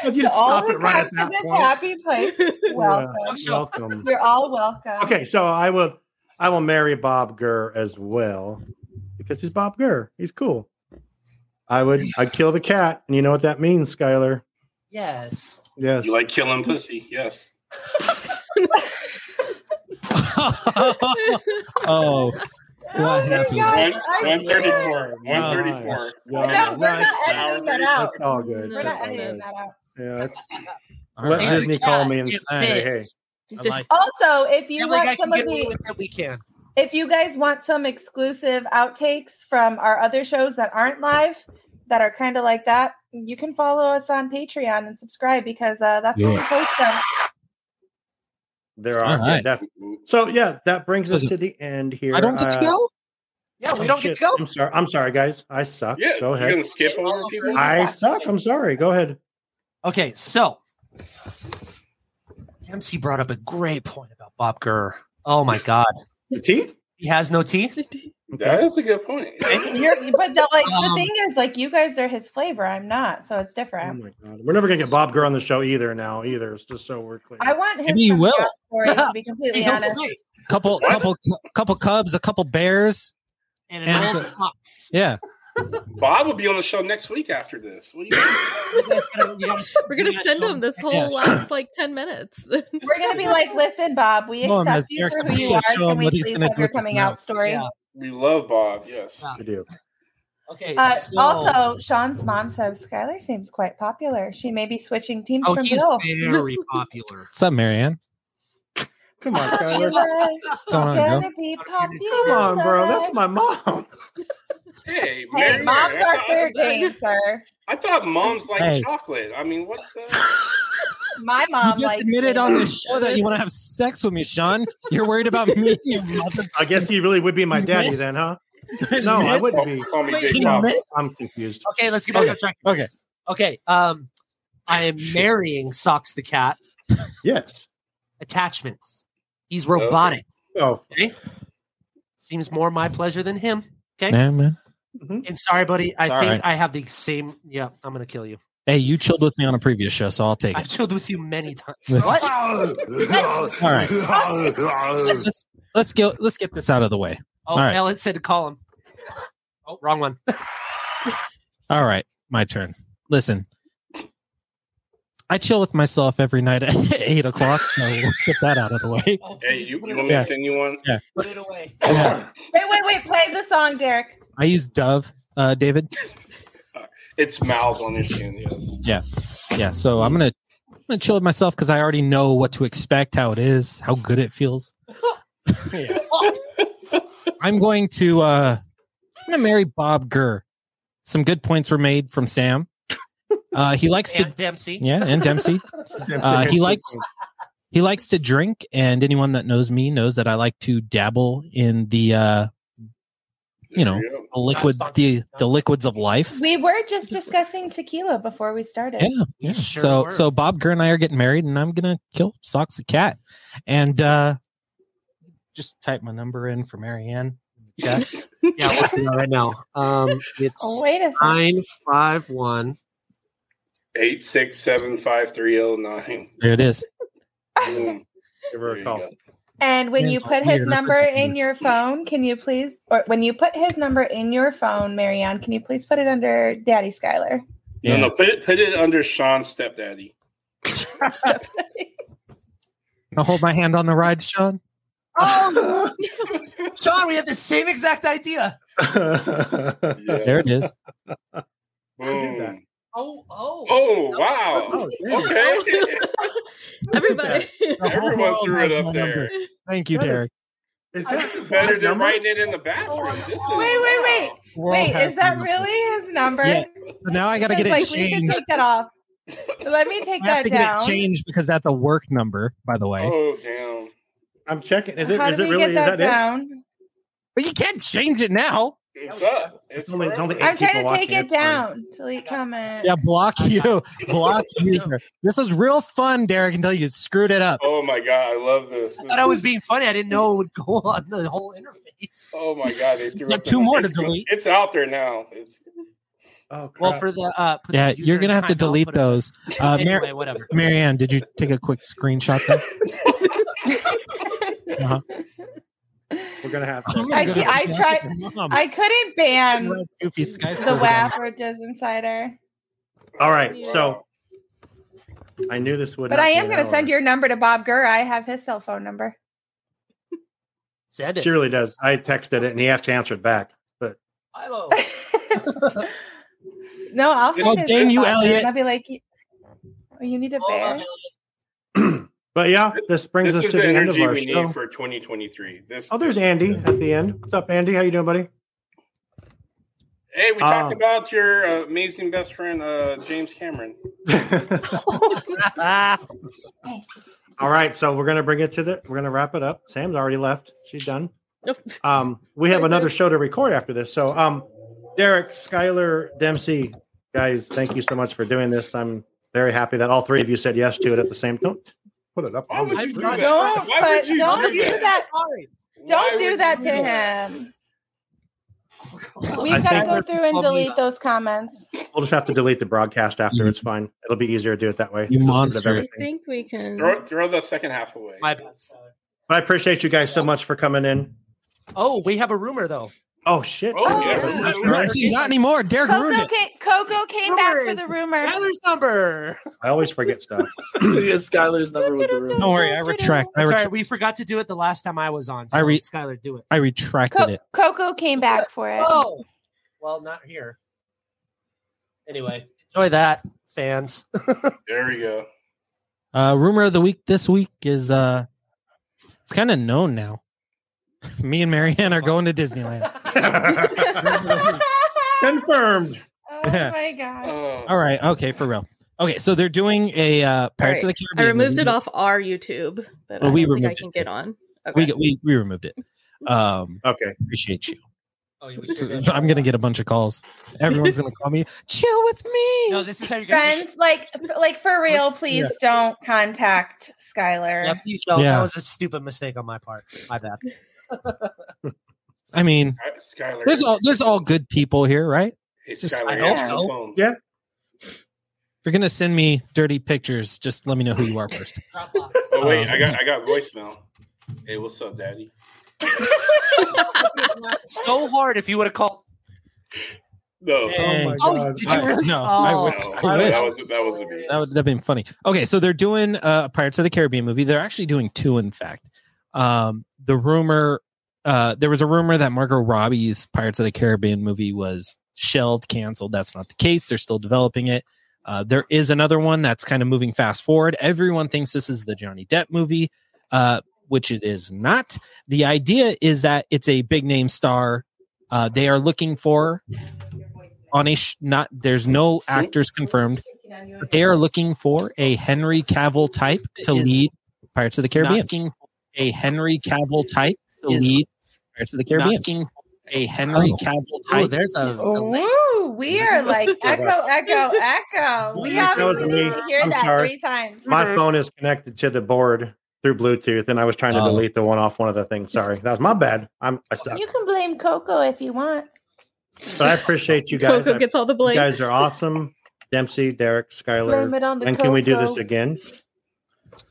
S2: Would you
S7: To all
S2: stop
S7: who
S2: it right at
S7: come to
S2: that
S7: this
S2: point?
S7: happy place. Welcome.
S2: Yeah, welcome.
S7: You're all welcome.
S2: Okay, so I will. I will marry Bob Gurr as well because he's Bob Gurr. He's cool. I would. I'd kill the cat, and you know what that means, Skylar.
S10: Yes.
S2: Yes.
S18: You like killing pussy? Yes.
S3: Oh, what happened? Oh,
S18: One,
S7: gosh, I-
S18: 134.
S2: Nice.
S18: 134.
S2: Yeah,
S7: No, we're not
S2: nice.
S7: editing that out.
S2: That's all good.
S7: We're
S2: That's
S7: not
S2: all
S7: editing
S2: good.
S7: that out.
S2: Yeah, it's,
S3: All
S2: let
S3: right.
S2: Disney call me and
S10: Nice.
S2: say, "Hey,
S3: I like
S7: oh, Also, if you
S10: Feel like I
S7: want
S10: can
S7: some of
S10: get away
S7: the
S10: with it, we can.
S7: if you guys want some exclusive outtakes from our other shows that aren't live that are kind of like that, you can follow us on Patreon and subscribe because uh, that's where we
S2: Yeah.
S7: post them.
S2: there are."
S3: All right.
S2: yeah, def- so yeah, that brings us to the end here.
S3: I don't get to
S2: Uh,
S3: go.
S10: Yeah, we
S2: oh,
S10: don't get
S2: shit.
S10: to go.
S2: I'm sorry. I'm sorry, guys. I suck.
S18: Yeah,
S2: Go
S18: You're
S2: ahead.
S18: gonna skip over people?
S2: I suck. I'm sorry. Go ahead.
S10: Okay, so Dempsey brought up a great point about Bob Gurr. Oh my God,
S2: The teeth.
S10: he has no teeth.
S18: That is a good point.
S7: You're, but the, like the
S10: Um,
S7: thing is, like you guys are his flavor. I'm not, so it's
S2: Oh
S7: different.
S2: my god. We're never gonna get Bob Gurr on the show either. Now either. It's just so we're clear.
S7: I want his
S3: Maybe you will.
S7: background story to be completely
S10: Hey, don't
S7: honest.
S10: forget,
S3: Couple, couple, couple cubs, a couple bears.
S10: And
S3: And-
S10: an old fox.
S3: Yeah.
S18: Bob will be on the show next week after this. What do you
S10: You guys gotta- you gotta-
S6: We're gonna
S10: you gotta
S6: send
S10: show
S6: him this whole
S3: Yeah.
S7: uh,
S6: last like ten minutes.
S7: We're gonna be like, listen, Bob, we
S3: Come on,
S7: accept
S3: Miss
S7: you for
S3: Erickson,
S7: who you
S3: show
S7: are.
S3: him
S7: Can we
S3: what he's
S7: please
S3: gonna
S7: have
S3: do
S7: your
S3: with his
S7: coming
S3: mouth.
S7: out story?
S10: Yeah.
S18: We love Bob. Yes.
S10: Yeah.
S2: We do.
S10: Okay.
S7: Uh,
S10: so-
S7: also, Sean's mom says Skylar seems quite popular. She may be switching teams
S10: oh,
S7: from
S10: he's
S7: Bill.
S10: very popular.
S3: What's up, Marianne?
S2: Come on, Skylar.
S7: What's
S3: going on, girl?
S7: be
S2: Come
S7: popular.
S2: on, bro. That's my mom.
S18: Hey,
S7: Hey,
S18: Mary,
S7: mom's
S18: I,
S7: our
S18: thought,
S7: fair
S18: I,
S7: game, sir.
S18: thought moms like
S3: Hey.
S18: chocolate. I mean, what the?
S7: My
S3: You
S7: mom
S3: just
S7: likes
S3: admitted
S7: it.
S3: on the show that you want to have sex with me, Sean. You're worried about me. and your mother.
S2: I guess he really would be my daddy
S3: Miss-
S2: then, huh? No, I wouldn't be.
S18: Call me
S6: Wait,
S18: Big
S3: you
S18: Bob.
S3: admit-
S2: I'm confused.
S10: Okay, let's get back on track.
S3: Okay.
S10: Okay. Um, I am marrying Socks the cat.
S2: Yes.
S10: Attachments. He's robotic.
S2: Oh,
S10: okay. Seems more my pleasure than him. Okay.
S3: Yeah, man.
S2: Mm-hmm.
S10: And sorry, buddy. I
S3: It's all
S10: think
S3: right.
S10: I have the same. Yeah, I'm gonna kill you.
S3: Hey, you chilled with me on a previous show, so I'll take
S10: I've
S3: it.
S10: chilled with you many times.
S3: This is-
S10: What?
S3: All right. let's, let's go. Let's get this out of the way.
S10: Oh,
S3: All right.
S10: Ellen said to call him. Oh, wrong one.
S3: All right, my turn. Listen, I chill with myself every night at eight o'clock. So we'll get that out of the way.
S18: Hey, you, you want me
S3: Yeah.
S18: to send you one?
S3: Yeah.
S18: Put it away.
S7: Wait, wait, wait. Play the song, Derek.
S3: I use Dove, uh, David.
S18: It's mouths on your skin. Yes.
S3: Yeah, yeah. So I'm gonna I'm gonna chill with myself because I already know what to expect, how it is, how good it feels. Yeah. I'm going to uh, I'm gonna marry Bob Gurr. Some good points were made from Sam. Uh, he likes to
S10: And Dempsey.
S3: Yeah, and Dempsey. Uh, he likes he likes to drink, and anyone that knows me knows that I like to dabble in the uh, you know the liquid the the liquids of life.
S7: We were just discussing tequila before we started.
S3: Yeah, yeah. so
S7: were.
S3: so Bob Gurr and I are getting married, and I'm gonna kill Socks the cat, and uh, just type my number in for Marianne.
S10: Yeah. yeah, what's going on right now? Um, it's
S7: Oh, wait a second.
S10: nine five one.
S18: Eight six seven five three zero nine.
S3: There it is.
S18: Boom.
S2: Give her a call.
S7: And when you
S2: Man's
S7: put his
S2: weird.
S7: number in your phone, can you please, or when you put his number in your phone, Marianne, can you please put it under Daddy Skylar?
S18: No, no, put it put it under Sean's stepdaddy.
S3: Now hold my hand on the ride, Sean.
S10: Oh, Sean, we had the same exact idea.
S3: There it is.
S18: Boom.
S10: Oh, oh,
S18: Oh, wow. okay.
S3: Oh,
S6: Everybody.
S18: Everyone threw it up there.
S3: Thank you,
S18: That is-
S3: Derek.
S2: Is
S18: that better than writing it in the bathroom? This is,
S7: Wait, wait, wait.
S3: World
S7: wait,
S3: has
S7: is that
S3: been-
S7: really his number?
S3: Yeah. So now I got to get it
S7: like, We should
S3: changed.
S7: take that off. Let me take
S3: I have
S7: that
S3: to get
S7: down.
S3: it changed because that's a work number, by the way.
S18: Oh damn.
S2: I'm checking. Is it?
S7: How
S2: Is
S7: do
S2: it
S7: we
S2: really? Is
S7: get
S2: that,
S7: that down?
S3: But you can't change it now.
S18: It's up. It's
S2: only- it's only
S18: forever.
S2: eight
S7: I'm trying
S2: people
S7: to take
S2: watching,
S7: it
S2: it's fine.
S7: down. Delete comment.
S3: Yeah, block you, block user. This was real fun, Derek, until you screwed it up.
S18: Oh my god, I love this.
S10: I thought I was being funny. I didn't know it would go on the whole interface.
S18: Oh my god, they threw
S3: It's like
S18: up the-
S3: two more to
S18: it's go-
S3: delete.
S18: It's out there now. It's
S2: Oh,
S10: Well, for the uh, put
S3: Yeah,
S10: this user
S3: you're gonna
S10: in
S3: have to
S10: timeout,
S3: delete
S10: put it-
S3: those. Uh, Mar-
S10: Anyway, whatever.
S3: Marianne, did you take a quick screenshot? There? Uh-huh.
S2: We're gonna have
S3: I'm
S2: to.
S3: gonna
S7: I,
S3: go
S7: ca- I
S3: to-
S7: tried.
S3: Mom,
S7: I couldn't ban
S3: goofy sky
S7: the WAP or Diz Insider,
S2: All right. So I knew this would.
S7: but
S2: not
S7: I
S2: be
S7: am
S2: in
S7: going to
S2: order.
S7: send your number to Bob Gurr. I have his cell phone number.
S10: Send it.
S2: She really does. I texted it, and he actually answered back. But
S10: Hello.
S7: No, I'll send
S3: Well,
S7: his
S3: dang you,
S7: cell phone,
S3: Elliot.
S7: and I'll be like, you, oh, you need a bear.
S2: but yeah, this brings
S18: this
S2: us
S18: is
S2: to
S18: the
S2: the end of
S18: energy
S2: our
S18: we
S2: show.
S18: need for 2023. This
S2: Oh, there's Andy at the end. What's up, Andy? How you doing, buddy?
S18: Hey, we talked
S2: Um,
S18: about your uh, amazing best friend, uh, James Cameron.
S2: All right, so we're gonna bring it to the. We're gonna wrap it up. Sam's already left. She's done. Um, we have another show to record after this. So, um, Derek, Skylar, Dempsey, guys, thank you so much for doing this. I'm very happy that all three of you said yes to it at the same. Don't put it up.
S18: Why would you do that?
S7: Don't,
S18: Why
S7: but
S18: would you
S7: don't
S18: do
S7: do
S18: that?
S7: that.
S10: Sorry.
S18: Why
S7: Don't
S18: would
S7: do
S18: you
S7: that to him.
S2: I
S7: We've got to
S2: think
S7: go
S2: we're-
S7: through and delete those comments.
S2: We'll just have to delete the broadcast after. It's fine. It'll be easier to do it that way.
S3: Mm-hmm. You
S2: Just get rid of
S3: monster.
S2: everything.
S6: I think we can.
S3: Mm-hmm.
S18: Throw, throw the second half away.
S10: My bad.
S2: But I appreciate you guys so much for coming in.
S10: Oh, we have a rumor though.
S2: Oh shit!
S18: Oh, yeah.
S2: That's
S18: yeah.
S2: right.
S3: Actually, not anymore. Derek ruined
S7: Coco
S3: it.
S7: came, Coco came back for the
S10: Rumors.
S7: rumor.
S10: Tyler's number.
S2: I always forget stuff.
S11: Yes, Skylar's number was the room.
S3: Don't worry, I retract. I,
S10: Sorry,
S3: retra-
S10: we forgot to do it the last time I was on. So
S3: I re-
S10: Skylar, do it.
S3: I retracted
S7: Co-
S3: it.
S7: Coco came back for it.
S10: Oh, well, not here. Anyway, enjoy that, fans.
S18: There we go.
S3: Uh, rumor of the week this week is uh, it's kind of known now. Me and Marianne are going to Disneyland.
S2: Confirmed.
S7: Oh
S3: Yeah.
S7: my gosh.
S18: Oh.
S3: All right. Okay, for real. Okay, so they're doing a uh, Pirates of
S6: All right.
S3: the
S6: I
S3: Caribbean.
S6: removed
S3: movie.
S6: it off our YouTube, but
S3: Well,
S6: I
S3: we
S6: don't think I
S3: removed it.
S6: can get on. Okay.
S3: We, we we removed it. Um,
S2: Okay.
S3: appreciate you.
S10: Oh,
S3: So I'm gonna get a bunch of calls. Everyone's gonna call me. Chill with me.
S10: No, this is how you're gonna.
S7: Friends, like, like for real, please don't contact Skylar.
S10: Yeah, please don't.
S3: Yeah.
S10: That was a stupid mistake on my part. My bad.
S3: I mean,
S18: Skylar.
S3: there's all there's all good people here, right?
S18: Hey,
S3: Just-
S18: Skylar, answer
S3: I hope
S18: the
S3: so.
S18: phone.
S2: Yeah.
S3: If you're gonna send me dirty pictures, just let me know who you are first.
S18: Oh wait, I got
S3: Um,
S18: I got voicemail. Hey, what's up, Daddy?
S10: so hard if you would have called.
S18: No.
S3: Hey.
S10: Oh, did you really?
S3: No,
S10: Oh.
S3: I wish. I wish.
S18: That was that was a
S3: That would have been funny. Okay, so they're doing uh, Pirates of the Caribbean movie. They're actually doing two, in fact. Um, the rumor, uh, there was a rumor that Margot Robbie's Pirates of the Caribbean movie was shelved, canceled. That's not the case. They're still developing it. Uh, there is another one that's kind of moving fast forward. Everyone thinks this is the Johnny Depp movie, uh, which it is not. The idea is that it's a big name star. Uh, they are looking for on a sh- not. There's no actors confirmed. But they are looking for a Henry Cavill type to lead Pirates of the Caribbean. Looking for a Henry Cavill type to lead Pirates of the Caribbean. Looking for a Henry
S10: Oh.
S3: Cavill
S10: Oh,
S3: type.
S10: there's a
S7: Ooh, we are like echo, echo, echo. We
S2: That was
S7: obviously need
S2: me.
S7: to hear
S2: I'm
S7: that
S2: sorry.
S7: three times.
S2: My phone is connected to the board through Bluetooth, and I was trying to
S3: Oh.
S2: delete the one off one of the things. Sorry, that was my bad. I'm I suck.
S7: You can blame Coco if you want.
S2: But I appreciate you guys.
S7: Coco gets all the blame.
S2: You guys are awesome. Dempsey, Derek, Skylar.
S7: Blame it on the
S2: and can we do
S7: Coco.
S2: this again?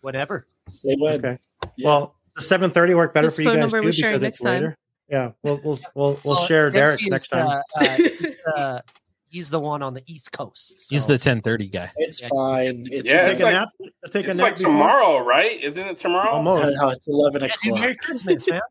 S10: Whatever.
S11: Say when.
S2: Okay. Well, the seven thirty work better
S6: Whose
S2: for you
S6: phone
S2: guys
S6: number
S2: too
S6: we sharing
S2: because
S6: next
S2: it's later.
S6: time?
S2: Yeah, we'll we'll we'll, we'll
S10: Well,
S2: share
S10: Dempsey
S2: Derek's
S10: is
S2: next
S10: the-
S2: time.
S10: uh, he's, the, he's the one on the East Coast.
S3: He's the 1030 guy.
S11: It's fine. It's
S18: Yeah, it's
S11: it's like-
S18: like,
S2: Take a
S18: it's
S2: nap
S18: like
S2: before-
S18: tomorrow, right? Isn't it tomorrow?
S2: Almost.
S11: No, it's eleven
S10: Yeah, dude,
S11: o'clock.
S10: Merry Christmas, man.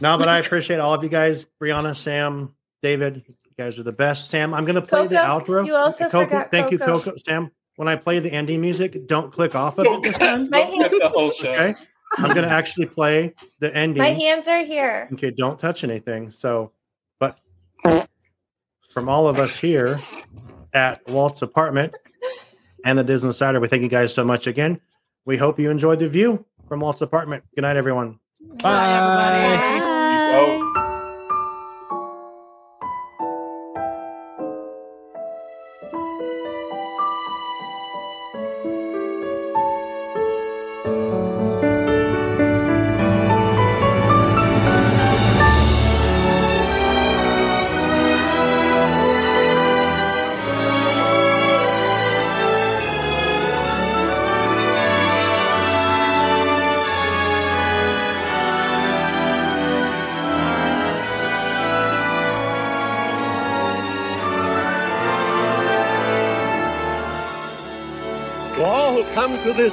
S2: No, but I appreciate all of you guys. Brianna, Sam, David, you guys are the best. Sam, I'm gonna play the
S7: Coco,
S2: outro.
S7: you also forgot
S2: thank you,
S7: Coco.
S2: Coco. Sam, when I play the ending music, don't click off of it this time.
S7: My, hand,
S18: That's the whole show.
S2: Okay. I'm gonna actually play the ending.
S7: my hands are here.
S2: Okay, don't touch anything. So, but from all of us here at Walt's apartment and the Disney Insider, we thank you guys so much again. We hope you enjoyed the view from Walt's apartment. Good night, everyone.
S12: Bye.
S4: To all who come to this